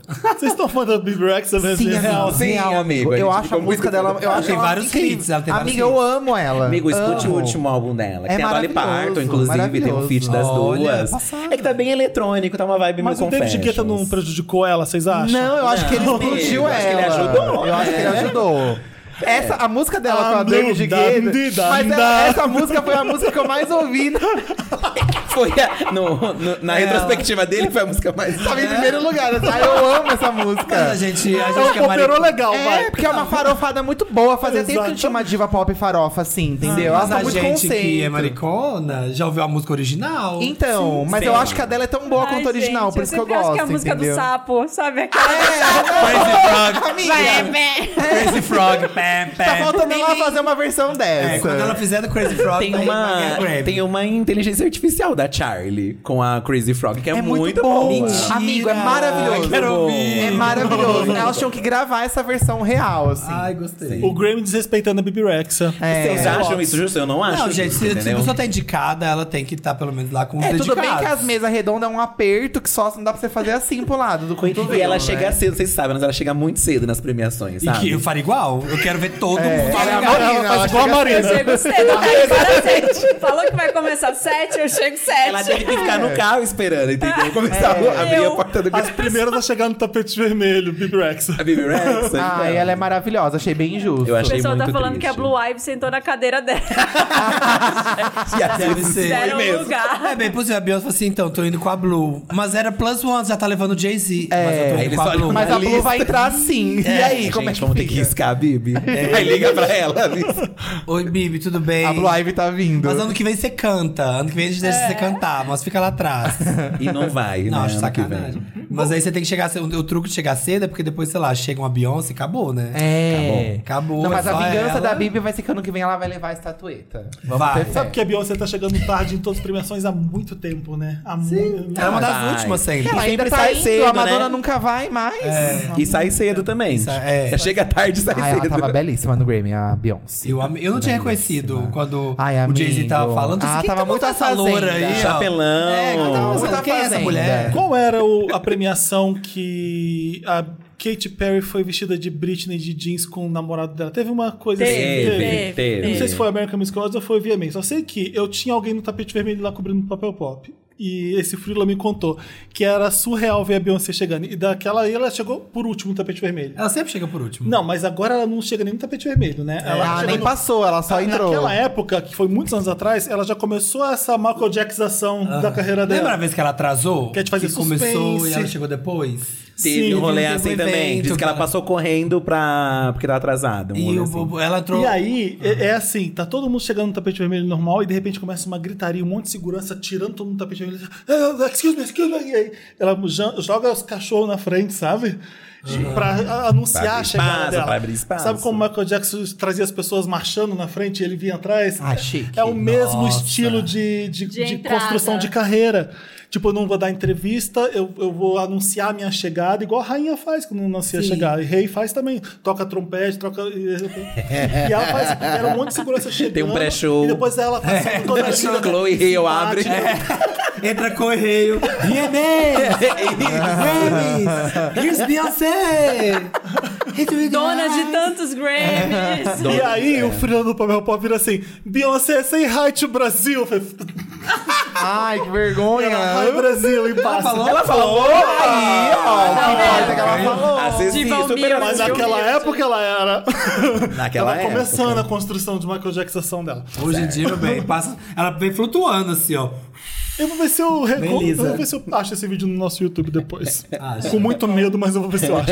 Speaker 1: Vocês estão falando da Big Rex, é mesmo?
Speaker 5: amigo,
Speaker 1: real.
Speaker 3: sim, amigo, a
Speaker 5: Eu
Speaker 3: gente
Speaker 5: acho
Speaker 3: ficou
Speaker 5: a música
Speaker 3: muito-
Speaker 5: dela. Eu
Speaker 4: Ela
Speaker 5: acho
Speaker 4: tem
Speaker 5: ela
Speaker 4: vários
Speaker 5: incrível.
Speaker 4: hits, ela tem vários
Speaker 5: Amiga, eu
Speaker 4: hits.
Speaker 5: amo ela.
Speaker 3: Amigo, escute
Speaker 5: Amo.
Speaker 3: o último álbum dela.
Speaker 5: É
Speaker 3: que tem a Dolly
Speaker 5: maravilhoso,
Speaker 3: Parton, inclusive, tem um feat das
Speaker 4: maravilhoso. Olha,
Speaker 3: duas.
Speaker 4: passada.
Speaker 3: É que tá bem eletrônico, tá uma vibe
Speaker 1: Mas
Speaker 3: meio
Speaker 1: o David
Speaker 3: confessions.
Speaker 1: Guetta não prejudicou ela, vocês acham?
Speaker 5: Não, eu acho que ele
Speaker 3: Não,
Speaker 5: explodiu
Speaker 3: eu acho que ele
Speaker 5: ela.
Speaker 3: ajudou,
Speaker 5: Eu acho
Speaker 4: É.
Speaker 5: que ele
Speaker 3: né?
Speaker 5: ajudou. Essa, a música dela com a
Speaker 1: Ah,
Speaker 5: David
Speaker 1: dum, dum, di,
Speaker 5: Guetta.
Speaker 1: dum,
Speaker 5: Mas
Speaker 1: dum.
Speaker 5: ela, essa música foi a música que eu mais ouvi na,
Speaker 3: Foi a- no- no- na
Speaker 5: É.
Speaker 4: Ela.
Speaker 3: retrospectiva dele, foi a música mais...
Speaker 5: tava em primeiro lugar. Ah, eu amo essa música.
Speaker 4: É. Mas a gente, a
Speaker 1: Ela
Speaker 4: gente que é
Speaker 1: cooperou
Speaker 4: marido...
Speaker 1: um legal, vai.
Speaker 5: É, porque é uma farofada muito boa. Fazia tempo que não tinha uma diva pop farofa assim, entendeu? Ela
Speaker 4: Mas
Speaker 5: tá
Speaker 4: a
Speaker 5: muito
Speaker 4: gente que é
Speaker 5: conceito.
Speaker 4: maricona já ouviu a música original.
Speaker 5: Então, mas
Speaker 3: sim.
Speaker 5: eu acho que a dela é tão boa
Speaker 2: Ai,
Speaker 5: quanto a original,
Speaker 2: gente,
Speaker 5: por isso que eu
Speaker 2: sempre acho
Speaker 5: gosto,
Speaker 2: que é a música
Speaker 5: entendeu? É,
Speaker 2: do sapo, sabe? Aquela
Speaker 5: (laughs)
Speaker 4: Crazy Frog. é,
Speaker 5: Amiga,
Speaker 4: Crazy Frog. Pam, pam.
Speaker 5: tá faltando ela fazer uma versão
Speaker 4: É,
Speaker 5: dessa.
Speaker 4: quando ela fizer do Crazy Frog,
Speaker 3: Tem
Speaker 4: daí vai
Speaker 3: uma,
Speaker 4: ganhar Grammy.
Speaker 3: tem uma inteligência artificial da Charlie com a Crazy Frog, que é,
Speaker 5: É muito
Speaker 3: boa.
Speaker 5: boa.
Speaker 4: Mentira.
Speaker 5: Amigo, é maravilhoso.
Speaker 4: Ai, quero ouvir.
Speaker 5: É maravilhoso. Elas tinham que gravar essa versão real, assim.
Speaker 4: Ai, gostei.
Speaker 1: O Grammy desrespeitando a Bibi Rex.
Speaker 5: É.
Speaker 3: Vocês acham isso justo? Eu não acho.
Speaker 4: Não, gente,
Speaker 3: justo,
Speaker 4: se, se a
Speaker 3: entendeu?
Speaker 4: pessoa tá indicada, ela tem que estar pelo menos lá com os
Speaker 5: É, tudo bem
Speaker 4: dedicados.
Speaker 5: que as mesas redondas é um aperto que só não dá pra você fazer assim pro lado do cotovelo.
Speaker 3: E Tipo, ela
Speaker 5: né?
Speaker 3: chega cedo, vocês sabem, mas ela chega muito cedo nas premiações,
Speaker 4: E
Speaker 3: sabe?
Speaker 4: que eu faria igual. Eu quero ver todo mundo
Speaker 5: Ela é a
Speaker 4: falar igual.
Speaker 5: Marina, ela
Speaker 1: Faz igual a
Speaker 5: chega assim,
Speaker 1: Marina.
Speaker 2: (laughs) Eu chego cedo, aí para sete. Falou que vai começar sete, eu chego sete.
Speaker 3: Ela é teve que ficar
Speaker 4: É.
Speaker 3: no carro esperando,
Speaker 4: (laughs)
Speaker 3: entendeu? Começar a abrir a
Speaker 2: Eu-
Speaker 3: porta do
Speaker 1: As primeiras a chegar no tapete vermelho, Bibi Rex.
Speaker 3: (laughs) A Bibi Rex. então.
Speaker 5: Ah, e ela é maravilhosa, achei bem injusto.
Speaker 3: Eu
Speaker 2: O
Speaker 3: achei
Speaker 2: pessoal tá
Speaker 3: muito
Speaker 2: falando que a
Speaker 3: triste.
Speaker 2: Blue Ivy sentou na cadeira dela.
Speaker 4: É, Deve ser.
Speaker 2: Fizeram
Speaker 3: mesmo.
Speaker 2: lugar.
Speaker 4: É bem possível. A Beyoncé falou assim, então, tô indo com a Blue. Mas era Plus One, já tá levando o Jay-Z. mas
Speaker 5: É.
Speaker 4: eu tô
Speaker 3: eles
Speaker 4: indo com a
Speaker 3: olham
Speaker 4: Blue.
Speaker 5: Mas a Blue
Speaker 3: lista.
Speaker 5: vai entrar sim. e aí,
Speaker 3: gente,
Speaker 5: como é que
Speaker 3: vamos ter que
Speaker 5: fica?
Speaker 3: riscar a
Speaker 4: (laughs)
Speaker 3: Bibi.
Speaker 4: É.
Speaker 3: Aí liga pra ela. avisa.
Speaker 4: Oi, Bibi, tudo bem?
Speaker 5: A Blue Ivy tá vindo.
Speaker 4: Mas ano que vem você canta. Ano que vem a gente deixa você cantar, mas fica
Speaker 5: (laughs)
Speaker 4: lá atrás.
Speaker 3: E não vai,
Speaker 4: Não,
Speaker 3: né?
Speaker 4: acho
Speaker 3: ano que vem.
Speaker 4: sacanagem. Mas aí você tem que chegar cedo. O truque de chegar cedo é porque depois, sei lá, chega uma Beyoncé e acabou, né?
Speaker 5: É.
Speaker 4: Acabou.
Speaker 5: Não,
Speaker 4: é
Speaker 5: mas a
Speaker 4: só
Speaker 5: vingança
Speaker 4: ela.
Speaker 5: da Bibi vai ser que ano que vem ela vai levar a estatueta.
Speaker 4: Vai.
Speaker 1: Sabe que a Beyoncé tá chegando tarde em todas as premiações há muito tempo, né? Há
Speaker 5: Tá
Speaker 1: muito
Speaker 4: Ela é uma das
Speaker 3: Vai.
Speaker 4: últimas sempre.
Speaker 5: Ela ainda
Speaker 3: sempre
Speaker 5: tá
Speaker 3: sai
Speaker 5: indo,
Speaker 3: cedo,
Speaker 5: a
Speaker 3: né?
Speaker 5: Madonna nunca vai mais.
Speaker 3: E sai cedo também.
Speaker 4: Sai- é.
Speaker 3: Chega tarde e sai
Speaker 5: Ai, ela
Speaker 3: cedo.
Speaker 5: tava belíssima no Grammy, a Beyoncé.
Speaker 4: Eu, am- eu não tinha reconhecido quando
Speaker 5: Ai,
Speaker 4: o Jay-Z
Speaker 5: amigo.
Speaker 4: tava falando. Eu disse,
Speaker 5: Ah,
Speaker 4: "Quem
Speaker 5: tava
Speaker 4: tá
Speaker 5: muito
Speaker 4: botando essa
Speaker 5: fazenda.
Speaker 4: loura aí. ó?"
Speaker 3: Chapelão.
Speaker 4: É, quem tá
Speaker 5: Muito
Speaker 4: fazendo? quem é essa
Speaker 5: fazenda.
Speaker 4: mulher?
Speaker 1: Qual era o- a premiação que a Katy Perry foi vestida de Britney de jeans com o namorado dela? Teve uma coisa
Speaker 2: Teve,
Speaker 1: assim.
Speaker 3: Teve, um
Speaker 2: Teve,
Speaker 3: teve.
Speaker 1: Eu não sei se foi American Music Awards ou foi VMA. Só sei que eu tinha alguém no tapete vermelho lá cobrindo papel pop. E esse Frila me contou que era surreal ver a Beyoncé chegando. E daquela aí ela chegou por último no tapete vermelho.
Speaker 4: Ela sempre chega por último.
Speaker 1: Não, mas agora ela não chega nem no tapete vermelho, né? Ela
Speaker 5: Ela
Speaker 1: chega
Speaker 5: É, nem
Speaker 1: no-
Speaker 5: passou, ela só entrou.
Speaker 1: Naquela época, que foi muitos anos atrás, ela já começou essa Michael Jacksonização
Speaker 5: Ah.
Speaker 1: da carreira dela.
Speaker 4: Lembra a vez que ela atrasou?
Speaker 1: Que a gente fazia
Speaker 4: começou e
Speaker 1: suspense.
Speaker 4: ela chegou depois?
Speaker 1: Sim,
Speaker 3: Teve um rolê
Speaker 4: teve um
Speaker 3: assim
Speaker 4: evento,
Speaker 3: também. Diz que ela
Speaker 4: cara.
Speaker 3: passou correndo pra. porque tava atrasada. Um
Speaker 4: E
Speaker 3: rolê
Speaker 4: o-
Speaker 3: assim.
Speaker 4: o- ela entrou.
Speaker 1: E aí, é, é assim, tá todo mundo chegando no tapete vermelho normal e de repente começa uma gritaria, um monte de segurança tirando todo mundo do tapete vermelho. "Ah, Excuse me, excuse me. E aí, ela ja- joga os cachorros na frente, sabe? De- Pra a- anunciar
Speaker 3: Pra
Speaker 1: a
Speaker 3: abrir
Speaker 1: chegada
Speaker 3: espaço,
Speaker 1: dela.
Speaker 3: pra abrir espaço.
Speaker 1: Sabe como o Michael Jackson trazia as pessoas marchando na frente e ele vinha atrás?
Speaker 5: Ah, chique.
Speaker 1: É o mesmo
Speaker 4: Nossa.
Speaker 1: estilo de, de,
Speaker 2: De
Speaker 1: de
Speaker 2: entrada.
Speaker 1: construção de carreira. Tipo, eu não vou dar entrevista, eu, eu vou anunciar a minha chegada, igual a rainha faz quando anuncia a chegada. E rei faz também. Toca trompete, troca. E ela faz. Era um monte de segurança chegando.
Speaker 3: Tem um pré-show.
Speaker 1: E depois ela
Speaker 3: (laughs)
Speaker 1: fazendo toda a gira.
Speaker 3: Chloe e Rei, eu abro.
Speaker 4: Entra correio.
Speaker 3: (laughs)
Speaker 4: Grammys! Here's Beyoncé! Hit with
Speaker 2: Dona
Speaker 4: the
Speaker 2: de tantos
Speaker 3: É,
Speaker 2: Grammys.
Speaker 1: E aí o Fernando do Papel Pop vira assim: Beyoncé, say hi to Brasil. Eu falei,
Speaker 5: Ai, que vergonha.
Speaker 1: Hi Brasil, e passa.
Speaker 3: Ela falou, opa! Aí, ó.
Speaker 5: que ela falou.
Speaker 3: Às vezes
Speaker 2: De
Speaker 3: sim,
Speaker 2: Valmir,
Speaker 3: super
Speaker 1: Mas
Speaker 2: Brasil
Speaker 1: naquela
Speaker 2: humilde.
Speaker 1: época ela era.
Speaker 3: Naquela
Speaker 1: tava
Speaker 3: época.
Speaker 1: começando a construção de Michael Jacksonização dela.
Speaker 4: Hoje em dia, meu bem, passa. Ela vem flutuando assim, ó.
Speaker 1: Eu vou ver se eu recordo. Eu
Speaker 4: Beleza.
Speaker 1: vou ver se eu acho esse vídeo no nosso YouTube
Speaker 3: (laughs)
Speaker 1: depois.
Speaker 4: Acha.
Speaker 1: Com muito medo, mas eu vou ver se eu acho.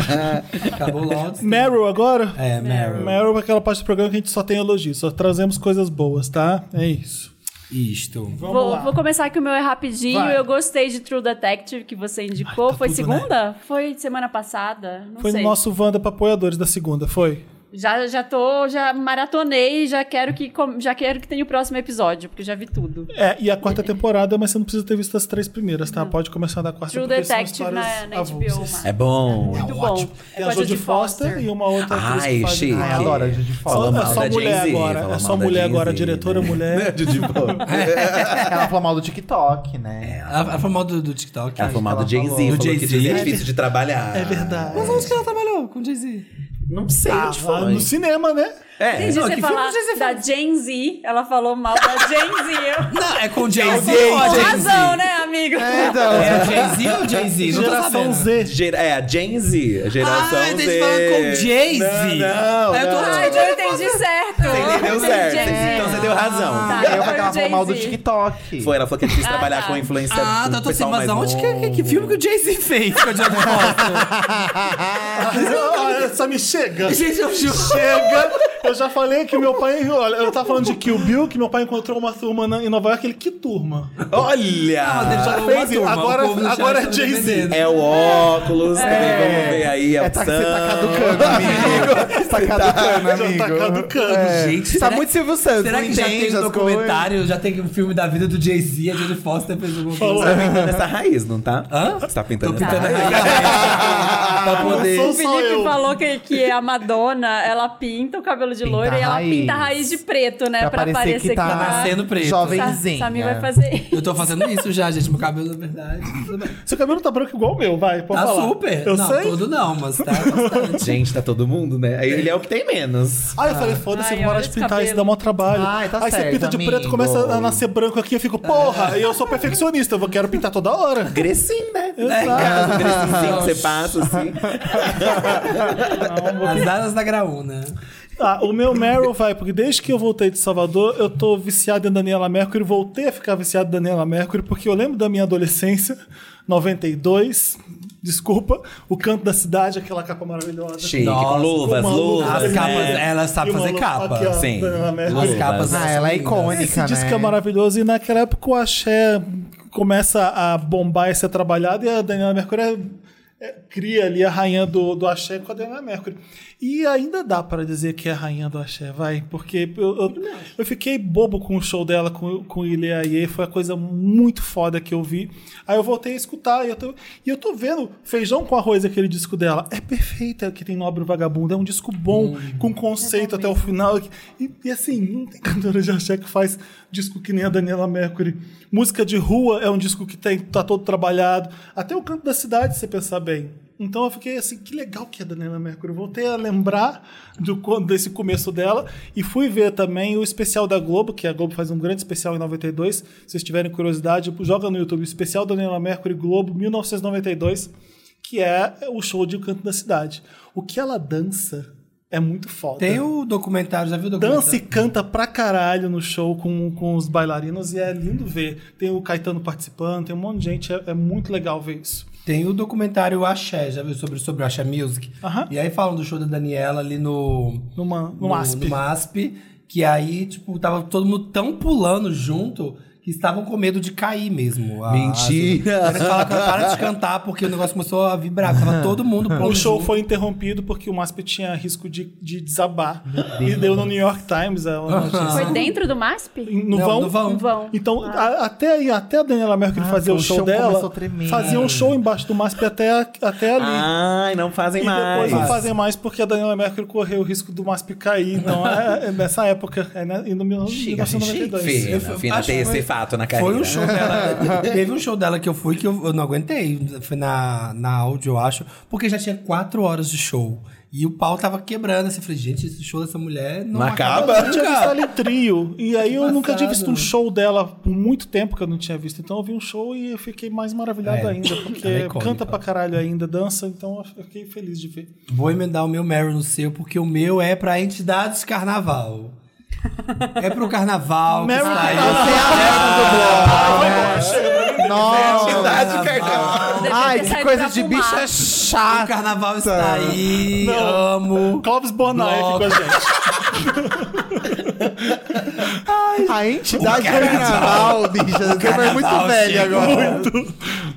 Speaker 4: (laughs) Acabou logo.
Speaker 1: Meryl agora?
Speaker 4: É, Meryl.
Speaker 1: Meryl é aquela parte do programa que a gente só tem elogios, só trazemos coisas boas, tá? É isso.
Speaker 4: Isto.
Speaker 1: Vamos
Speaker 2: Vou,
Speaker 1: lá.
Speaker 2: vou começar que o meu é rapidinho.
Speaker 1: Vai.
Speaker 2: Eu gostei de True Detective que você indicou.
Speaker 4: tá
Speaker 2: foi
Speaker 4: tudo,
Speaker 2: segunda? Foi semana passada? Não
Speaker 1: Foi
Speaker 2: sei.
Speaker 1: no nosso Wanda para apoiadores da segunda, foi?
Speaker 2: Já, já tô, já maratonei, já quero que com- já quero que tenha o próximo episódio, porque já vi tudo.
Speaker 1: É, e a quarta temporada, mas você não precisa ter visto as três primeiras, tá? Pode começar da quarta
Speaker 2: True
Speaker 1: porque são
Speaker 2: Detective na,
Speaker 1: histórias
Speaker 2: na HBO.
Speaker 1: avulsas.
Speaker 2: Max.
Speaker 3: É bom.
Speaker 2: Muito bom.
Speaker 1: Ótimo. Tem
Speaker 2: É
Speaker 1: a
Speaker 2: com a
Speaker 1: Jodie
Speaker 2: Jodie
Speaker 1: Foster,
Speaker 2: Foster.
Speaker 1: e uma outra atriz
Speaker 3: Ai,
Speaker 1: que faz...
Speaker 3: chique.
Speaker 5: Ai, adoro a Judy
Speaker 1: Só,
Speaker 5: Foster.
Speaker 3: Fala
Speaker 1: é
Speaker 3: mal
Speaker 1: só
Speaker 3: da
Speaker 1: mulher
Speaker 3: Jay-Z,
Speaker 1: agora.
Speaker 3: fala
Speaker 1: É só
Speaker 3: mal da
Speaker 1: mulher agora,
Speaker 3: Jay-Z,
Speaker 1: diretora
Speaker 3: (laughs) né?
Speaker 1: mulher.
Speaker 3: De boa. É,
Speaker 5: Ela falou mal do TikTok, né?
Speaker 4: Ela, ela foi mal do, do TikTok.
Speaker 3: Ela
Speaker 4: acho.
Speaker 3: foi mal É do Jay-Z.
Speaker 5: Do
Speaker 3: Falou que
Speaker 4: Jay-Z.
Speaker 3: Jay-Z é difícil de trabalhar.
Speaker 1: É verdade.
Speaker 4: Mas onde que ela trabalhou com o Jay-Z?
Speaker 3: Não sei onde
Speaker 1: Ah,
Speaker 3: foi.
Speaker 1: no cinema, né?
Speaker 3: É.
Speaker 2: Entendi
Speaker 4: não,
Speaker 2: você
Speaker 4: que
Speaker 2: falar
Speaker 4: filme você
Speaker 2: da Gen Z. Ela falou mal da Gen Z. Eu-
Speaker 4: Não, é com
Speaker 2: (laughs)
Speaker 4: o Jay-Z
Speaker 3: Jay-Z.
Speaker 4: ou
Speaker 2: Com
Speaker 4: a
Speaker 2: razão,
Speaker 4: Jay-Z?
Speaker 2: né, amigo?
Speaker 5: Então,
Speaker 4: É o Jay-Z ou o Jay-Z? Não tô
Speaker 1: Geração
Speaker 4: sabendo.
Speaker 1: Z.
Speaker 3: Gera- é, a Gen Z. A geração
Speaker 4: Ah, eu entendi
Speaker 3: Z.
Speaker 4: falando com o Jay-Z.
Speaker 3: Não, não,
Speaker 4: Eu tô
Speaker 3: não.
Speaker 2: Ai, eu entendi certo.
Speaker 3: Você entendeu
Speaker 2: Entendi
Speaker 3: certo.
Speaker 2: Gen Z.
Speaker 3: Então você deu razão.
Speaker 2: Tá.
Speaker 5: eu
Speaker 2: foi
Speaker 5: falei
Speaker 2: o
Speaker 5: que ela falou mal do
Speaker 2: Jay-Z.
Speaker 5: TikTok.
Speaker 3: Foi, ela falou que é difícil
Speaker 2: Ah,
Speaker 3: trabalhar
Speaker 2: tá.
Speaker 3: com influência.
Speaker 4: Ah,
Speaker 3: com o
Speaker 4: tá, tô assim,
Speaker 3: pessoal
Speaker 4: mas
Speaker 3: mais
Speaker 4: aonde que, que, que
Speaker 3: novo.
Speaker 4: filme que o Jay-Z fez com a Jodie Foster?
Speaker 1: Ah, Essa me chega.
Speaker 4: (laughs) Gente, eu juro.
Speaker 1: Chega! Eu já falei que meu pai. Olha, eu tava falando de Kill Bill, que meu pai encontrou uma turma na- em Nova York. Ele, que turma?
Speaker 4: Ah,
Speaker 3: Olha!
Speaker 1: já
Speaker 4: Uma
Speaker 1: Ah, fez,
Speaker 4: turma,
Speaker 1: agora-
Speaker 4: o povo no chat
Speaker 1: agora é
Speaker 4: tá
Speaker 1: Jay-Z.
Speaker 4: defendendo.
Speaker 3: É o óculos,
Speaker 4: É.
Speaker 3: também vamos ver aí a
Speaker 5: É, tá,
Speaker 3: opção.
Speaker 5: você tá
Speaker 4: (laughs)
Speaker 5: caducando, amigo. Você tá caducando, amigo.
Speaker 1: (laughs) Já tá caducando.
Speaker 4: Gente,
Speaker 5: Você tá
Speaker 4: será-
Speaker 5: muito Silvio Santos,
Speaker 4: Será
Speaker 5: não
Speaker 4: que já
Speaker 5: entende
Speaker 4: teve um
Speaker 5: as coisas.
Speaker 4: documentário? Já tem um filme da vida do Jay-Z, a Jodie Foster fez alguma
Speaker 1: Falou.
Speaker 3: Você
Speaker 4: coisa.
Speaker 3: tá pintando essa raiz, não tá?
Speaker 4: Hã?
Speaker 3: Você tá
Speaker 4: Tô
Speaker 3: pintando essa
Speaker 4: pintando
Speaker 3: raiz.
Speaker 1: (laughs)
Speaker 4: a pra
Speaker 1: Eu
Speaker 4: poder.
Speaker 2: O
Speaker 1: Ah, Só eu.
Speaker 2: Felipe falou que, que é a Madonna, ela pinta o cabelo de
Speaker 5: Pinta
Speaker 2: loira
Speaker 5: a
Speaker 2: e ela
Speaker 5: raiz.
Speaker 2: pinta a raiz de preto, né?
Speaker 5: Pra parecer que tá
Speaker 4: nascendo preto.
Speaker 5: Jovenzinha.
Speaker 2: Samir vai fazer.
Speaker 4: Eu tô fazendo isso já, gente. Meu cabelo, na verdade. tudo bem.
Speaker 1: Seu cabelo tá branco igual o meu, vai. Pode
Speaker 4: Tá
Speaker 1: falar.
Speaker 4: super.
Speaker 1: Eu
Speaker 4: não,
Speaker 1: sei.
Speaker 4: todo não, mas tá bastante.
Speaker 3: Gente, tá todo mundo, né? Aí Ele é o que tem menos.
Speaker 1: Aí eu falei, foda-se,
Speaker 2: Ai,
Speaker 1: vou hora
Speaker 2: olha
Speaker 1: de
Speaker 2: esse
Speaker 1: pintar
Speaker 2: cabelo.
Speaker 1: isso, dá mó trabalho.
Speaker 4: Ah,
Speaker 5: Ai, tá
Speaker 1: Aí você
Speaker 5: certo,
Speaker 1: pinta de preto,
Speaker 5: amigo.
Speaker 1: começa a nascer branco aqui, eu fico, porra, e eu sou perfeccionista, eu quero pintar toda hora.
Speaker 3: Grecinho,
Speaker 4: É.
Speaker 3: né?
Speaker 1: Exato.
Speaker 3: Um grecinho que você passa, assim.
Speaker 4: As aras da graúna.
Speaker 1: Ah, o meu Meryl vai, porque desde que eu voltei de Salvador, eu tô viciado em Daniela Mercury, voltei a ficar viciado em Daniela Mercury, porque eu lembro da minha adolescência, 92, desculpa, o canto da cidade, aquela capa maravilhosa.
Speaker 3: Chique, com
Speaker 4: Nossa,
Speaker 3: luvas,
Speaker 1: Uma luva
Speaker 3: luvas.
Speaker 4: As
Speaker 1: vermelha
Speaker 4: capas,
Speaker 3: né?
Speaker 4: ela
Speaker 1: e
Speaker 4: sabe
Speaker 1: uma
Speaker 4: fazer
Speaker 1: luva- né?
Speaker 4: capa.
Speaker 1: aqui, ó,
Speaker 3: Sim.
Speaker 1: Daniela Mercury.
Speaker 3: Luvas.
Speaker 4: As capas.
Speaker 5: Ah, ela é
Speaker 4: lindas.
Speaker 5: icônica.
Speaker 1: Esse disco é
Speaker 5: né?
Speaker 1: maravilhoso e naquela época o axé começa a bombar e ser trabalhado e a Daniela Mercury é- é- cria ali a rainha do, do axé com a Daniela Mercury. E ainda dá para dizer que é a rainha do axé, vai, porque eu, eu, eu fiquei bobo com o show dela com, com o Ilê Aie, foi a coisa muito foda que eu vi. Aí eu voltei a escutar e eu tô, e eu tô vendo Feijão com Arroz, aquele disco dela. É perfeita, que tem Nobre Vagabundo, é um disco É bom, com conceito até o final. E, e assim, não tem cantora de axé que faz disco que nem a Daniela Mercury. Música de rua é um disco que tem, tá todo trabalhado. Até o canto da cidade, se você pensar bem também. Então eu fiquei assim, que legal que é a Daniela Mercury. Voltei a lembrar do, co- desse começo dela e fui ver também o especial da Globo, que a Globo faz um grande especial em 92. Se vocês tiverem curiosidade, joga no YouTube especial Daniela Mercury Globo 1992, que é o show de O Canto da Cidade. O que ela dança é muito foda.
Speaker 4: Tem o documentário, já viu o documentário?
Speaker 1: Dança e canta pra caralho no show com, com os bailarinos e é lindo ver. Tem o Caetano participando, tem um monte de gente, é, é muito legal ver isso.
Speaker 4: Tem o documentário Axé, já viu sobre, sobre o Axé Music?
Speaker 1: Aham.
Speaker 4: E aí falam do show da Daniela ali no.
Speaker 1: Numa, no, ASP.
Speaker 4: numa ASP, Que aí, tipo, tava todo mundo tão pulando junto que estavam com medo de cair mesmo. A-
Speaker 3: Mentira!
Speaker 4: Eles falaram, "Cara, para de cantar, porque o negócio começou a
Speaker 1: (laughs)
Speaker 4: vibrar. Tava todo mundo pulando.
Speaker 1: O show
Speaker 4: junto.
Speaker 1: foi interrompido porque o MASP tinha risco de, de desabar. E deu no New York Times. é uma notícia.
Speaker 2: Foi dentro do MASP?
Speaker 1: No
Speaker 4: Não,
Speaker 1: vão.
Speaker 4: no vão.
Speaker 2: No vão. Ah.
Speaker 1: Então, a- até, aí, até a Daniela Mercury
Speaker 5: Ah,
Speaker 1: fazer o
Speaker 5: o
Speaker 1: show,
Speaker 5: chão começou a
Speaker 1: dela,
Speaker 5: tremer.
Speaker 1: fazia um show embaixo do MASP até, até ali.
Speaker 3: Ai, não fazem
Speaker 1: E
Speaker 3: mais.
Speaker 1: depois não fazem mais porque a Daniela Mercury correu o risco do MASP cair. Então, é, é nessa época, é né, e no mil-
Speaker 3: Chega,
Speaker 4: assim,
Speaker 3: gente.
Speaker 1: 1992.
Speaker 3: Fina,
Speaker 4: Eu fui-
Speaker 3: Fina
Speaker 4: acho
Speaker 3: tem
Speaker 4: que
Speaker 3: esse
Speaker 4: foi-
Speaker 3: fato na carreira.
Speaker 4: Foi um show
Speaker 3: (laughs)
Speaker 4: dela. Teve um show dela que eu fui que eu, eu não aguentei. Foi na, na áudio, eu acho. Porque já tinha quatro horas de show. E o pau tava quebrando. Assim, eu falei, gente, esse show dessa mulher não,
Speaker 3: Não acaba.
Speaker 1: Eu tinha visto ela em trio. E aí eu nunca tinha visto um
Speaker 4: Embaçado.
Speaker 1: show dela por muito tempo que eu não tinha visto. Então eu vi um show e eu fiquei mais maravilhado
Speaker 4: É,
Speaker 1: ainda. Porque
Speaker 4: ela é icônica.
Speaker 1: canta pra caralho ainda, dança, então eu fiquei feliz de ver.
Speaker 4: Vou emendar o meu Meryl no seu, porque o meu é pra entidades carnaval. É pro carnaval. que
Speaker 1: Meryl
Speaker 4: está
Speaker 5: é tá
Speaker 4: aí.
Speaker 1: carnaval.
Speaker 4: Ah,
Speaker 5: Nossa!
Speaker 3: Verdade, Carcão.
Speaker 5: Ai,
Speaker 2: ter
Speaker 5: que
Speaker 2: saído
Speaker 5: coisa
Speaker 2: pra
Speaker 5: de
Speaker 2: fumar.
Speaker 5: bicha
Speaker 4: O
Speaker 5: chata!
Speaker 4: carnaval está aí. Amo.
Speaker 1: Clóvis Bornai aqui com a gente.
Speaker 5: A entidade do carnaval, bicha. Você foi muito
Speaker 4: carnaval
Speaker 5: velha
Speaker 4: chegou.
Speaker 5: agora.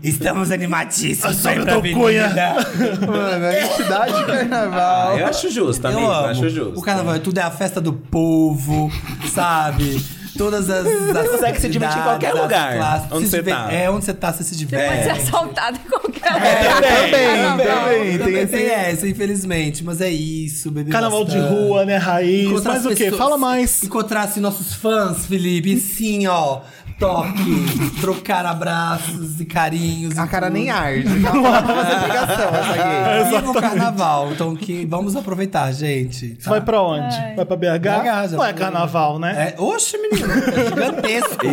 Speaker 4: Estamos animadíssimos. Vem pra
Speaker 1: Doutor Cunha.
Speaker 4: avenida.
Speaker 5: Mano, é a entidade do
Speaker 4: É.
Speaker 5: carnaval.
Speaker 3: Eu acho justo, amigo.
Speaker 4: Eu amo.
Speaker 3: Acho justo.
Speaker 4: O carnaval é tudo é a festa do povo, sabe? Todas as. as
Speaker 3: consegue se divertir em qualquer
Speaker 4: atividades,
Speaker 3: lugar
Speaker 4: as classes.
Speaker 3: onde
Speaker 4: Se
Speaker 3: você
Speaker 4: diver-
Speaker 3: tá.
Speaker 4: É, onde você tá, você
Speaker 2: Pode
Speaker 4: se
Speaker 2: ser
Speaker 4: diverte.
Speaker 2: assaltado em qualquer
Speaker 5: É,
Speaker 2: lugar.
Speaker 5: também, também. Tem
Speaker 4: Também
Speaker 5: esse...
Speaker 4: tem essa, infelizmente. Mas é isso, bebê.
Speaker 1: Carnaval de rua, né? Raiz.
Speaker 4: Encontrar
Speaker 1: Mas
Speaker 4: as
Speaker 1: o quê?
Speaker 4: pessoas-
Speaker 1: Fala mais.
Speaker 4: Encontrar-se nossos fãs, Felipe. E sim, ó.
Speaker 1: (laughs)
Speaker 4: Toque, trocar abraços e carinhos.
Speaker 5: A
Speaker 4: e
Speaker 5: cara
Speaker 4: tudo.
Speaker 5: nem
Speaker 2: (laughs)
Speaker 5: arde. Ela tá fazendo ligação, essa gay.
Speaker 4: Viva o carnaval. Então que vamos aproveitar, gente.
Speaker 1: Você vai pra onde? Vai pra BH?
Speaker 4: BH, já
Speaker 1: Não é
Speaker 4: falei.
Speaker 1: carnaval, né?
Speaker 4: É, oxe, menino,
Speaker 1: (laughs)
Speaker 4: é gigantesco.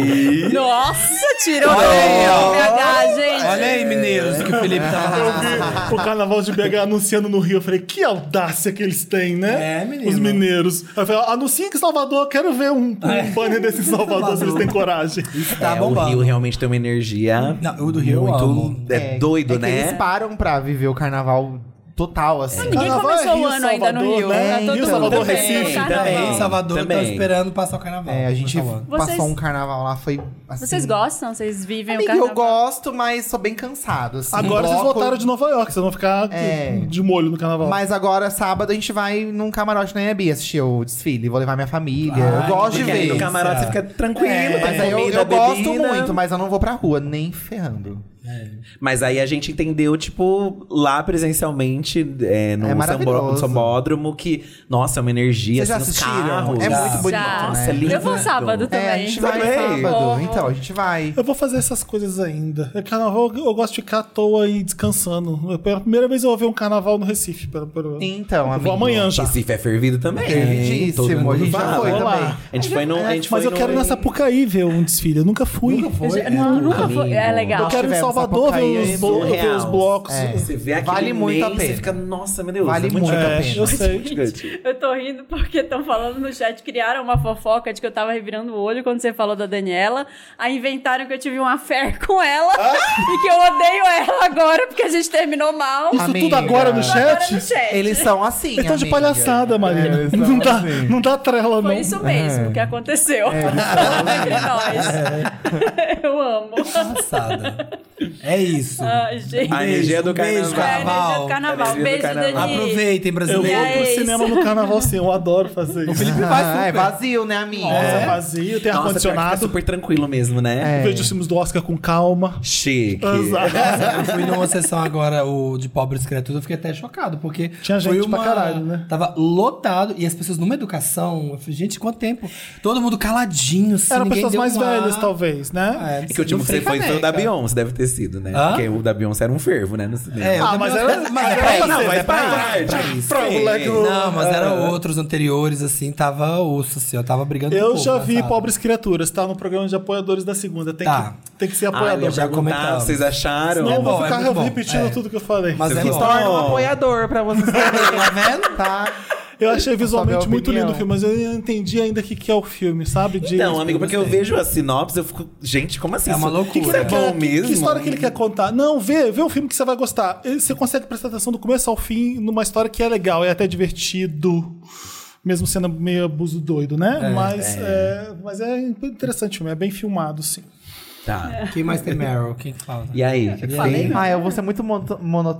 Speaker 2: Nossa, tirou
Speaker 4: Olha aí, ó.
Speaker 2: o BH, gente.
Speaker 4: Olha aí, mineiros,
Speaker 1: É.
Speaker 4: que o Felipe tava
Speaker 1: O carnaval de BH anunciando no Rio. Eu falei, que audácia que eles têm, né?
Speaker 4: É, menino.
Speaker 1: Os mineiros. Eu falei, anuncia que Salvador, quero ver um, um banner desse em Salvador, se eles têm coragem.
Speaker 4: Tá
Speaker 3: é,
Speaker 4: bombando.
Speaker 3: O Rio realmente tem uma energia.
Speaker 4: Não, o do Rio eu
Speaker 3: muito
Speaker 4: amo.
Speaker 3: É, doido,
Speaker 5: é que
Speaker 3: né?
Speaker 5: Eles param pra viver o carnaval total, assim.
Speaker 2: Ninguém
Speaker 1: Carnaval é
Speaker 2: começou o
Speaker 1: Rio,
Speaker 2: ano ainda no
Speaker 1: Salvador,
Speaker 2: Rio.
Speaker 1: né?
Speaker 2: Tá
Speaker 1: Rio,
Speaker 2: todo mundo
Speaker 1: Salvador,
Speaker 2: bem,
Speaker 1: Recife,
Speaker 2: carnaval.
Speaker 3: É, também,
Speaker 4: Em Salvador,
Speaker 3: Também.
Speaker 4: estão esperando passar o carnaval.
Speaker 5: É, a gente
Speaker 4: Por favor.
Speaker 5: passou
Speaker 2: então, Vocês-
Speaker 5: um carnaval lá, foi assim...
Speaker 2: Vocês gostam? Vocês vivem
Speaker 5: Amiga,
Speaker 2: o carnaval?
Speaker 5: eu gosto, mas sou bem cansado, assim.
Speaker 1: Agora vocês
Speaker 5: Bloco-
Speaker 1: voltaram de Nova York, vocês vão ficar
Speaker 5: É.
Speaker 1: de molho no carnaval.
Speaker 5: Mas agora, sábado, a gente vai num camarote na Yabi assistir o desfile. Vou levar minha família. eu
Speaker 4: Ai,
Speaker 5: gosto de
Speaker 3: Porque aí
Speaker 5: ver.
Speaker 3: no camarote você fica tranquilo,
Speaker 4: É,
Speaker 3: tem
Speaker 5: Mas aí eu,
Speaker 3: comida,
Speaker 5: eu gosto
Speaker 3: bebida.
Speaker 5: muito, mas eu não vou pra rua, nem ferrando.
Speaker 4: É,
Speaker 3: Mas aí a gente entendeu, tipo, lá presencialmente, é, no,
Speaker 5: É
Speaker 3: sambó-
Speaker 5: maravilhoso.
Speaker 3: no sambódromo, que, nossa, é uma energia,
Speaker 5: Vocês já
Speaker 3: assim, nos
Speaker 5: assistiram?
Speaker 3: carros.
Speaker 5: É
Speaker 3: Já.
Speaker 5: muito bonito,
Speaker 2: Já.
Speaker 3: Nossa, é lindo.
Speaker 2: Eu vou sábado também.
Speaker 5: É, a gente vai
Speaker 3: Também.
Speaker 5: sábado.
Speaker 2: Vou.
Speaker 5: Então, a gente vai.
Speaker 1: Eu vou fazer essas coisas ainda. É carnaval, eu gosto de ficar à toa e descansando. Pela primeira vez eu vou ver um carnaval no Recife. Pelo, pelo...
Speaker 5: Então,
Speaker 1: eu vou
Speaker 5: amigo.
Speaker 1: amanhã já.
Speaker 3: Recife é fervido também.
Speaker 5: Fervidíssimo,
Speaker 3: Todo mundo
Speaker 5: a gente já
Speaker 3: fala.
Speaker 5: foi
Speaker 3: Olá.
Speaker 5: também. É,
Speaker 3: A gente foi no... A gente
Speaker 1: Mas
Speaker 3: foi
Speaker 1: eu quero
Speaker 3: no...
Speaker 1: nessa Pucaí ver um desfile. Eu nunca fui.
Speaker 4: Foi?
Speaker 3: (laughs)
Speaker 2: Eu- não, nunca foi. É
Speaker 3: Amigo.
Speaker 1: Eu
Speaker 2: legal.
Speaker 1: quero ir em
Speaker 5: tivemos
Speaker 1: Salvador
Speaker 5: Sapucaí,
Speaker 1: ver
Speaker 5: é
Speaker 1: os, blo- ver
Speaker 3: surreal.
Speaker 1: os blocos.
Speaker 5: É.
Speaker 3: Você vê aquilo
Speaker 5: Vale muito a
Speaker 3: imenso,
Speaker 5: pena.
Speaker 3: Você fica, nossa, meu Deus.
Speaker 5: Vale
Speaker 3: é muito
Speaker 5: muito a
Speaker 3: legal.
Speaker 1: É,
Speaker 5: pena.
Speaker 1: eu sei.
Speaker 3: Gigante.
Speaker 2: (laughs) Eu tô rindo porque estão falando no chat, criaram uma fofoca de que eu tava revirando o olho quando você falou da Daniela. Aí inventaram que eu tive uma fé (laughs) com ela
Speaker 3: Ah!
Speaker 2: e que eu odeio ela agora porque a gente terminou mal.
Speaker 1: Isso tudo
Speaker 5: Amiga.
Speaker 1: agora no chat?
Speaker 2: Agora no chat.
Speaker 5: Eles são assim.
Speaker 1: Eles estão de
Speaker 5: amiga.
Speaker 1: palhaçada,
Speaker 5: É,
Speaker 1: Marina.
Speaker 5: eles são
Speaker 1: (laughs) não, dá,
Speaker 5: assim.
Speaker 1: não dá trela, não.
Speaker 2: Foi isso mesmo
Speaker 5: É.
Speaker 2: que aconteceu. (laughs) Entre
Speaker 5: É.
Speaker 2: nós. (laughs) Eu amo.
Speaker 4: Passada. É isso. Um
Speaker 2: Ai, gente.
Speaker 3: A energia do
Speaker 2: É a
Speaker 4: Beijo,
Speaker 3: carnaval.
Speaker 2: energia do
Speaker 3: A
Speaker 2: carnaval.
Speaker 3: energia do
Speaker 2: Beijo,
Speaker 3: carnaval.
Speaker 2: Dani.
Speaker 4: Aproveitem,
Speaker 1: Eu vou
Speaker 4: brasileiro.
Speaker 2: É
Speaker 1: pro
Speaker 2: isso.
Speaker 1: cinema no carnaval sim. Eu adoro fazer
Speaker 4: (laughs)
Speaker 1: isso.
Speaker 4: Felipe vai
Speaker 5: Ah,
Speaker 4: super.
Speaker 5: é vazio, né, amiga?
Speaker 1: Nossa,
Speaker 5: É.
Speaker 1: vazio, tem
Speaker 3: Nossa, pior que fica
Speaker 1: ar-condicionado.
Speaker 3: super tranquilo mesmo, né?
Speaker 1: Vejo os filmes do Oscar com calma.
Speaker 3: Chique.
Speaker 1: Exato.
Speaker 4: Eu fui numa sessão agora o de pobres criaturas, eu fiquei até chocado, porque
Speaker 1: Tinha gente
Speaker 4: foi
Speaker 1: pra
Speaker 4: uma...
Speaker 1: caralho, né?
Speaker 4: Tava lotado e as pessoas numa educação, eu falei, gente, quanto tempo? Todo mundo caladinho, assim,
Speaker 1: Eram
Speaker 4: ninguém
Speaker 1: pessoas
Speaker 4: deu
Speaker 1: mais
Speaker 4: um
Speaker 1: velhas,
Speaker 4: ar.
Speaker 1: talvez, né?
Speaker 4: É,
Speaker 3: É que o último
Speaker 4: não
Speaker 3: que você
Speaker 4: sei
Speaker 3: foi foi o da
Speaker 4: caneca.
Speaker 3: Beyoncé, deve ter acontecido, né?
Speaker 4: Hã?
Speaker 3: Porque o da Beyoncé era um fervo, né? No cinema.
Speaker 4: É,
Speaker 1: Ah, mas era- mas era
Speaker 4: pra
Speaker 1: pra
Speaker 4: não,
Speaker 1: ser,
Speaker 4: mas
Speaker 1: né?
Speaker 4: pra-
Speaker 1: Pra- É.
Speaker 4: pra
Speaker 3: pra-
Speaker 4: isso.
Speaker 3: pra
Speaker 4: Sim.
Speaker 3: moleque do-
Speaker 4: Não, mas eram
Speaker 3: Ah.
Speaker 4: outros anteriores, assim, tava osso, assim, eu tava brigando um
Speaker 1: Eu
Speaker 4: pouco,
Speaker 1: já
Speaker 4: né,
Speaker 1: vi
Speaker 4: sabe?
Speaker 1: Pobres Criaturas, tá? No programa de apoiadores da segunda. Tem,
Speaker 4: Tá.
Speaker 1: que, tem que ser
Speaker 3: Ah,
Speaker 1: apoiador.
Speaker 3: eu já comentava,
Speaker 4: comentamos.
Speaker 3: vocês acharam?
Speaker 1: Não,
Speaker 4: É
Speaker 1: eu vou
Speaker 4: bom, é
Speaker 1: ficar
Speaker 4: muito bom.
Speaker 1: repetindo
Speaker 4: É.
Speaker 1: tudo que eu falei.
Speaker 4: Mas é
Speaker 3: Vocês
Speaker 4: bom.
Speaker 5: Torna um
Speaker 3: Ó.
Speaker 5: apoiador pra vocês.
Speaker 4: Tá vendo?
Speaker 5: tá?
Speaker 1: Eu achei visualmente
Speaker 5: minha
Speaker 1: muito
Speaker 5: opinião.
Speaker 1: lindo o filme, mas eu não entendi ainda o que, que é o filme, sabe? De-
Speaker 3: Então, amigo, porque eu
Speaker 4: assim, gostei.
Speaker 3: vejo a sinopse, eu fico. Gente, como assim?
Speaker 4: É uma
Speaker 3: Isso-
Speaker 4: loucura.
Speaker 3: Que que isso é
Speaker 4: Que-
Speaker 3: bom
Speaker 1: que-
Speaker 3: mesmo? né?
Speaker 1: Que história que ele quer contar? Não, vê, vê o filme que você vai gostar. Ele- Você consegue prestar atenção do começo ao fim numa história que é legal, é até divertido. Mesmo sendo meio abuso doido, né? mas, é. mas é interessante o filme, é bem filmado, sim.
Speaker 3: Tá.
Speaker 4: Quem mais tem Meryl? Quem que fala?
Speaker 3: E aí? o que que
Speaker 2: Falei,
Speaker 3: tem?
Speaker 2: né?
Speaker 5: Ah, eu vou ser muito mono-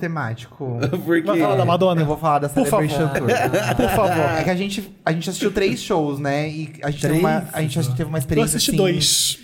Speaker 5: monotemático.
Speaker 3: Porque.
Speaker 1: Vai falar da Madonna?
Speaker 5: Eu vou falar da
Speaker 1: Por favor.
Speaker 5: Celebration Tour. Por favor. É que a gente, a gente assistiu três shows, né? E a gente, teve,
Speaker 4: Três?
Speaker 5: uma, a gente teve uma
Speaker 1: Eu
Speaker 5: experiência.
Speaker 1: assisti
Speaker 5: assim,
Speaker 1: dois.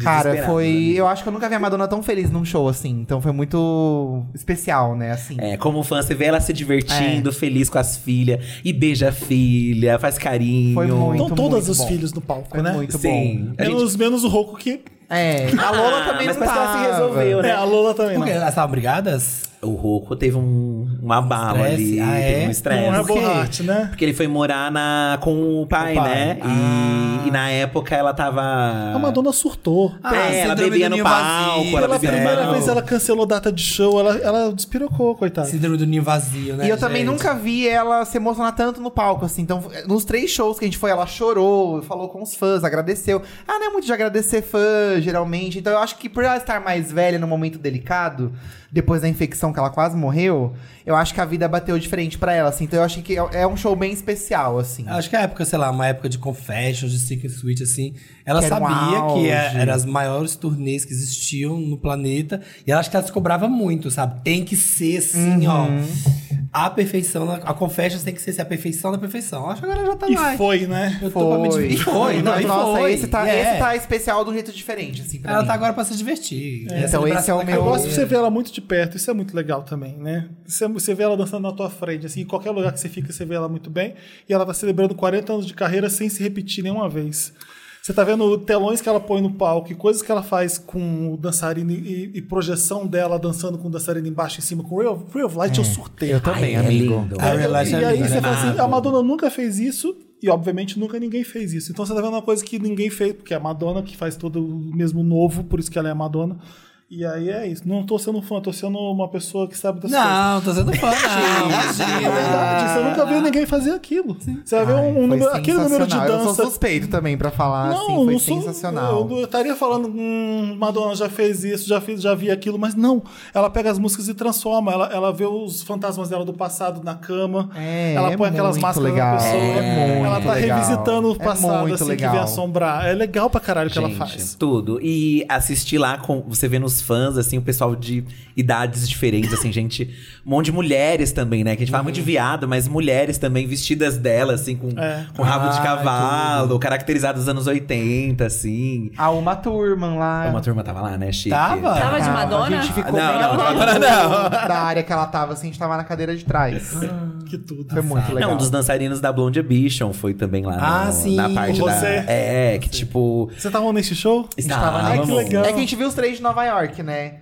Speaker 5: Cara,
Speaker 3: Desesperado,
Speaker 5: foi.
Speaker 3: né?
Speaker 5: Eu acho que eu nunca vi a Madonna tão feliz num show assim. Então foi muito especial, né? Assim.
Speaker 3: É, como fã, você vê ela se divertindo, feliz com as filhas, e beija a filha, faz carinho.
Speaker 5: Foi muito.
Speaker 1: Estão todas
Speaker 5: muito
Speaker 1: os
Speaker 5: bom.
Speaker 1: filhos no palco,
Speaker 5: Foi
Speaker 1: né?
Speaker 5: muito
Speaker 3: Sim. Hum. A gente-
Speaker 1: Menos, menos o Roku que.
Speaker 5: É. A Lola
Speaker 3: Ah,
Speaker 5: também
Speaker 3: mas parece que
Speaker 5: não
Speaker 3: ela
Speaker 5: tava.
Speaker 3: se resolveu,
Speaker 1: É,
Speaker 3: né?
Speaker 1: a Lola também.
Speaker 4: Por
Speaker 1: Não.
Speaker 4: quê? Elas estavam brigadas?
Speaker 3: O Roku teve um, um abalo ali,
Speaker 4: Estresse? Ah,
Speaker 3: teve
Speaker 4: é?
Speaker 3: um
Speaker 1: Não
Speaker 3: estresse.
Speaker 1: é
Speaker 4: Por quê?
Speaker 1: borracha, né?
Speaker 3: Porque ele foi morar na, com o pai,
Speaker 4: pai.
Speaker 3: né? E- E, na época ela tava.
Speaker 1: A Madonna surtou.
Speaker 4: Ah,
Speaker 3: É, ela
Speaker 4: síndrome
Speaker 3: bebia
Speaker 4: do
Speaker 3: no
Speaker 4: ninho
Speaker 3: palco,
Speaker 4: vazio,
Speaker 3: ela
Speaker 1: Pela
Speaker 3: bebia no
Speaker 1: primeira
Speaker 3: Não.
Speaker 1: vez ela cancelou data de show, ela, ela despirocou, coitada.
Speaker 4: Síndrome do ninho vazio, né?
Speaker 5: E eu também
Speaker 4: gente?
Speaker 5: nunca vi ela se emocionar tanto no palco, assim. Então, nos três shows que a gente foi, ela chorou, falou com os fãs, agradeceu. Ah, não é muito de agradecer fã, geralmente. Então, eu acho que por ela estar mais velha num momento delicado, depois da infecção que ela quase morreu, eu acho que a vida bateu diferente pra ela, assim. Então, eu acho que é é um show bem especial, assim.
Speaker 4: Acho que a época, sei lá, uma época de Confessions, de Secret Switch, assim. Ela
Speaker 5: Que era um
Speaker 4: sabia que
Speaker 5: auge.
Speaker 4: é- eram as maiores turnês que existiam no planeta. E ela acho que ela se cobrava muito, sabe? Tem que ser, assim, ó. A perfeição, na- a Confessions tem que ser assim, a perfeição da perfeição. Acho que agora já tá
Speaker 1: E
Speaker 4: mais.
Speaker 1: foi, né?
Speaker 4: Eu tô pra me divertir. E foi, não, e
Speaker 5: Nossa,
Speaker 4: foi.
Speaker 5: Esse, tá,
Speaker 4: E é.
Speaker 5: esse tá especial de um jeito diferente, assim, pra
Speaker 4: Ela
Speaker 5: mim.
Speaker 4: tá agora pra se divertir. E a
Speaker 5: Então esse
Speaker 4: celebração
Speaker 5: é o
Speaker 4: da
Speaker 5: meu-
Speaker 1: Eu gosto de
Speaker 4: carreira.
Speaker 1: você ver ela muito de perto, isso é muito legal também, né? Você, você vê ela dançando na tua frente, assim, em qualquer lugar que você fica, você vê ela muito bem. E ela tá celebrando 40 anos de carreira sem se repetir nenhuma vez. Você tá vendo telões que ela põe no palco e coisas que ela faz com o dançarino e, e projeção dela dançando com o dançarino embaixo e em cima, com o Ray of- Ray of Light, eu surtei.
Speaker 5: Eu também,
Speaker 3: Ai, é
Speaker 5: amigo.
Speaker 3: lindo.
Speaker 4: A Real Light
Speaker 1: E
Speaker 4: é
Speaker 1: aí
Speaker 4: linda,
Speaker 1: você
Speaker 4: né?
Speaker 1: fala assim, a Madonna nunca fez isso e obviamente nunca ninguém fez isso. Então você tá vendo uma coisa que ninguém fez, porque é a Madonna que faz todo o mesmo novo, por isso que ela é a Madonna. E aí é isso. Não tô sendo fã, tô sendo uma pessoa que sabe das coisas.
Speaker 4: Não, tô sendo fã, não.
Speaker 1: É verdade, você nunca viu ninguém fazer aquilo. Você vai ver
Speaker 5: Ah. Ai,
Speaker 1: um, um
Speaker 5: foi
Speaker 1: número, aquele número de
Speaker 5: sensacional. Eu sou
Speaker 1: dança.
Speaker 5: suspeito também pra falar, assim, foi
Speaker 1: sou- um-
Speaker 5: sensacional.
Speaker 1: Eu, eu estaria falando, hum, Madonna já fez isso, já fiz, já vi aquilo, mas não. Ela pega as músicas e transforma. Ela, ela vê os fantasmas dela do passado na cama.
Speaker 5: É,
Speaker 1: ela
Speaker 5: é
Speaker 1: põe aquelas
Speaker 5: muito
Speaker 1: máscaras
Speaker 5: legal,
Speaker 1: na pessoa.
Speaker 5: é muito
Speaker 1: ela tá
Speaker 5: legal.
Speaker 1: revisitando o
Speaker 5: É
Speaker 1: passado
Speaker 5: muito
Speaker 1: assim que vem
Speaker 5: legal.
Speaker 1: assombrar. É legal pra caralho o que ela
Speaker 3: Gente,
Speaker 1: faz.
Speaker 3: Tudo. E assistir lá com. Você vê nos fãs, assim, o pessoal de idades diferentes, assim, gente. Um monte de mulheres também, né? Que a gente fala muito de viado, mas mulheres também vestidas dela, assim, com,
Speaker 1: É.
Speaker 3: com rabo de
Speaker 4: Ai,
Speaker 3: cavalo, caracterizadas dos anos 80, assim.
Speaker 5: A Ah, Uma Turman lá.
Speaker 3: Uma turma tava lá, né, Chique?
Speaker 4: Tava?
Speaker 2: Tava de
Speaker 5: Ah,
Speaker 2: Madonna?
Speaker 5: A gente ficou
Speaker 3: Não,
Speaker 5: bem
Speaker 3: não,
Speaker 5: ao
Speaker 3: não,
Speaker 5: lado
Speaker 3: não.
Speaker 5: da área que ela tava, assim, a gente tava na cadeira de trás.
Speaker 1: Que tudo.
Speaker 5: Foi muito legal.
Speaker 3: Não, um dos dançarinos da Blonde Ambition foi também lá
Speaker 4: Ah,
Speaker 3: no-
Speaker 4: sim,
Speaker 3: na parte
Speaker 1: o
Speaker 3: da.
Speaker 1: José.
Speaker 3: É, é, que tipo.
Speaker 1: Você tava nesse show?
Speaker 3: Estava,
Speaker 1: Ai, que legal.
Speaker 5: É que a gente viu os três de Nova York, né?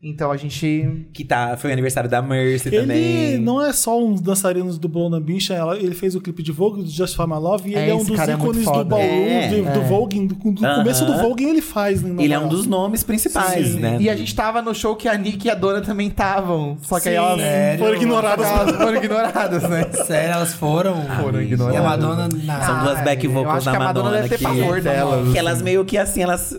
Speaker 5: Então a gente.
Speaker 3: Que tá, foi o aniversário da Mercy
Speaker 1: Ele
Speaker 3: também.
Speaker 1: não é só um dos dançarinos do Blonde Ambition, ela- ele fez o clipe de Vogue do Just For My Love e
Speaker 5: É,
Speaker 1: ele é um
Speaker 5: esse
Speaker 1: dos
Speaker 5: cara é muito
Speaker 1: ícones
Speaker 5: foda.
Speaker 1: do ballroom,
Speaker 3: É,
Speaker 1: de- do
Speaker 5: é.
Speaker 1: Vogue, do, do
Speaker 3: Aham.
Speaker 1: começo do Vogue ele faz. né, em Nova
Speaker 3: Ele é um
Speaker 1: York.
Speaker 3: dos nomes principais,
Speaker 1: Sim.
Speaker 3: né?
Speaker 5: E a gente tava no show que a Nick e a Dona também estavam. Só que aí elas.
Speaker 4: Sério?
Speaker 1: Foram ignoradas.
Speaker 5: só que elas foram ignoradas, né?
Speaker 4: (laughs) Sério, elas foram.
Speaker 5: Foram ignoradas.
Speaker 4: E a Madonna, nada.
Speaker 3: São duas back
Speaker 5: Ah, eu
Speaker 3: vocals
Speaker 5: acho
Speaker 3: da
Speaker 5: que a
Speaker 3: Madonna.
Speaker 5: Madonna deve ter
Speaker 3: que,
Speaker 5: pavor delas,
Speaker 3: Que elas meio que assim, elas.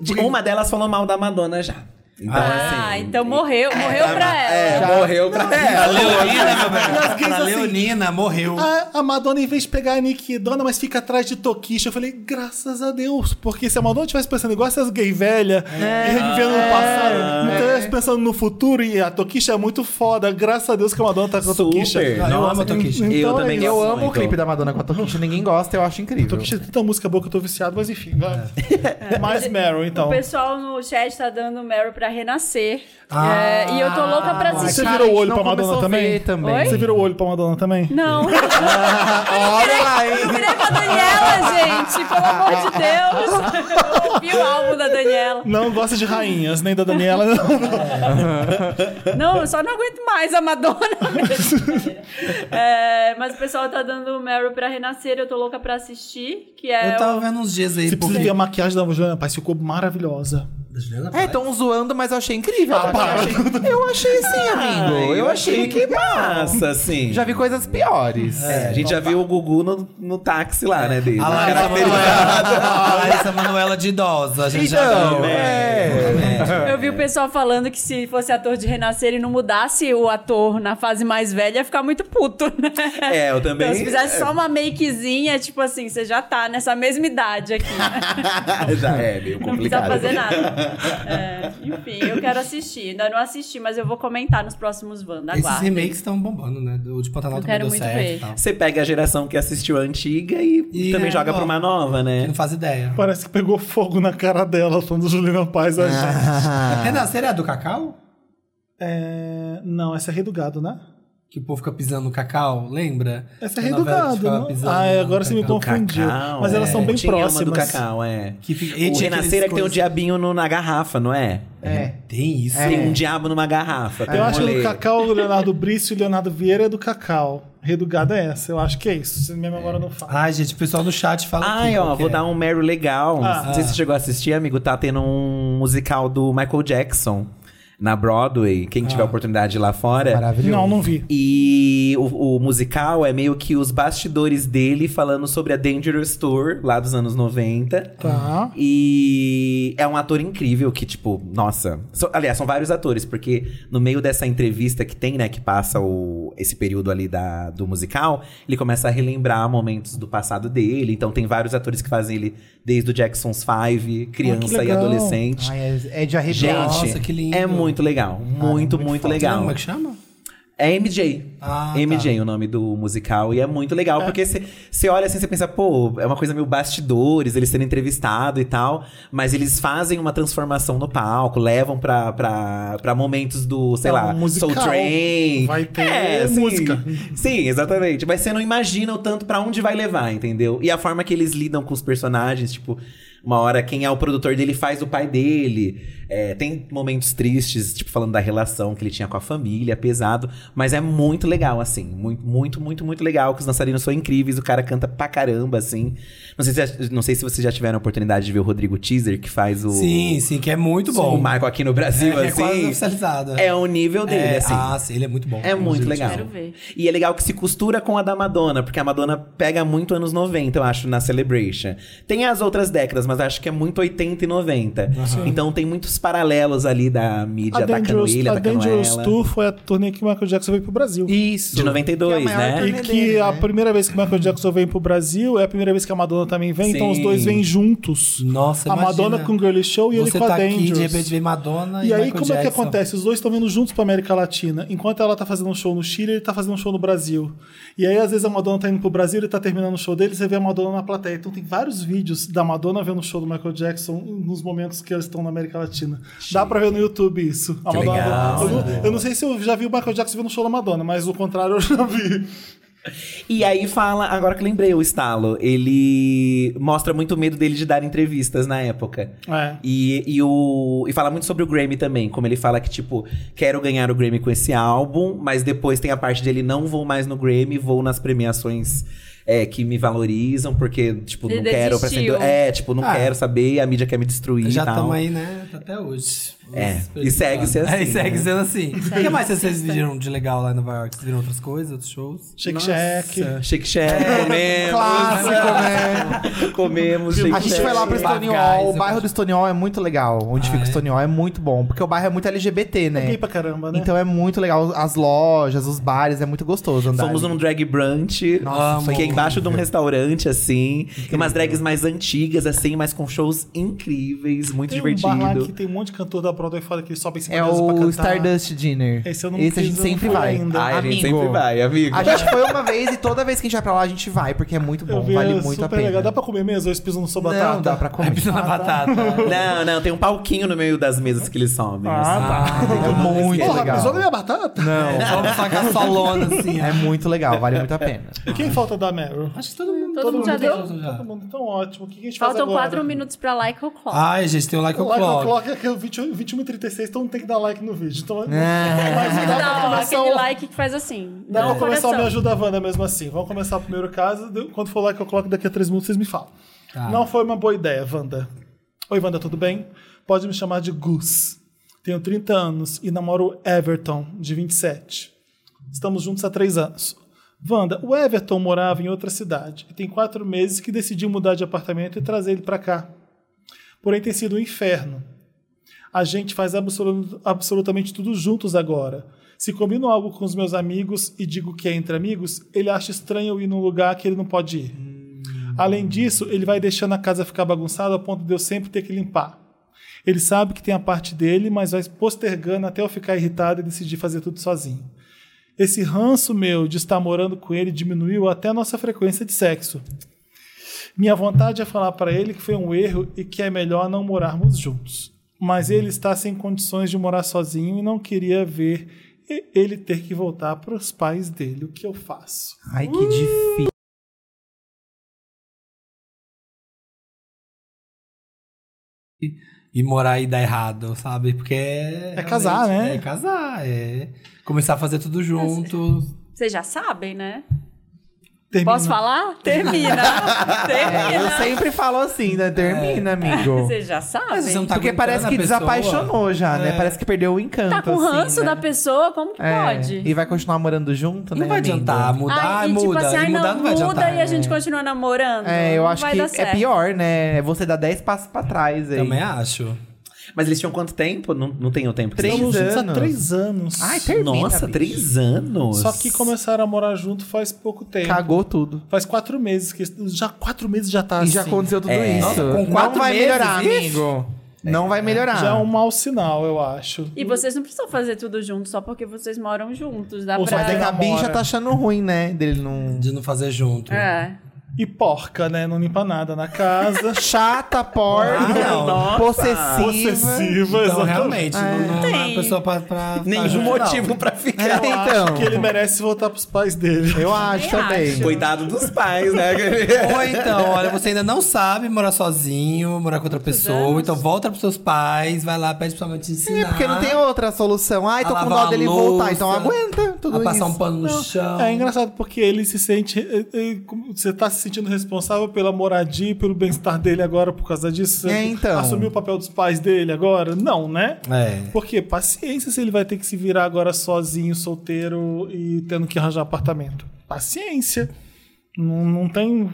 Speaker 3: de- Uma delas falou mal da Madonna já. Então,
Speaker 2: Ah,
Speaker 3: assim,
Speaker 2: então morreu, morreu pra ela.
Speaker 3: É, morreu pra
Speaker 4: A
Speaker 5: é
Speaker 3: ela.
Speaker 4: Leonina, né, meu
Speaker 1: E as gays
Speaker 4: velho. A
Speaker 1: assim.
Speaker 4: Leonina morreu.
Speaker 1: Ah, A, a Madonna, em vez de pegar a Nick Dona, mas fica atrás de Tokisha. Eu falei, graças
Speaker 5: É.
Speaker 1: a Deus. Porque se a Madonna tivesse pensando igual essas gay velha, é. vivendo no passado, não tivesse pensando no futuro e a Tokisha é muito foda. Graças a Deus que a Madonna tá com a
Speaker 3: Super.
Speaker 1: Tokisha.
Speaker 3: Nossa,
Speaker 1: Eu amo a
Speaker 4: eu-
Speaker 1: Tokisha.
Speaker 3: eu
Speaker 1: Então é
Speaker 3: também
Speaker 1: isso.
Speaker 5: Eu
Speaker 3: Nossa,
Speaker 5: amo o
Speaker 3: muito.
Speaker 5: clipe da Madonna com a Tokisha, ninguém gosta, eu acho incrível.
Speaker 1: Tokisha tem tanta música boa que eu tô viciado, mas enfim. Vai.
Speaker 5: É.
Speaker 1: Mais Meryl, então.
Speaker 2: O pessoal no chat tá dando Meryl pra renascer.
Speaker 4: Ah.
Speaker 2: É, e eu tô louca pra
Speaker 1: Você
Speaker 2: assistir.
Speaker 5: Cara,
Speaker 1: virou o
Speaker 5: a gente
Speaker 1: olho
Speaker 5: não
Speaker 1: pra Madonna
Speaker 5: começou a
Speaker 1: também?
Speaker 5: ver também.
Speaker 2: Oi?
Speaker 1: Você virou o olho pra Madonna também?
Speaker 2: Não.
Speaker 5: (laughs) Olha lá, hein?
Speaker 2: Virei pra Daniela, gente, pelo amor de Deus. Eu ouvi o álbum da Daniela.
Speaker 1: Não gosta de rainhas, nem da Daniela. não.
Speaker 2: Não, eu só não aguento mais a Madonna. (laughs) É, mas o pessoal tá dando Meryl pra renascer, eu tô louca pra assistir. Que é
Speaker 4: Eu tava
Speaker 2: o-
Speaker 4: vendo uns dias aí.
Speaker 1: Você precisa
Speaker 4: porque-
Speaker 1: ver a maquiagem da Juliana Paz, ficou maravilhosa.
Speaker 4: Da Juliana
Speaker 5: É,
Speaker 4: Paz?
Speaker 5: tão zoando, mas eu achei incrível. eu, achei, eu achei sim, amigo.
Speaker 3: Ai,
Speaker 5: Eu achei que.
Speaker 3: massa, assim.
Speaker 5: Já vi coisas piores.
Speaker 3: É, a gente já viu o Gugu no, no táxi lá, né,
Speaker 5: Ah
Speaker 3: dele.
Speaker 4: A Larissa Manoela. A Larissa Manoela de idosa. A gente já tá
Speaker 5: Então,
Speaker 4: viu.
Speaker 5: é.
Speaker 2: Eu vi o pessoal falando que se fosse ator de renascer e não mudasse o ator na fase mais velha, ia ficar muito puto, né?
Speaker 3: É, eu também-
Speaker 2: Então, se fizesse só uma makezinha, tipo assim, você já tá nessa mesma idade aqui. né?
Speaker 3: (laughs) já é meio
Speaker 2: Não precisa
Speaker 3: complicado.
Speaker 2: fazer nada. É, enfim, eu quero assistir. Ainda não assisti, mas eu vou comentar nos próximos Wanda.
Speaker 4: Esses
Speaker 2: Aguarda.
Speaker 4: remakes estão bombando, né? O de Pantanal
Speaker 2: Eu
Speaker 4: também
Speaker 2: quero
Speaker 4: deu
Speaker 2: muito
Speaker 4: certo
Speaker 2: ver.
Speaker 4: e tal.
Speaker 3: Você pega a geração que assistiu a antiga e,
Speaker 4: E
Speaker 3: também
Speaker 4: é,
Speaker 3: joga pra
Speaker 4: bom.
Speaker 3: uma nova, né?
Speaker 4: Não faz ideia.
Speaker 1: Parece que pegou fogo na cara dela, falando Juliana Paz.
Speaker 4: Ah.
Speaker 1: a gente.
Speaker 4: Renascer é a do cacau?
Speaker 1: É, Não, essa é Rei do Gado, né?
Speaker 4: Que o povo fica pisando no cacau, lembra?
Speaker 1: Essa é
Speaker 4: Da
Speaker 1: Rei do
Speaker 4: novela que
Speaker 1: Gado.
Speaker 4: ficava
Speaker 1: não?
Speaker 4: pisando
Speaker 1: Ah, é,
Speaker 4: no
Speaker 1: agora você me
Speaker 4: cacau.
Speaker 1: confundiu.
Speaker 3: Cacau,
Speaker 1: Mas elas
Speaker 3: é.
Speaker 1: são bem
Speaker 3: Tinha uma
Speaker 1: próximas.
Speaker 3: do cacau, é.
Speaker 4: Que fica- e
Speaker 3: o
Speaker 4: tinha
Speaker 3: Renascer é que tem
Speaker 4: aqueles
Speaker 3: um diabinho no- na garrafa, não é?
Speaker 5: (laughs) É.
Speaker 4: Tem isso.
Speaker 3: Tem um
Speaker 4: É.
Speaker 3: diabo numa garrafa. tem
Speaker 1: É. Eu
Speaker 3: um
Speaker 1: acho que o
Speaker 3: moleiro.
Speaker 1: Cacau, o Leonardo Brício e o Leonardo Vieira é do Cacau. Rei do Gado é essa. Eu acho que é isso. Se minha memória não fala.
Speaker 4: Ai, gente, o pessoal no chat fala.
Speaker 3: Ai,
Speaker 4: aqui
Speaker 3: ó,
Speaker 4: qual que
Speaker 3: vou
Speaker 4: é.
Speaker 3: dar um Meryl legal.
Speaker 1: Ah.
Speaker 3: Não sei se você chegou a assistir, amigo. Tá tendo um musical do Michael Jackson na Broadway. Quem
Speaker 1: Ah.
Speaker 3: tiver oportunidade lá fora.
Speaker 5: Maravilhoso.
Speaker 1: Não, não vi.
Speaker 3: E o, o musical é meio que os bastidores dele falando sobre a Dangerous Tour, lá dos anos 90.
Speaker 1: Tá.
Speaker 3: E é um ator incrível que, tipo, nossa. So- aliás, são vários atores, porque no meio dessa entrevista que tem, né, que passa o, esse período ali da, do musical, ele começa a relembrar momentos do passado dele. Então tem vários atores que fazem ele desde o Jackson's Five, criança e
Speaker 1: legal.
Speaker 3: adolescente.
Speaker 5: Ai, é, é de arrepiar.
Speaker 3: Gente,
Speaker 4: Nossa, que lindo.
Speaker 3: é muito legal. Muito, muito, legal.
Speaker 4: Como é que chama?
Speaker 3: É MJ.
Speaker 4: Ah,
Speaker 1: tá.
Speaker 3: MJ, o nome do musical. E é muito legal, porque você olha assim, você pensa, pô, é uma coisa meio bastidores, eles sendo entrevistado e tal. Mas eles fazem uma transformação no palco, levam pra, pra, pra momentos do, sei
Speaker 1: É
Speaker 3: lá,
Speaker 1: um musical.
Speaker 3: Soul Train.
Speaker 1: Vai ter
Speaker 4: É, assim,
Speaker 3: sim.
Speaker 1: música.
Speaker 3: É, Sim, exatamente. Mas você não imagina o tanto pra onde vai levar, entendeu? E a forma que eles lidam com os personagens, tipo, uma hora quem é o produtor dele faz o pai dele. É, tem momentos tristes, tipo, falando da relação que ele tinha com a família, pesado. Mas é muito legal, assim. Muito, muito, muito, muito legal. Que os dançarinos são incríveis, o cara canta pra caramba, assim. Não sei se, já- não sei se vocês já tiveram a oportunidade de ver o Rodrigo Teaser, que faz o.
Speaker 4: Sim, sim, que é muito
Speaker 3: O
Speaker 4: bom.
Speaker 3: Marco aqui no Brasil,
Speaker 4: é, que é quase
Speaker 3: assim.
Speaker 4: oficializada.
Speaker 3: É o nível dele,
Speaker 4: É,
Speaker 3: assim.
Speaker 4: Ah, sim, ele é muito bom.
Speaker 3: É muito
Speaker 4: Gente,
Speaker 3: legal.
Speaker 2: Quero ver.
Speaker 3: E é legal que se costura com a da Madonna, porque a Madonna pega muito anos 90, eu acho, na Celebration. Tem as outras décadas, mas acho que é muito 80 e 90. Então tem muitos paralelos ali da
Speaker 1: A
Speaker 3: mídia da
Speaker 1: Dangerous,
Speaker 3: Canuelha,
Speaker 1: a
Speaker 3: da
Speaker 1: Dangerous
Speaker 3: Canuela.
Speaker 1: Tour foi a turnê que o Michael Jackson veio pro Brasil.
Speaker 3: Isso. De 92,
Speaker 5: Que é a maior
Speaker 3: né?
Speaker 1: E
Speaker 5: turnê
Speaker 1: que
Speaker 5: dele,
Speaker 1: a
Speaker 5: né?
Speaker 1: primeira vez que o Michael Jackson vem pro Brasil é a primeira vez que a Madonna também vem, então os
Speaker 3: Sim.
Speaker 1: dois vêm juntos.
Speaker 4: Nossa,
Speaker 1: a Madonna
Speaker 4: imagina.
Speaker 1: com o Girly Show e ele
Speaker 4: Você
Speaker 1: com a
Speaker 4: tá
Speaker 1: Dangerous.
Speaker 4: aqui, de repente vem Madonna e,
Speaker 1: E aí,
Speaker 4: Michael
Speaker 1: como é que
Speaker 4: Jackson.
Speaker 1: acontece? Os dois estão vindo juntos pra América Latina. Enquanto ela tá fazendo um show no Chile, ele tá fazendo um show no Brasil. E aí, às vezes, a Madonna tá indo pro Brasil, ele tá terminando o show dele, você vê a Madonna na plateia. Então tem vários vídeos da Madonna vendo o show do Michael Jackson nos momentos que eles estão na América Latina. Dá pra ver no YouTube isso. A
Speaker 3: Que legal.
Speaker 1: Eu, não- eu não sei se eu já vi o Michael Jackson vendo o show da Madonna, mas o contrário eu já vi.
Speaker 3: E aí fala, agora que lembrei o estalo, ele mostra muito medo dele de dar entrevistas na época.
Speaker 1: É.
Speaker 3: E, e, o, e fala muito sobre o Grammy também, como ele fala que, tipo, quero ganhar o Grammy com esse álbum, mas depois tem a parte dele não vou mais no Grammy, vou nas premiações é, que me valorizam, porque, tipo,
Speaker 2: Ele
Speaker 3: não quero pra
Speaker 2: desistiu.
Speaker 3: ser. É, tipo, não
Speaker 4: Ah.
Speaker 3: quero saber, a mídia quer me destruir
Speaker 4: Já
Speaker 3: e tal.
Speaker 4: estamos aí, né? Até hoje.
Speaker 3: Então. É,
Speaker 4: Os
Speaker 3: e segue sendo
Speaker 4: É, (laughs) e
Speaker 3: assim,
Speaker 4: segue
Speaker 3: né?
Speaker 4: sendo assim. O que mais vocês viram de legal lá em Nova York? Vocês viram outras coisas, outros shows?
Speaker 1: Shake
Speaker 3: Nossa.
Speaker 1: Shack.
Speaker 3: Shake Shack, comemos.
Speaker 5: Clássico,
Speaker 3: (laughs)
Speaker 5: né?
Speaker 3: comemos, Shake
Speaker 5: A gente
Speaker 3: Shack.
Speaker 5: foi lá pro
Speaker 4: Bagais,
Speaker 5: Stonewall. O
Speaker 4: eu
Speaker 5: bairro do Stonewall é muito legal. Onde
Speaker 4: Ah,
Speaker 5: fica o
Speaker 4: é?
Speaker 5: Stonewall é muito bom. Porque o bairro é muito LGBT,
Speaker 1: É gay
Speaker 5: né?
Speaker 1: pra caramba, né?
Speaker 5: Então é muito legal. As lojas, os bares, é muito gostoso andar.
Speaker 3: Fomos
Speaker 5: ali.
Speaker 3: num drag brunch.
Speaker 4: Nossa,
Speaker 3: quem embaixo de um restaurante, assim. E umas drags mais antigas, assim, mas com shows incríveis, muito
Speaker 1: Tem um
Speaker 3: divertido.
Speaker 1: bar lá que tem um monte de cantor da Broadway fora que eles sobem em cima
Speaker 5: É
Speaker 1: da mesa pra
Speaker 5: o
Speaker 1: cantar.
Speaker 5: Stardust Dinner.
Speaker 1: Esse eu não
Speaker 5: a
Speaker 1: fiz,
Speaker 5: gente
Speaker 1: eu não
Speaker 5: sempre
Speaker 1: fui
Speaker 5: vai.
Speaker 1: ainda.
Speaker 3: Ai, a gente
Speaker 5: Amigo.
Speaker 3: sempre vai, amigo.
Speaker 5: A gente foi uma vez e toda vez que a gente vai pra lá, a gente vai, porque é muito
Speaker 1: Eu
Speaker 5: bom,
Speaker 1: vi,
Speaker 5: vale
Speaker 1: é
Speaker 5: muito
Speaker 1: super
Speaker 5: a pena. né?
Speaker 1: legal. Dá pra comer mesmo? Eles pisam no sua batata?
Speaker 5: Não, dá pra comer.
Speaker 4: pisando na batata.
Speaker 3: Não, não, tem um palquinho no meio das mesas que eles sobem. assim.
Speaker 5: Ah, é muito
Speaker 1: Porra, pisou na
Speaker 5: legal.
Speaker 1: minha batata?
Speaker 5: Não,
Speaker 4: Só pra sacar solona, assim.
Speaker 5: é muito legal, vale muito
Speaker 1: (laughs)
Speaker 5: a pena.
Speaker 1: Quem falta da Meryl?
Speaker 4: Acho que todo mundo,
Speaker 2: Todo mundo já deu?
Speaker 4: todo mundo já.
Speaker 1: Todo mundo tão ótimo. O que a gente faz
Speaker 2: Faltam
Speaker 1: agora?
Speaker 2: quatro minutos pra like o'clock.
Speaker 4: Ai, gente, tem o like
Speaker 1: O like
Speaker 4: o'clock.
Speaker 1: o'clock é que é o 21 21 e 36, então não tem que dar like no vídeo. Então,
Speaker 5: Né?
Speaker 1: mas dá pra um-
Speaker 2: Não,
Speaker 1: começar
Speaker 2: aquele
Speaker 1: o-
Speaker 2: like que faz assim.
Speaker 1: Não,
Speaker 2: no
Speaker 1: vou começar o Me
Speaker 2: coração.
Speaker 1: Ajuda a Wanda mesmo assim. Vamos começar o primeiro caso. de- Quando for lá que eu coloco daqui a três minutos, vocês me falam. Não foi uma boa ideia, Wanda. Oi, Wanda, tudo bem? Pode me chamar de Gus. Tenho 30 anos e namoro o Everton, de 27. Estamos juntos há três anos. Wanda, o Everton morava em outra cidade e tem quatro meses que decidi mudar de apartamento e trazer ele pra cá. Porém, tem sido um inferno. A gente faz absolu- absolutamente tudo juntos agora. Se combino algo com os meus amigos e digo que é entre amigos, ele acha estranho eu ir num lugar que ele não pode ir. Além disso, ele vai deixando a casa ficar bagunçada a ponto de eu sempre ter que limpar. Ele sabe que tem a parte dele, mas vai postergando até eu ficar irritado e decidir fazer tudo sozinho. Esse ranço meu de estar morando com ele diminuiu até a nossa frequência de sexo. Minha vontade é falar para ele que foi um erro e que é melhor não morarmos juntos. Mas ele está sem condições de morar sozinho e não queria ver e- ele ter que voltar para os pais dele. O que eu faço?
Speaker 5: Ai, que difícil.
Speaker 4: E morar e dar errado, sabe? Porque é.
Speaker 1: É casar,
Speaker 4: realmente-
Speaker 1: né?
Speaker 4: É casar, é. Começar a fazer tudo
Speaker 1: É,
Speaker 4: junto.
Speaker 2: Vocês já sabem, né?
Speaker 1: Termina.
Speaker 2: Posso falar? Termina.
Speaker 5: É,
Speaker 2: (laughs)
Speaker 5: Eu
Speaker 2: Termina.
Speaker 5: sempre falo assim, né? Termina, amigo.
Speaker 2: Vocês já
Speaker 4: Mas você não
Speaker 2: sabem.
Speaker 4: tá
Speaker 5: Porque
Speaker 4: aguentando
Speaker 5: parece
Speaker 4: a
Speaker 5: que
Speaker 4: pessoa.
Speaker 5: desapaixonou já, né? Parece que perdeu o encanto.
Speaker 2: Tá com ranço
Speaker 5: assim, né?
Speaker 2: da pessoa, como que
Speaker 5: É,
Speaker 2: pode?
Speaker 5: E vai continuar morando junto,
Speaker 1: é
Speaker 5: né?
Speaker 4: Não vai
Speaker 5: amigo?
Speaker 4: adiantar mudar,
Speaker 2: Ai, e
Speaker 4: muda.
Speaker 2: tipo assim,
Speaker 4: e
Speaker 2: ai,
Speaker 4: mudar
Speaker 2: não,
Speaker 4: não, vai
Speaker 2: muda
Speaker 4: adiantar.
Speaker 2: e a gente continua namorando.
Speaker 5: É, eu
Speaker 2: Não
Speaker 5: acho
Speaker 2: vai
Speaker 5: que
Speaker 2: dar
Speaker 5: é
Speaker 2: certo.
Speaker 5: pior, né? É Você dar 10 passos pra trás aí.
Speaker 4: Também acho.
Speaker 3: Mas eles tinham quanto tempo? Não, não tem o tempo que
Speaker 5: Três
Speaker 3: eles
Speaker 1: Estamos juntos há
Speaker 5: anos.
Speaker 1: três anos.
Speaker 5: Ai,
Speaker 3: tinham?
Speaker 5: termina,
Speaker 3: Nossa,
Speaker 5: bicho.
Speaker 3: três anos.
Speaker 1: Só que começaram a morar junto faz pouco tempo.
Speaker 5: Cagou tudo.
Speaker 1: Faz quatro meses que já quatro meses já tá
Speaker 5: E
Speaker 1: assim.
Speaker 5: já aconteceu tudo
Speaker 3: É.
Speaker 5: isso.
Speaker 3: Nossa,
Speaker 4: com
Speaker 5: não
Speaker 4: quatro
Speaker 5: vai
Speaker 4: meses,
Speaker 5: melhorar,
Speaker 4: isso?
Speaker 5: amigo. Não vai melhorar.
Speaker 1: Já é um mau sinal, eu acho.
Speaker 2: E vocês não precisam fazer tudo junto só porque vocês moram juntos. Dá
Speaker 1: Ou só
Speaker 2: pra.
Speaker 5: Mas é que a
Speaker 1: namora.
Speaker 5: Bi já tá achando ruim, né? Dele não.
Speaker 4: De não fazer junto.
Speaker 2: É.
Speaker 1: E porca, né? Não limpa nada na casa.
Speaker 5: Chata, porca,
Speaker 4: Ah, não.
Speaker 5: (laughs) possessiva.
Speaker 1: Possessiva,
Speaker 4: Então,
Speaker 1: exatamente.
Speaker 4: realmente, não, não é
Speaker 2: Tem.
Speaker 4: uma pessoa pra. pra pra
Speaker 3: Nenhum
Speaker 4: junto, não.
Speaker 3: motivo pra
Speaker 5: É,
Speaker 3: ficar.
Speaker 1: Eu acho que ele
Speaker 5: então.
Speaker 1: merece voltar pros pais dele.
Speaker 5: Eu acho
Speaker 2: Também
Speaker 5: também.
Speaker 2: acho.
Speaker 3: Coitado dos pais, né?
Speaker 4: (laughs) Ou então, olha, você ainda não sabe morar sozinho, morar com outra pessoa, então volta pros seus pais, vai lá, pede pra sua mãe te ensinar.
Speaker 5: É, porque não tem outra solução. Ai,
Speaker 4: a
Speaker 5: tô com
Speaker 4: lavar
Speaker 5: dó
Speaker 4: a
Speaker 5: dele
Speaker 4: louça,
Speaker 5: voltar, então aguenta tudo
Speaker 4: a
Speaker 5: isso.
Speaker 4: passar um pano no chão.
Speaker 1: É engraçado porque ele se sente. eh, eh, como- Você tá se sentindo responsável pela moradia e pelo bem-estar dele agora por causa disso? Você
Speaker 5: É, então.
Speaker 1: Assumiu o papel dos pais dele agora? Não, né?
Speaker 4: É.
Speaker 1: Porque paciência se ele vai ter que se virar agora sozinho, solteiro e tendo que arranjar apartamento. Paciência. Não, não tem.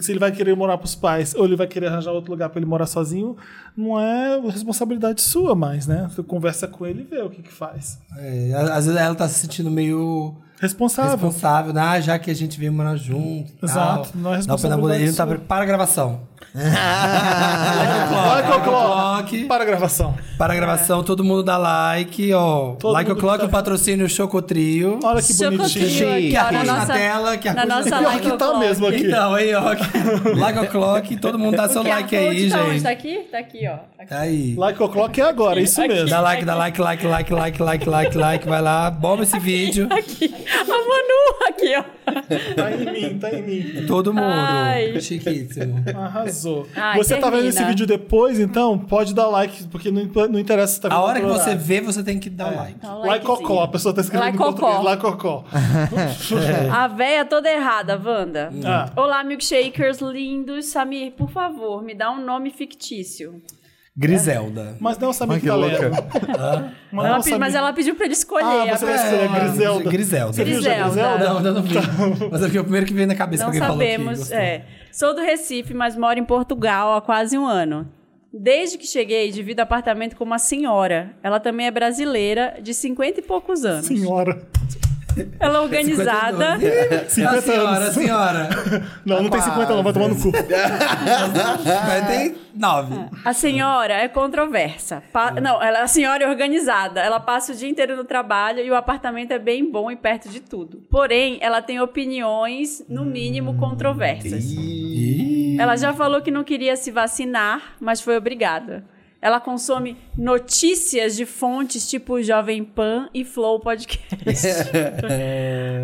Speaker 1: Se ele vai querer morar pros pais ou ele vai querer arranjar outro lugar pra ele morar sozinho, não é responsabilidade sua mais, né? Você conversa com ele e vê o que, que faz.
Speaker 4: É, a- Às vezes ela tá se sentindo meio
Speaker 1: Responsável.
Speaker 4: responsável, né? Ah, já que a gente veio morar junto. e
Speaker 1: Exato,
Speaker 4: tal.
Speaker 1: não é
Speaker 4: Dá pra namorar, Ele não tá
Speaker 1: responsabilidade
Speaker 4: pre- para a gravação.
Speaker 5: (laughs)
Speaker 1: Like
Speaker 4: Like
Speaker 1: o'clock.
Speaker 4: o'clock.
Speaker 1: Para a gravação.
Speaker 4: Para a gravação, todo mundo dá like, ó.
Speaker 1: É. Todo
Speaker 4: like
Speaker 1: mundo
Speaker 4: o'clock,
Speaker 1: tá-
Speaker 4: o patrocínio Chocotrio.
Speaker 1: Olha que
Speaker 2: Chocotrio
Speaker 1: bonitinho.
Speaker 2: aqui,
Speaker 4: Que
Speaker 2: ó, na
Speaker 4: arroz na
Speaker 2: nossa,
Speaker 4: tela, que
Speaker 2: na
Speaker 4: arroz na
Speaker 2: nossa
Speaker 1: Pior
Speaker 2: like
Speaker 1: que tá
Speaker 2: o'clock.
Speaker 1: mesmo (laughs) aqui.
Speaker 4: Então, aí, ó. (laughs) like o'clock, todo
Speaker 1: (laughs)
Speaker 4: mundo dá seu
Speaker 2: Porque a
Speaker 4: like é aí,
Speaker 2: Fold tá onde?
Speaker 4: gente.
Speaker 2: Tá aqui? Tá aqui, ó. Aqui.
Speaker 4: Tá aí.
Speaker 1: Like o'clock é agora, isso
Speaker 2: Aqui.
Speaker 1: mesmo.
Speaker 4: Dá like, dá like, like, like, like, like, like, like. Vai lá, bomba esse vídeo.
Speaker 2: Aqui. (laughs) A Manu, aqui, ó.
Speaker 1: Tá em mim, tá em mim.
Speaker 4: Todo mundo.
Speaker 2: Ai.
Speaker 4: Chiquíssimo.
Speaker 1: Arrasou.
Speaker 2: Ai,
Speaker 1: você tá vendo
Speaker 2: termina.
Speaker 1: esse vídeo depois, então pode dar like, porque não, imp- não interessa se tá vendo
Speaker 4: A hora que
Speaker 1: outro
Speaker 4: você
Speaker 1: horário.
Speaker 4: vê, você tem que
Speaker 1: É.
Speaker 4: dar o like.
Speaker 2: Dá um
Speaker 1: Like
Speaker 2: likezinho.
Speaker 1: cocó, a pessoa tá escrevendo
Speaker 2: Like
Speaker 1: em português.
Speaker 2: cocó.
Speaker 1: Like cocó. (laughs)
Speaker 2: A véia toda errada, Wanda.
Speaker 1: Ah.
Speaker 2: Olá, milkshakers lindos. Samir, por favor, me dá um nome fictício.
Speaker 4: Griselda.
Speaker 1: Mas não sabe
Speaker 5: Ai,
Speaker 1: que
Speaker 5: que
Speaker 1: tá
Speaker 5: louca.
Speaker 1: lendo. Mas
Speaker 2: Ela
Speaker 1: não
Speaker 2: pe- mas
Speaker 1: sabe-
Speaker 2: ela pediu pra ele escolher.
Speaker 1: Ah,
Speaker 2: a
Speaker 1: você vai
Speaker 2: pessoa.
Speaker 1: escolher a Griselda.
Speaker 4: é Griselda.
Speaker 1: Você viu já
Speaker 2: Griselda.
Speaker 1: Griselda?
Speaker 4: Não, eu não vi. Mas é porque o primeiro que veio na cabeça
Speaker 2: Não
Speaker 4: que alguém
Speaker 2: sabemos.
Speaker 4: falou aqui.
Speaker 2: é. Sou do Recife, mas moro em Portugal há quase um ano. Desde que cheguei, divido apartamento com uma senhora. Ela também é brasileira, de 50 e poucos anos.
Speaker 1: Senhora.
Speaker 2: Ela é organizada.
Speaker 4: (laughs)
Speaker 1: 50
Speaker 4: É a senhora,
Speaker 1: anos.
Speaker 4: a senhora.
Speaker 1: Não,
Speaker 2: Tá
Speaker 1: não tem 50 não, vai tomar no cu.
Speaker 4: 49.
Speaker 2: A senhora é controversa. Pa- Não, ela, a senhora é organizada. Ela passa o dia inteiro no trabalho e o apartamento é bem bom e perto de tudo. Porém, ela tem opiniões, no mínimo, controversas. Ela já falou que não queria se vacinar, mas foi obrigada. Ela consome notícias de fontes tipo Jovem Pan e Flow Podcast.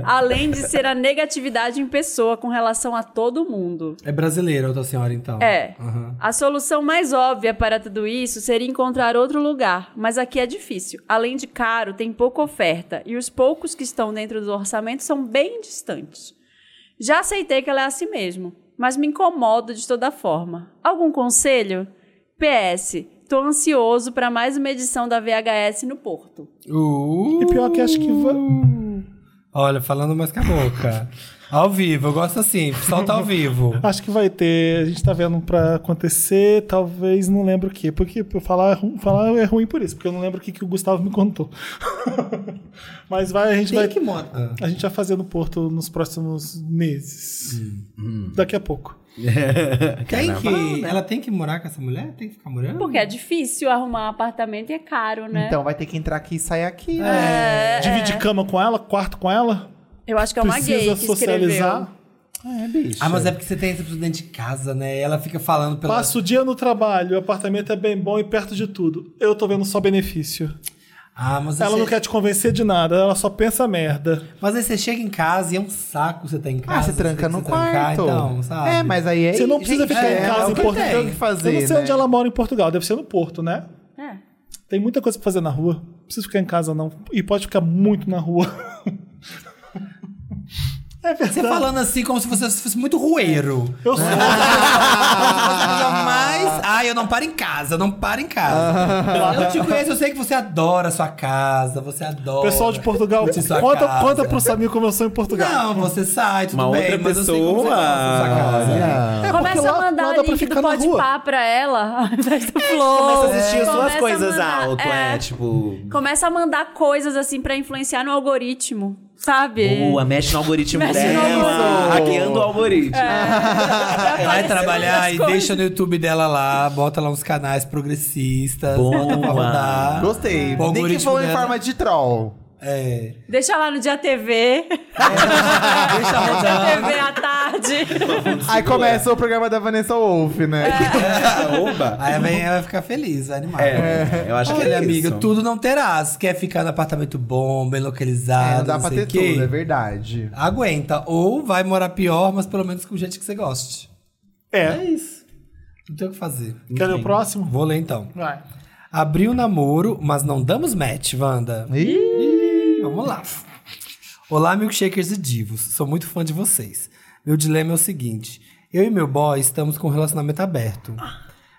Speaker 2: Além de ser a negatividade em pessoa com relação a todo mundo.
Speaker 4: É brasileira a outra senhora, então.
Speaker 2: É.
Speaker 4: Aham.
Speaker 2: A solução mais óbvia para tudo isso seria encontrar outro lugar, mas aqui é difícil. Além de caro, tem pouca oferta e os poucos que estão dentro do orçamento são bem distantes. Já aceitei que ela é assim mesmo, mas me incomodo de toda forma. Algum conselho? PS, tô ansioso para mais uma edição da VHS no Porto.
Speaker 4: Uh.
Speaker 1: E pior que acho que va-
Speaker 4: Olha, falando mais com a boca. ao vivo, eu gosto assim, solta ao vivo.
Speaker 1: Acho que vai ter. A gente tá vendo pra acontecer, talvez não lembro o quê. Porque pra falar, é ru- falar é ruim por isso, porque eu não lembro o que, que o Gustavo me contou. (laughs) Mas vai, a gente vai.
Speaker 4: moda.
Speaker 1: A gente vai fazer no Porto nos próximos meses. Daqui a pouco.
Speaker 4: Tem que, ela tem que morar com essa mulher? Tem que ficar morando?
Speaker 2: Porque é difícil arrumar um apartamento e é caro, né?
Speaker 5: Então vai ter que entrar aqui e sair
Speaker 4: É,
Speaker 5: aqui. né?
Speaker 2: É,
Speaker 1: Divide cama com ela, quarto com ela.
Speaker 2: Eu acho que é uma gay que
Speaker 1: precisa
Speaker 2: escreveu.
Speaker 1: socializar.
Speaker 3: É, bicho.
Speaker 4: Ah, mas é porque você tem essa pessoa dentro de casa, né? E ela fica falando pela.
Speaker 1: Passa o dia no trabalho, o apartamento é bem bom e perto de tudo. Eu tô vendo só benefício.
Speaker 4: Ah, mas
Speaker 1: Ela
Speaker 4: você-
Speaker 1: não quer te convencer de nada, ela só pensa merda.
Speaker 4: Mas aí você chega em casa e é um saco você tá em casa.
Speaker 5: Ah, você
Speaker 4: tem
Speaker 5: tranca
Speaker 4: que
Speaker 5: no
Speaker 4: se trancar,
Speaker 5: quarto.
Speaker 4: Então, sabe?
Speaker 5: É, mas aí é.
Speaker 1: Você não precisa
Speaker 5: Gente,
Speaker 1: ficar em
Speaker 5: é,
Speaker 1: casa
Speaker 5: é
Speaker 1: em
Speaker 5: o que
Speaker 1: Porto.
Speaker 5: tem que fazer.
Speaker 1: Eu não sei
Speaker 5: né?
Speaker 1: onde ela mora em Portugal, deve ser no Porto, né?
Speaker 2: É.
Speaker 1: Tem muita coisa pra fazer na rua. Não precisa ficar em casa, não. E pode ficar muito na rua. (laughs) é verdade.
Speaker 4: Você
Speaker 5: tá-
Speaker 4: falando assim como se você fosse muito rueiro.
Speaker 5: É.
Speaker 1: Eu
Speaker 4: (laughs)
Speaker 1: sou.
Speaker 4: Jamais. Ah, eu não paro em casa, eu não paro em
Speaker 5: Ah.
Speaker 4: casa. Eu te conheço, eu sei que você adora a sua casa, você adora.
Speaker 1: Pessoal de Portugal,
Speaker 4: curtir sua
Speaker 1: conta,
Speaker 4: casa.
Speaker 1: conta pro Samir como eu sou em Portugal.
Speaker 4: Não, você sai, tudo
Speaker 3: Uma
Speaker 4: bem,
Speaker 3: outra
Speaker 4: mas eu sei como você
Speaker 3: pessoa.
Speaker 4: gosta da sua casa.
Speaker 5: Ah.
Speaker 1: É, porque
Speaker 2: Começa
Speaker 1: lá-
Speaker 2: a
Speaker 1: lá
Speaker 2: mandar
Speaker 1: dá
Speaker 2: o
Speaker 1: pra
Speaker 2: link do
Speaker 1: ficar na rua.
Speaker 2: Podpah pra ela, (laughs) ao invés do Flow.
Speaker 3: Começa a assistir as suas
Speaker 2: Começa a
Speaker 3: coisas
Speaker 2: mandar-
Speaker 3: alto, é,
Speaker 2: é.
Speaker 3: tipo.
Speaker 2: Começa a mandar coisas, assim, pra influenciar no algoritmo, sabe? (laughs)
Speaker 3: Boa, mexe no algoritmo
Speaker 2: Mexe no
Speaker 3: dela.
Speaker 2: algoritmo.
Speaker 3: Hackeando o algoritmo.
Speaker 4: Vai trabalhar e
Speaker 2: Aparecendo outras
Speaker 4: deixa no YouTube dela lá, bota lá uns canais progressistas, bota pra
Speaker 3: Boa.
Speaker 4: rodar.
Speaker 5: Gostei.
Speaker 4: O
Speaker 5: Nem que
Speaker 4: algoritmo
Speaker 5: for em
Speaker 4: dela-
Speaker 5: forma de troll.
Speaker 4: É.
Speaker 2: Deixa lá no Dia TV.
Speaker 4: Deixa
Speaker 2: no Dia TV
Speaker 4: rodando.
Speaker 2: à tarde.
Speaker 4: é.
Speaker 5: Aí começa o programa da Vanessa Wolf,
Speaker 3: É.
Speaker 5: (laughs) né?
Speaker 2: É.
Speaker 3: (laughs) Oba.
Speaker 4: Aí vem, ela vai ficar feliz, vai animar.
Speaker 3: É, eu acho que
Speaker 4: Olha,
Speaker 3: é
Speaker 4: amigo,
Speaker 3: isso.
Speaker 4: tudo não terás. Quer ficar no apartamento bom, bem localizado,
Speaker 5: É, não dá pra
Speaker 4: Ah, sei
Speaker 5: ter
Speaker 4: o quê.
Speaker 5: tudo, é verdade.
Speaker 4: Aguenta. Ou vai morar pior, mas pelo menos com gente que você goste.
Speaker 1: É.
Speaker 4: Não tem o que fazer.
Speaker 1: Quer ver o próximo?
Speaker 4: Vou ler então.
Speaker 1: Vai.
Speaker 4: Abriu o namoro, mas não damos match, Wanda.
Speaker 5: Ih,
Speaker 4: Ih, Vamos lá. Olá, milkshakers e divos. Sou muito fã de vocês. Meu dilema é o seguinte: eu e meu boy estamos com um relacionamento aberto.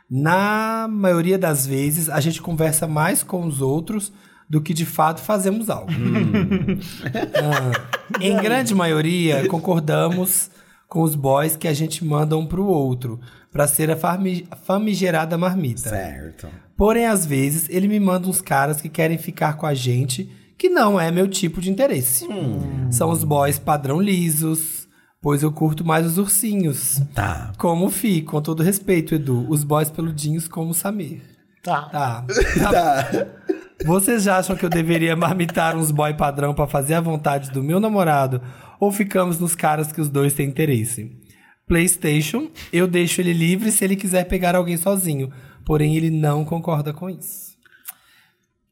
Speaker 4: Na maioria das vezes, a gente conversa mais com os outros do que de fato fazemos algo. (laughs) Ah, em grande maioria, concordamos com os boys que a gente manda um pro outro pra ser a fami- famigerada marmita.
Speaker 3: Certo.
Speaker 4: Porém, às vezes, ele me manda uns caras que querem ficar com a gente, que não é meu tipo de interesse. São os boys padrão lisos, pois eu curto mais os ursinhos.
Speaker 3: Tá.
Speaker 4: Como fi, com todo respeito, Edu, os boys peludinhos como o Samir.
Speaker 1: Tá.
Speaker 4: Tá. Vocês já acham que eu deveria marmitar uns boy padrão pra fazer a vontade do meu namorado? Ou ficamos nos caras que os dois têm interesse? PlayStation, eu deixo ele livre se ele quiser pegar alguém sozinho. Porém, ele não concorda com isso.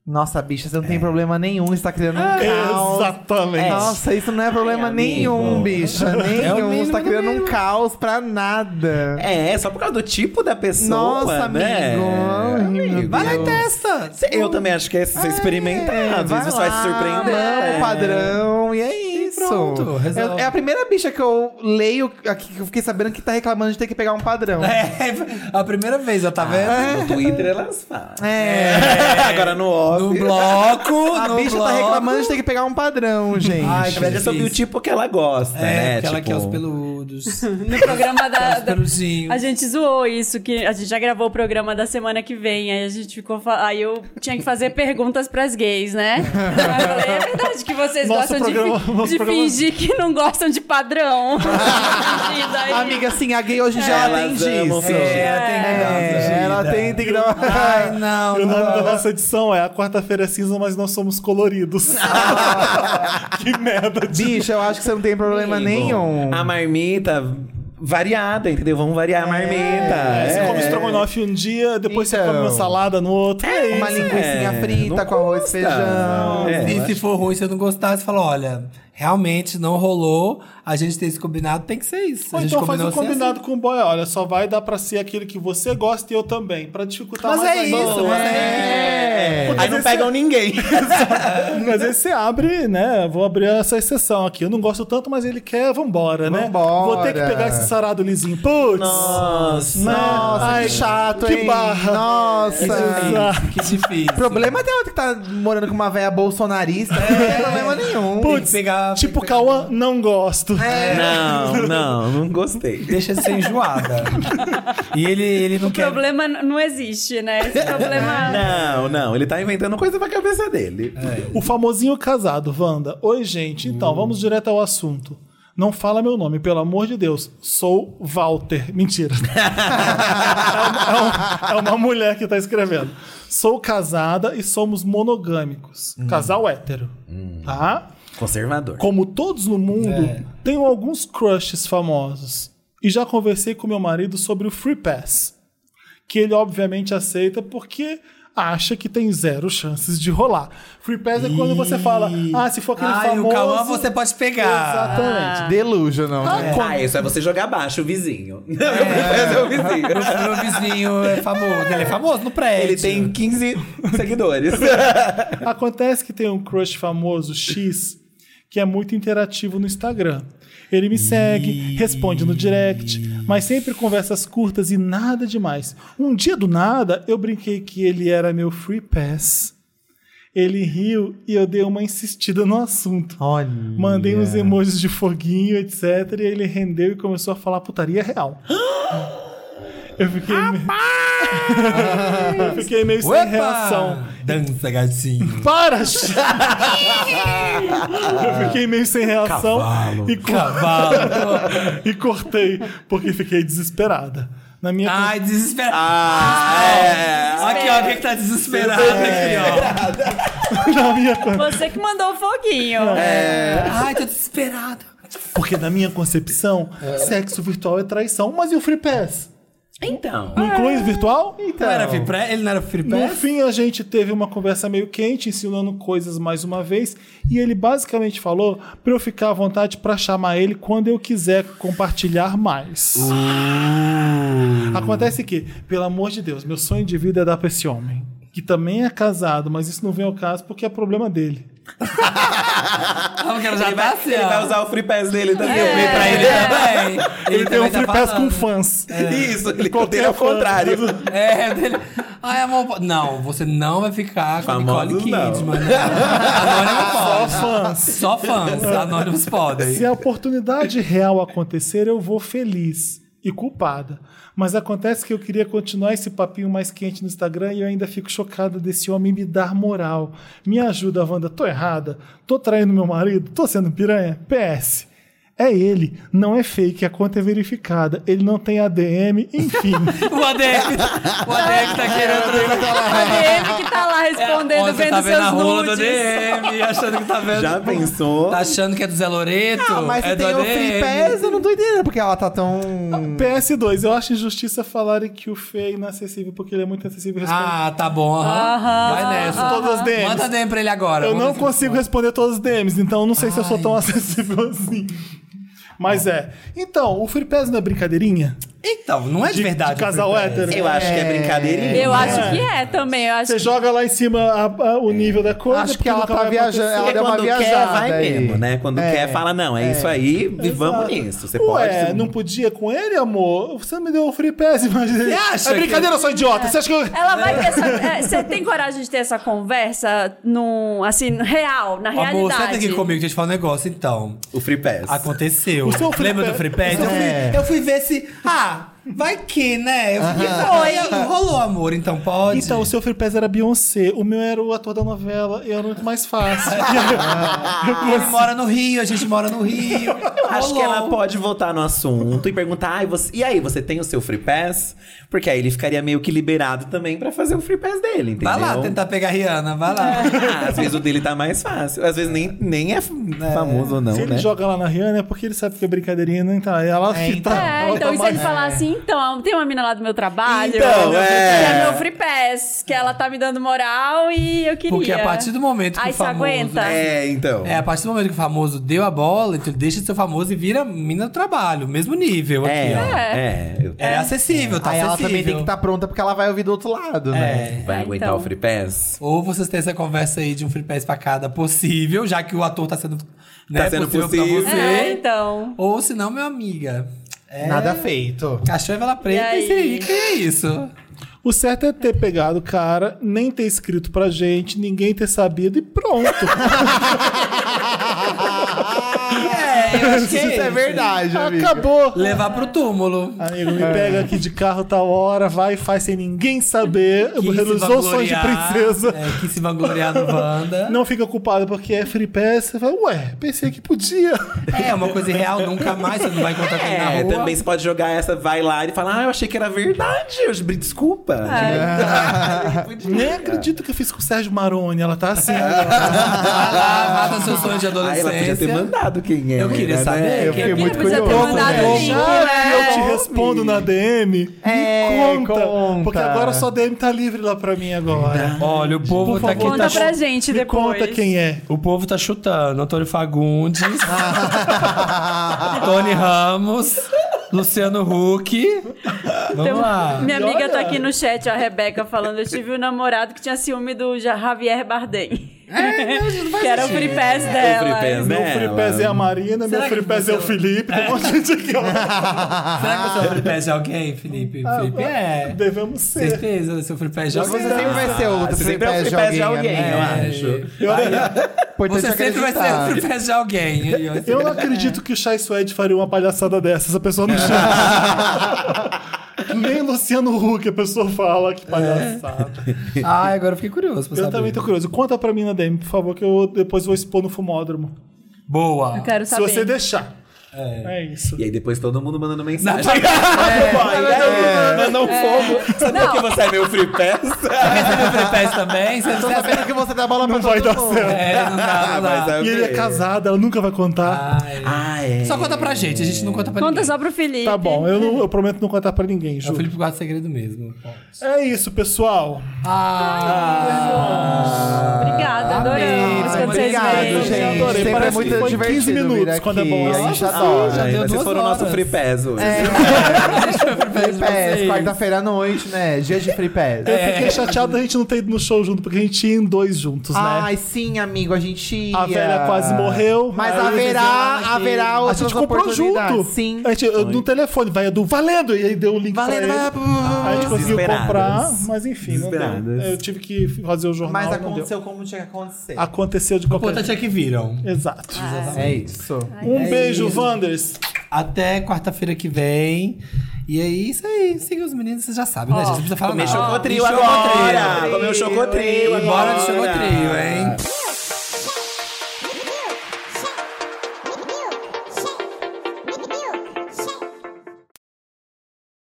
Speaker 5: Nossa, bicha, você não
Speaker 4: É.
Speaker 5: tem problema nenhum, está criando um caos.
Speaker 1: Exatamente.
Speaker 5: Nossa, isso não é problema
Speaker 3: Ai, amigo.
Speaker 5: nenhum, bicha.
Speaker 4: É o
Speaker 5: Nenhum.
Speaker 4: mínimo
Speaker 5: Você tá
Speaker 4: do
Speaker 5: criando um
Speaker 4: mínimo.
Speaker 5: caos pra nada.
Speaker 3: É, só por causa do tipo da pessoa,
Speaker 5: Nossa,
Speaker 3: né?
Speaker 5: amigo. Ai, meu É,
Speaker 3: Amigo.
Speaker 5: Vai lá e
Speaker 3: testa.
Speaker 5: É, né? um
Speaker 3: Eu também acho que é se experimentar. Às vezes vai se surpreender.
Speaker 5: Não, padrão. E é isso.
Speaker 4: Pronto, resolve.
Speaker 5: é, é a primeira bicha que eu leio aqui que eu fiquei sabendo que tá reclamando de ter que pegar um padrão. É.
Speaker 4: É, a primeira vez, ó,
Speaker 5: Ah.
Speaker 4: tá vendo?
Speaker 3: No Twitter elas falam.
Speaker 5: É.
Speaker 4: É.
Speaker 3: É. Agora no off.
Speaker 4: No bloco,
Speaker 5: A
Speaker 4: no
Speaker 5: bicha
Speaker 4: bloco.
Speaker 5: tá reclamando de ter que pegar um padrão, gente.
Speaker 4: Ai,
Speaker 3: Na verdade é sobre o tipo que ela gosta,
Speaker 4: É,
Speaker 3: né?
Speaker 4: aquela que é os
Speaker 3: Tipo,
Speaker 4: peludos.
Speaker 2: (laughs) No programa da.
Speaker 4: Aquelas
Speaker 2: da-
Speaker 4: peluzinhos.
Speaker 2: A gente zoou isso, que a gente já gravou o programa da semana que vem, aí a gente ficou. fa- Aí eu tinha que fazer perguntas pras
Speaker 1: (laughs)
Speaker 2: gays, né? Aí eu falei, é verdade que vocês
Speaker 1: Nosso
Speaker 2: gostam de
Speaker 1: programa-
Speaker 2: fi- de,
Speaker 1: nosso programa-
Speaker 2: fingir que não gostam de
Speaker 1: (laughs)
Speaker 2: padrão. E daí-
Speaker 5: Amiga, assim, a gay hoje em dia ela tem
Speaker 3: Elas
Speaker 5: disso.
Speaker 3: amam fingir.
Speaker 5: É, ela tem, tem que dar uma... (laughs)
Speaker 4: Ai, não.
Speaker 1: E o
Speaker 4: não.
Speaker 1: nome da nossa edição é A Quarta-feira é Cinza, mas nós somos coloridos. que merda de.
Speaker 5: Bicha, eu acho que você não tem problema nenhum.
Speaker 4: Ah,
Speaker 3: A marmita variada, entendeu? Vamos variar a marmita.
Speaker 1: Você
Speaker 3: é.
Speaker 1: come estrogonofe um dia, depois você
Speaker 5: Então.
Speaker 1: come uma salada no outro. É isso.
Speaker 5: Uma linguicinha
Speaker 3: É,
Speaker 5: frita
Speaker 3: não
Speaker 5: com arroz e
Speaker 3: custa.
Speaker 5: feijão.
Speaker 3: É.
Speaker 4: e
Speaker 3: eu
Speaker 4: se
Speaker 3: acho
Speaker 4: for ruim, se eu não gostar, você fala, olha, realmente não rolou, a gente tem esse combinado, tem que ser isso.
Speaker 1: Ou
Speaker 4: a gente
Speaker 1: então faz um
Speaker 4: combinou assim, é ser
Speaker 1: combinado com o boy. Olha, só vai dar pra ser aquele que você gosta e eu também. Pra dificultar
Speaker 4: Mas
Speaker 1: mais
Speaker 4: é
Speaker 1: ainda.
Speaker 4: isso, mas
Speaker 3: É. Aí não
Speaker 1: esse-
Speaker 3: pegam ninguém.
Speaker 1: Mas aí você abre, né? Vou abrir essa exceção aqui. Eu não gosto tanto, mas ele quer, vambora, né?
Speaker 5: Vambora.
Speaker 1: Vou ter que pegar esse sarado lisinho. Putz!
Speaker 3: Nossa.
Speaker 1: né?
Speaker 5: Nossa,
Speaker 1: Ai,
Speaker 5: que chato,
Speaker 1: que
Speaker 5: hein?
Speaker 1: barra.
Speaker 5: Nossa.
Speaker 1: Exato.
Speaker 4: assim. Que difícil.
Speaker 5: O problema é ter outro que tá morando com uma véia bolsonarista. Não
Speaker 4: É.
Speaker 5: tem problema nenhum.
Speaker 4: Tem que
Speaker 1: Putz,
Speaker 4: pegar- tem
Speaker 1: Tipo,
Speaker 4: que É. pegar-
Speaker 1: Cauã, não gosto.
Speaker 3: Não, não, não gostei.
Speaker 4: Deixa de
Speaker 5: tipo, (laughs)
Speaker 4: ser enjoada.
Speaker 5: um
Speaker 4: e ele, ele não
Speaker 2: O
Speaker 4: quer.
Speaker 2: problema n- não existe, né? Esse
Speaker 1: É.
Speaker 2: problema.
Speaker 3: Não, não, ele tá inventando coisa pra cabeça dele.
Speaker 4: É.
Speaker 1: O famosinho casado, Wanda. Oi, gente. Então, vamos direto ao assunto. Não fala meu nome, pelo amor de Deus. Sou Walter. Mentira. é, uma, é uma- é uma mulher que tá escrevendo. Sou casada e somos monogâmicos. Casal hétero. Tá?
Speaker 3: Conservador.
Speaker 1: Como todos no mundo,
Speaker 4: É.
Speaker 1: tenho alguns crushes famosos. E já conversei com meu marido sobre o Free Pass. Que ele obviamente aceita porque acha que tem zero chances de rolar. Free Pass é quando você fala, ah, se for aquele
Speaker 4: Ai,
Speaker 1: famoso...
Speaker 4: o Cauã você pode pegar.
Speaker 1: Exatamente.
Speaker 5: Delusional.
Speaker 1: Ah,
Speaker 5: né?
Speaker 1: como-
Speaker 3: Ah, isso é você jogar baixo o vizinho. (laughs) É. o vizinho.
Speaker 4: Meu vizinho é famoso. Ele é famoso no prédio.
Speaker 3: Ele tem 15
Speaker 4: (laughs)
Speaker 3: seguidores.
Speaker 1: Acontece que tem um crush famoso X que é muito interativo no Instagram. Ele me segue, responde no direct, mas sempre conversas curtas e nada demais. Um dia do nada, eu brinquei que ele era meu free pass. Ele riu e eu dei uma insistida no assunto.
Speaker 5: Olha.
Speaker 1: Mandei uns emojis de foguinho, etc. E ele rendeu e começou a falar putaria real. (gasps) Eu fiquei, meio... (laughs) eu fiquei meio sem
Speaker 4: Opa!
Speaker 1: reação.
Speaker 4: Dança, gatinho.
Speaker 1: (laughs) Para! Chico! eu fiquei meio sem reação
Speaker 4: Cavalo,
Speaker 1: e, co-
Speaker 4: (laughs) cavalo.
Speaker 1: e cortei, porque fiquei desesperada. Na minha
Speaker 4: Ai, desesperado.
Speaker 3: Ah, é.
Speaker 4: Aqui, ó, quem que tá desesperado aqui,
Speaker 1: con- (laughs) na minha con-
Speaker 2: Você que mandou o foguinho.
Speaker 1: É.
Speaker 4: ó. Ai, tô desesperado.
Speaker 1: Porque na minha concepção, sexo virtual é traição, mas e o Free Pass?
Speaker 3: Então.
Speaker 1: Não inclui o virtual?
Speaker 4: Não era free press? Ele não era free
Speaker 1: No
Speaker 4: press?
Speaker 1: fim, a gente teve uma conversa meio quente, ensinando coisas mais uma vez, e ele basicamente falou pra eu ficar à vontade pra chamar ele quando eu quiser compartilhar mais. Acontece que, pelo amor de Deus, meu sonho de vida é dar pra esse homem, que também é casado, mas isso não vem ao caso porque é problema dele.
Speaker 4: Ah, porque já
Speaker 3: Ele vai,
Speaker 4: tá assim,
Speaker 3: ele
Speaker 4: ó. É.
Speaker 3: vai usar o free pass dele também.
Speaker 4: Ele pra
Speaker 3: É.
Speaker 4: ele também.
Speaker 1: Ele, tem um
Speaker 4: também tá
Speaker 1: free pass com
Speaker 4: falando.
Speaker 1: fãs.
Speaker 3: Isso,
Speaker 1: Qualquer
Speaker 3: ele contém ao
Speaker 1: fã.
Speaker 3: contrário.
Speaker 4: É, dele. Ai, amor. po- Não, você não vai ficar com a Nicole
Speaker 3: Famosos, não.
Speaker 4: Kidman. né? Anônimo
Speaker 1: Só
Speaker 4: pode.
Speaker 1: fãs.
Speaker 4: Só fãs. Anônimos podem.
Speaker 1: Se a oportunidade real acontecer, eu vou feliz e culpada. Mas acontece que eu queria continuar esse papinho mais quente no Instagram e eu ainda fico chocada desse homem me dar moral. Me ajuda, Wanda. Tô errada? Tô traindo meu marido? Tô sendo piranha? PS. É ele, não é fake, a conta é verificada. Ele não tem ADM, enfim.
Speaker 4: O ADM. O ADM tá querendo.
Speaker 2: A DM que tá lá respondendo,
Speaker 4: Onde É, você
Speaker 2: vendo
Speaker 4: tá vendo a
Speaker 2: seus
Speaker 4: rola do
Speaker 2: nudes.
Speaker 4: ADM, achando que tá vendo.
Speaker 3: Já pensou?
Speaker 4: Tá achando que é do Zé Loreto?
Speaker 5: Ah, mas
Speaker 4: é
Speaker 5: se
Speaker 4: do
Speaker 5: tem o
Speaker 4: ADM.
Speaker 5: Free Pass, eu não tô entendendo porque ela tá tão...
Speaker 1: PS2, eu acho injustiça falarem que o Fê é inacessível, porque ele é muito acessível. e responde
Speaker 4: Ah, tá bom. aham. Vai nessa.
Speaker 1: Todas as DMs.
Speaker 4: Manda DM pra ele agora.
Speaker 1: Eu
Speaker 4: vamos
Speaker 1: não
Speaker 4: ver se-
Speaker 1: consigo responder todos os DMs, então eu não sei se eu sou
Speaker 4: Então, Ai.
Speaker 1: tão acessível assim. Mas é. Então, o Free Pass não é brincadeirinha?
Speaker 4: Então, não é de,
Speaker 1: De-
Speaker 4: verdade.
Speaker 1: de casal
Speaker 4: Free Pass.
Speaker 1: hétero.
Speaker 3: Eu acho que é brincadeirinha.
Speaker 2: Eu
Speaker 3: né?
Speaker 2: acho que é também. Eu acho
Speaker 1: Você
Speaker 2: que-
Speaker 1: joga lá em cima a- a- o nível da coisa.
Speaker 5: Acho que
Speaker 1: porque
Speaker 5: ela
Speaker 1: nunca
Speaker 5: tá
Speaker 1: vai
Speaker 5: viajando,
Speaker 1: acontecer.
Speaker 5: ela
Speaker 3: Porque
Speaker 5: deu uma
Speaker 3: É quando quer,
Speaker 5: viajada
Speaker 3: vai
Speaker 5: aí.
Speaker 3: mesmo, né? Quando
Speaker 5: É.
Speaker 3: quer, fala, não, é, isso aí, e vamos um nisso. Você
Speaker 1: Ué,
Speaker 3: pode.
Speaker 1: não podia com ele, amor? Você me deu um free pass, mas... Você
Speaker 4: acha
Speaker 1: É brincadeira, eu sou idiota. Você acha que eu...
Speaker 2: Ela vai ter essa. é, Você tem coragem de ter essa conversa num, assim, real, na
Speaker 4: Amor,
Speaker 2: realidade.
Speaker 4: senta aqui comigo, deixa eu te falar um negócio, então.
Speaker 3: O Free Pass.
Speaker 4: Aconteceu.
Speaker 1: seu Free
Speaker 4: Lembra
Speaker 1: Pass-
Speaker 4: do Free Pass?
Speaker 5: seu
Speaker 4: Eu,
Speaker 5: É.
Speaker 4: fui, eu fui ver se... Ah, vai que, né? Eu fui, foi. Rolou, amor, então pode.
Speaker 1: Então, o seu free pass era Beyoncé, o meu era o ator da novela, e era muito mais fácil.
Speaker 4: Ele mora no Rio, a gente mora no Rio.
Speaker 3: Acho
Speaker 4: Rolou.
Speaker 3: que ela pode voltar no assunto e perguntar, "Ai, você- e aí, você tem o seu Free Pass? Porque aí ele ficaria meio que liberado também pra fazer o Free Pass dele, entendeu?
Speaker 4: Vai lá tentar pegar a Rihanna, vai lá.
Speaker 3: Ah, (laughs) Às vezes o dele tá mais fácil. Às vezes nem, nem é f- famoso, não,
Speaker 1: Se ele
Speaker 3: né?
Speaker 1: joga lá na Rihanna, é porque ele sabe que é brincadeirinha, não tá? Ela
Speaker 5: É,
Speaker 1: fica...
Speaker 5: então.
Speaker 2: É,
Speaker 1: ela
Speaker 2: então,
Speaker 1: tá
Speaker 2: e se ele
Speaker 1: mais-
Speaker 2: falar assim, então, tem uma mina lá do meu trabalho,
Speaker 3: Então,
Speaker 2: que
Speaker 3: é.
Speaker 2: é meu free pass, que ela tá me dando moral e eu queria.
Speaker 4: Porque a partir do momento que
Speaker 2: Aí
Speaker 4: o
Speaker 2: você
Speaker 4: famoso...
Speaker 2: aguenta?
Speaker 3: É, então.
Speaker 4: É, a partir do momento que o famoso deu a bola, tu deixa de ser famoso e vira mina do trabalho, mesmo
Speaker 3: É,
Speaker 4: nível aqui, ó.
Speaker 3: é. Eu-
Speaker 4: É, acessível, tá
Speaker 5: Aí ela
Speaker 4: acessível.
Speaker 5: também tem que estar pronta porque ela vai ouvir do outro lado, né?
Speaker 4: É.
Speaker 3: Vai
Speaker 2: É,
Speaker 3: aguentar
Speaker 2: então.
Speaker 3: o Free Pass?
Speaker 4: Ou vocês têm essa conversa aí de um free pass pra cada possível, já que o ator tá sendo, né,
Speaker 3: sendo possível.
Speaker 4: pra você.
Speaker 2: É, então.
Speaker 4: Ou se não, meu amiga. É,
Speaker 5: Nada feito.
Speaker 4: Cachorro e vela preta,
Speaker 2: E
Speaker 4: isso aí,
Speaker 2: aí?
Speaker 4: que é isso?
Speaker 1: O certo é ter pegado o cara, nem ter escrito pra gente, ninguém ter sabido e (laughs) pronto.
Speaker 4: É, eu acho (laughs) que
Speaker 5: Isso é verdade, amigo.
Speaker 1: Acabou. É.
Speaker 4: Levar pro túmulo.
Speaker 1: Amigo, me pega aqui de carro tal hora, vai e faz sem ninguém saber.
Speaker 4: Quem se
Speaker 1: Realizou o sonho de
Speaker 4: vangloriar,
Speaker 1: princesa.
Speaker 4: É, que se vangloriar no Wanda.
Speaker 1: Não fica culpado porque é free pass. Você fala, ué, pensei que podia.
Speaker 4: É, uma coisa irreal, nunca mais você não vai encontrar com ele na
Speaker 3: É,
Speaker 4: rua.
Speaker 3: também você pode jogar essa, vai lá e fala, ah, eu achei que era verdade, eu br- desculpa.
Speaker 1: Nem acredito que eu fiz com o Sérgio Maroni. Ela tá assim.
Speaker 4: Vai lá, mata seus sonhos de
Speaker 3: Aí ela podia ter
Speaker 4: adolescência.
Speaker 3: mandado quem é.
Speaker 4: Eu queria
Speaker 3: né?
Speaker 4: saber.
Speaker 5: Eu
Speaker 4: quem-
Speaker 5: fiquei muito
Speaker 2: podia ter
Speaker 5: curioso.
Speaker 2: mandado
Speaker 5: velho.
Speaker 2: link.
Speaker 1: Já que eu te
Speaker 3: Homem.
Speaker 1: respondo na DM,
Speaker 5: É,
Speaker 1: me conta,
Speaker 5: conta.
Speaker 1: Porque agora só DM tá livre lá pra mim agora.
Speaker 4: Olha, o povo
Speaker 1: Por
Speaker 4: tá aqui.
Speaker 1: favor,
Speaker 2: Conta
Speaker 1: tá-
Speaker 2: pra gente
Speaker 1: me
Speaker 2: depois.
Speaker 1: conta quem é.
Speaker 4: O povo tá chutando. Antônio (laughs) Fagundes. Tony Ramos. Luciano Huck. Vamos
Speaker 2: Tem- um-
Speaker 4: lá.
Speaker 2: Minha amiga tá aqui no chat, a Rebeca, falando: eu tive um namorado que tinha ciúme do Ja- Javier Bardem. (laughs) que era o free pass dela.
Speaker 3: O Free Pass
Speaker 1: Meu
Speaker 3: dela.
Speaker 1: free pass é a Marina,
Speaker 4: Será
Speaker 1: meu
Speaker 4: que
Speaker 1: free pass é o
Speaker 4: você-
Speaker 1: Felipe. Tem um monte de gente aqui, ó.
Speaker 4: Será que o seu free pass é alguém, Felipe? Felipe é.
Speaker 1: Devemos ser.
Speaker 4: Certeza, seu free pass
Speaker 5: Você
Speaker 4: é alguém.
Speaker 5: sempre vai ser outro
Speaker 3: Você
Speaker 5: free
Speaker 3: sempre é o
Speaker 5: pass
Speaker 3: Free
Speaker 5: de
Speaker 3: Pass de
Speaker 5: alguém, né?
Speaker 3: alguém, eu
Speaker 5: amigo.
Speaker 3: acho.
Speaker 5: Importante
Speaker 4: Você sempre vai ser o
Speaker 5: acreditar.
Speaker 4: free pass de alguém.
Speaker 1: Eu não acredito
Speaker 4: É.
Speaker 1: que o Chai Suede faria uma palhaçada dessa. Essa pessoa
Speaker 4: (laughs)
Speaker 1: não chama. Nem Luciano Huck a pessoa fala que palhaçada.
Speaker 4: Ai, agora É. eu fiquei curioso pra
Speaker 1: Eu
Speaker 4: saber.
Speaker 1: também tô curioso. Conta pra mim na DM, por favor, que eu depois vou expor no fumódromo.
Speaker 4: Boa.
Speaker 2: Eu Quero
Speaker 1: Se
Speaker 2: saber.
Speaker 1: você deixar. É, isso.
Speaker 3: E aí depois todo mundo mandando mensagem.
Speaker 1: Mas não fogo.
Speaker 3: Sabe por que você é meu Free Pass?
Speaker 4: Quer ser meu free pass também? Você
Speaker 5: Tô
Speaker 1: (laughs)
Speaker 5: sabendo que você dá bola pra
Speaker 1: Não vai
Speaker 5: todo
Speaker 1: dar
Speaker 5: mundo.
Speaker 1: certo.
Speaker 4: É, não dá, não dá.
Speaker 3: Vai saber.
Speaker 1: E ele é casado, ela nunca vai contar.
Speaker 4: Ai.
Speaker 3: Ah, é.
Speaker 4: Só conta pra gente, a gente não conta pra
Speaker 2: Conta
Speaker 4: ninguém.
Speaker 2: só pro Felipe.
Speaker 1: Tá bom, eu, não- eu prometo não contar pra ninguém,
Speaker 4: É o
Speaker 1: juro.
Speaker 4: Felipe guarda segredo mesmo.
Speaker 1: É isso, pessoal.
Speaker 4: Ah,
Speaker 2: Obrigada, adoramos
Speaker 4: Amei,
Speaker 2: quando vocês
Speaker 5: Obrigado,
Speaker 2: vêm.
Speaker 5: gente.
Speaker 1: Eu adorei,
Speaker 5: Sempre é
Speaker 1: parece
Speaker 5: muito
Speaker 1: que foi 15
Speaker 5: divertido.
Speaker 1: minutos
Speaker 5: vir
Speaker 1: quando é
Speaker 5: aqui.
Speaker 1: bom.
Speaker 5: A gente
Speaker 4: Nossa, sim, já
Speaker 3: Ai,
Speaker 5: adora.
Speaker 4: deu
Speaker 3: mas vocês
Speaker 4: duas
Speaker 3: foram o nosso
Speaker 4: horas.
Speaker 3: Free Pass hoje.
Speaker 5: Free Pass, quarta-feira à noite, né? Dia de Free
Speaker 4: É,
Speaker 5: Pass.
Speaker 1: Eu
Speaker 4: né?
Speaker 3: É.
Speaker 1: fiquei chateado da gente não ter ido no show junto, porque a gente ia em dois juntos, né?
Speaker 5: Ai, sim, amigo, a gente ia.
Speaker 1: A velha quase morreu.
Speaker 5: Mas
Speaker 1: Aí
Speaker 5: haverá,
Speaker 4: eles
Speaker 5: haverá
Speaker 1: A
Speaker 5: outras
Speaker 1: gente comprou
Speaker 5: oportunidades.
Speaker 1: junto.
Speaker 5: Sim.
Speaker 4: É,
Speaker 1: A gente, eu- no telefone, vai Edu, valendo! E aí deu o link pra ele.
Speaker 5: Valendo, vai-
Speaker 1: Aí a gente conseguiu
Speaker 3: Desesperadas.
Speaker 1: comprar, mas enfim, não deu.
Speaker 3: Desesperadas.
Speaker 1: Eu tive que fazer o jornal,
Speaker 5: Mas
Speaker 1: não deu.
Speaker 5: aconteceu como tinha que acontecer.
Speaker 1: Ah, Aconteceu de
Speaker 4: O
Speaker 1: qualquer
Speaker 4: importante é que viram.
Speaker 1: Exato.
Speaker 5: É isso.
Speaker 1: Um
Speaker 4: É
Speaker 1: beijo,
Speaker 4: isso.
Speaker 1: Wanders.
Speaker 4: Até quarta-feira que vem. E é isso aí. Siga os meninos, vocês já sabem, né, gente? Não precisa falar
Speaker 3: Comer
Speaker 4: nada.
Speaker 3: chocotrio
Speaker 4: E
Speaker 3: agora! Comeu chocotrio
Speaker 4: E
Speaker 3: agora!
Speaker 4: Bora de chocotrio, hein?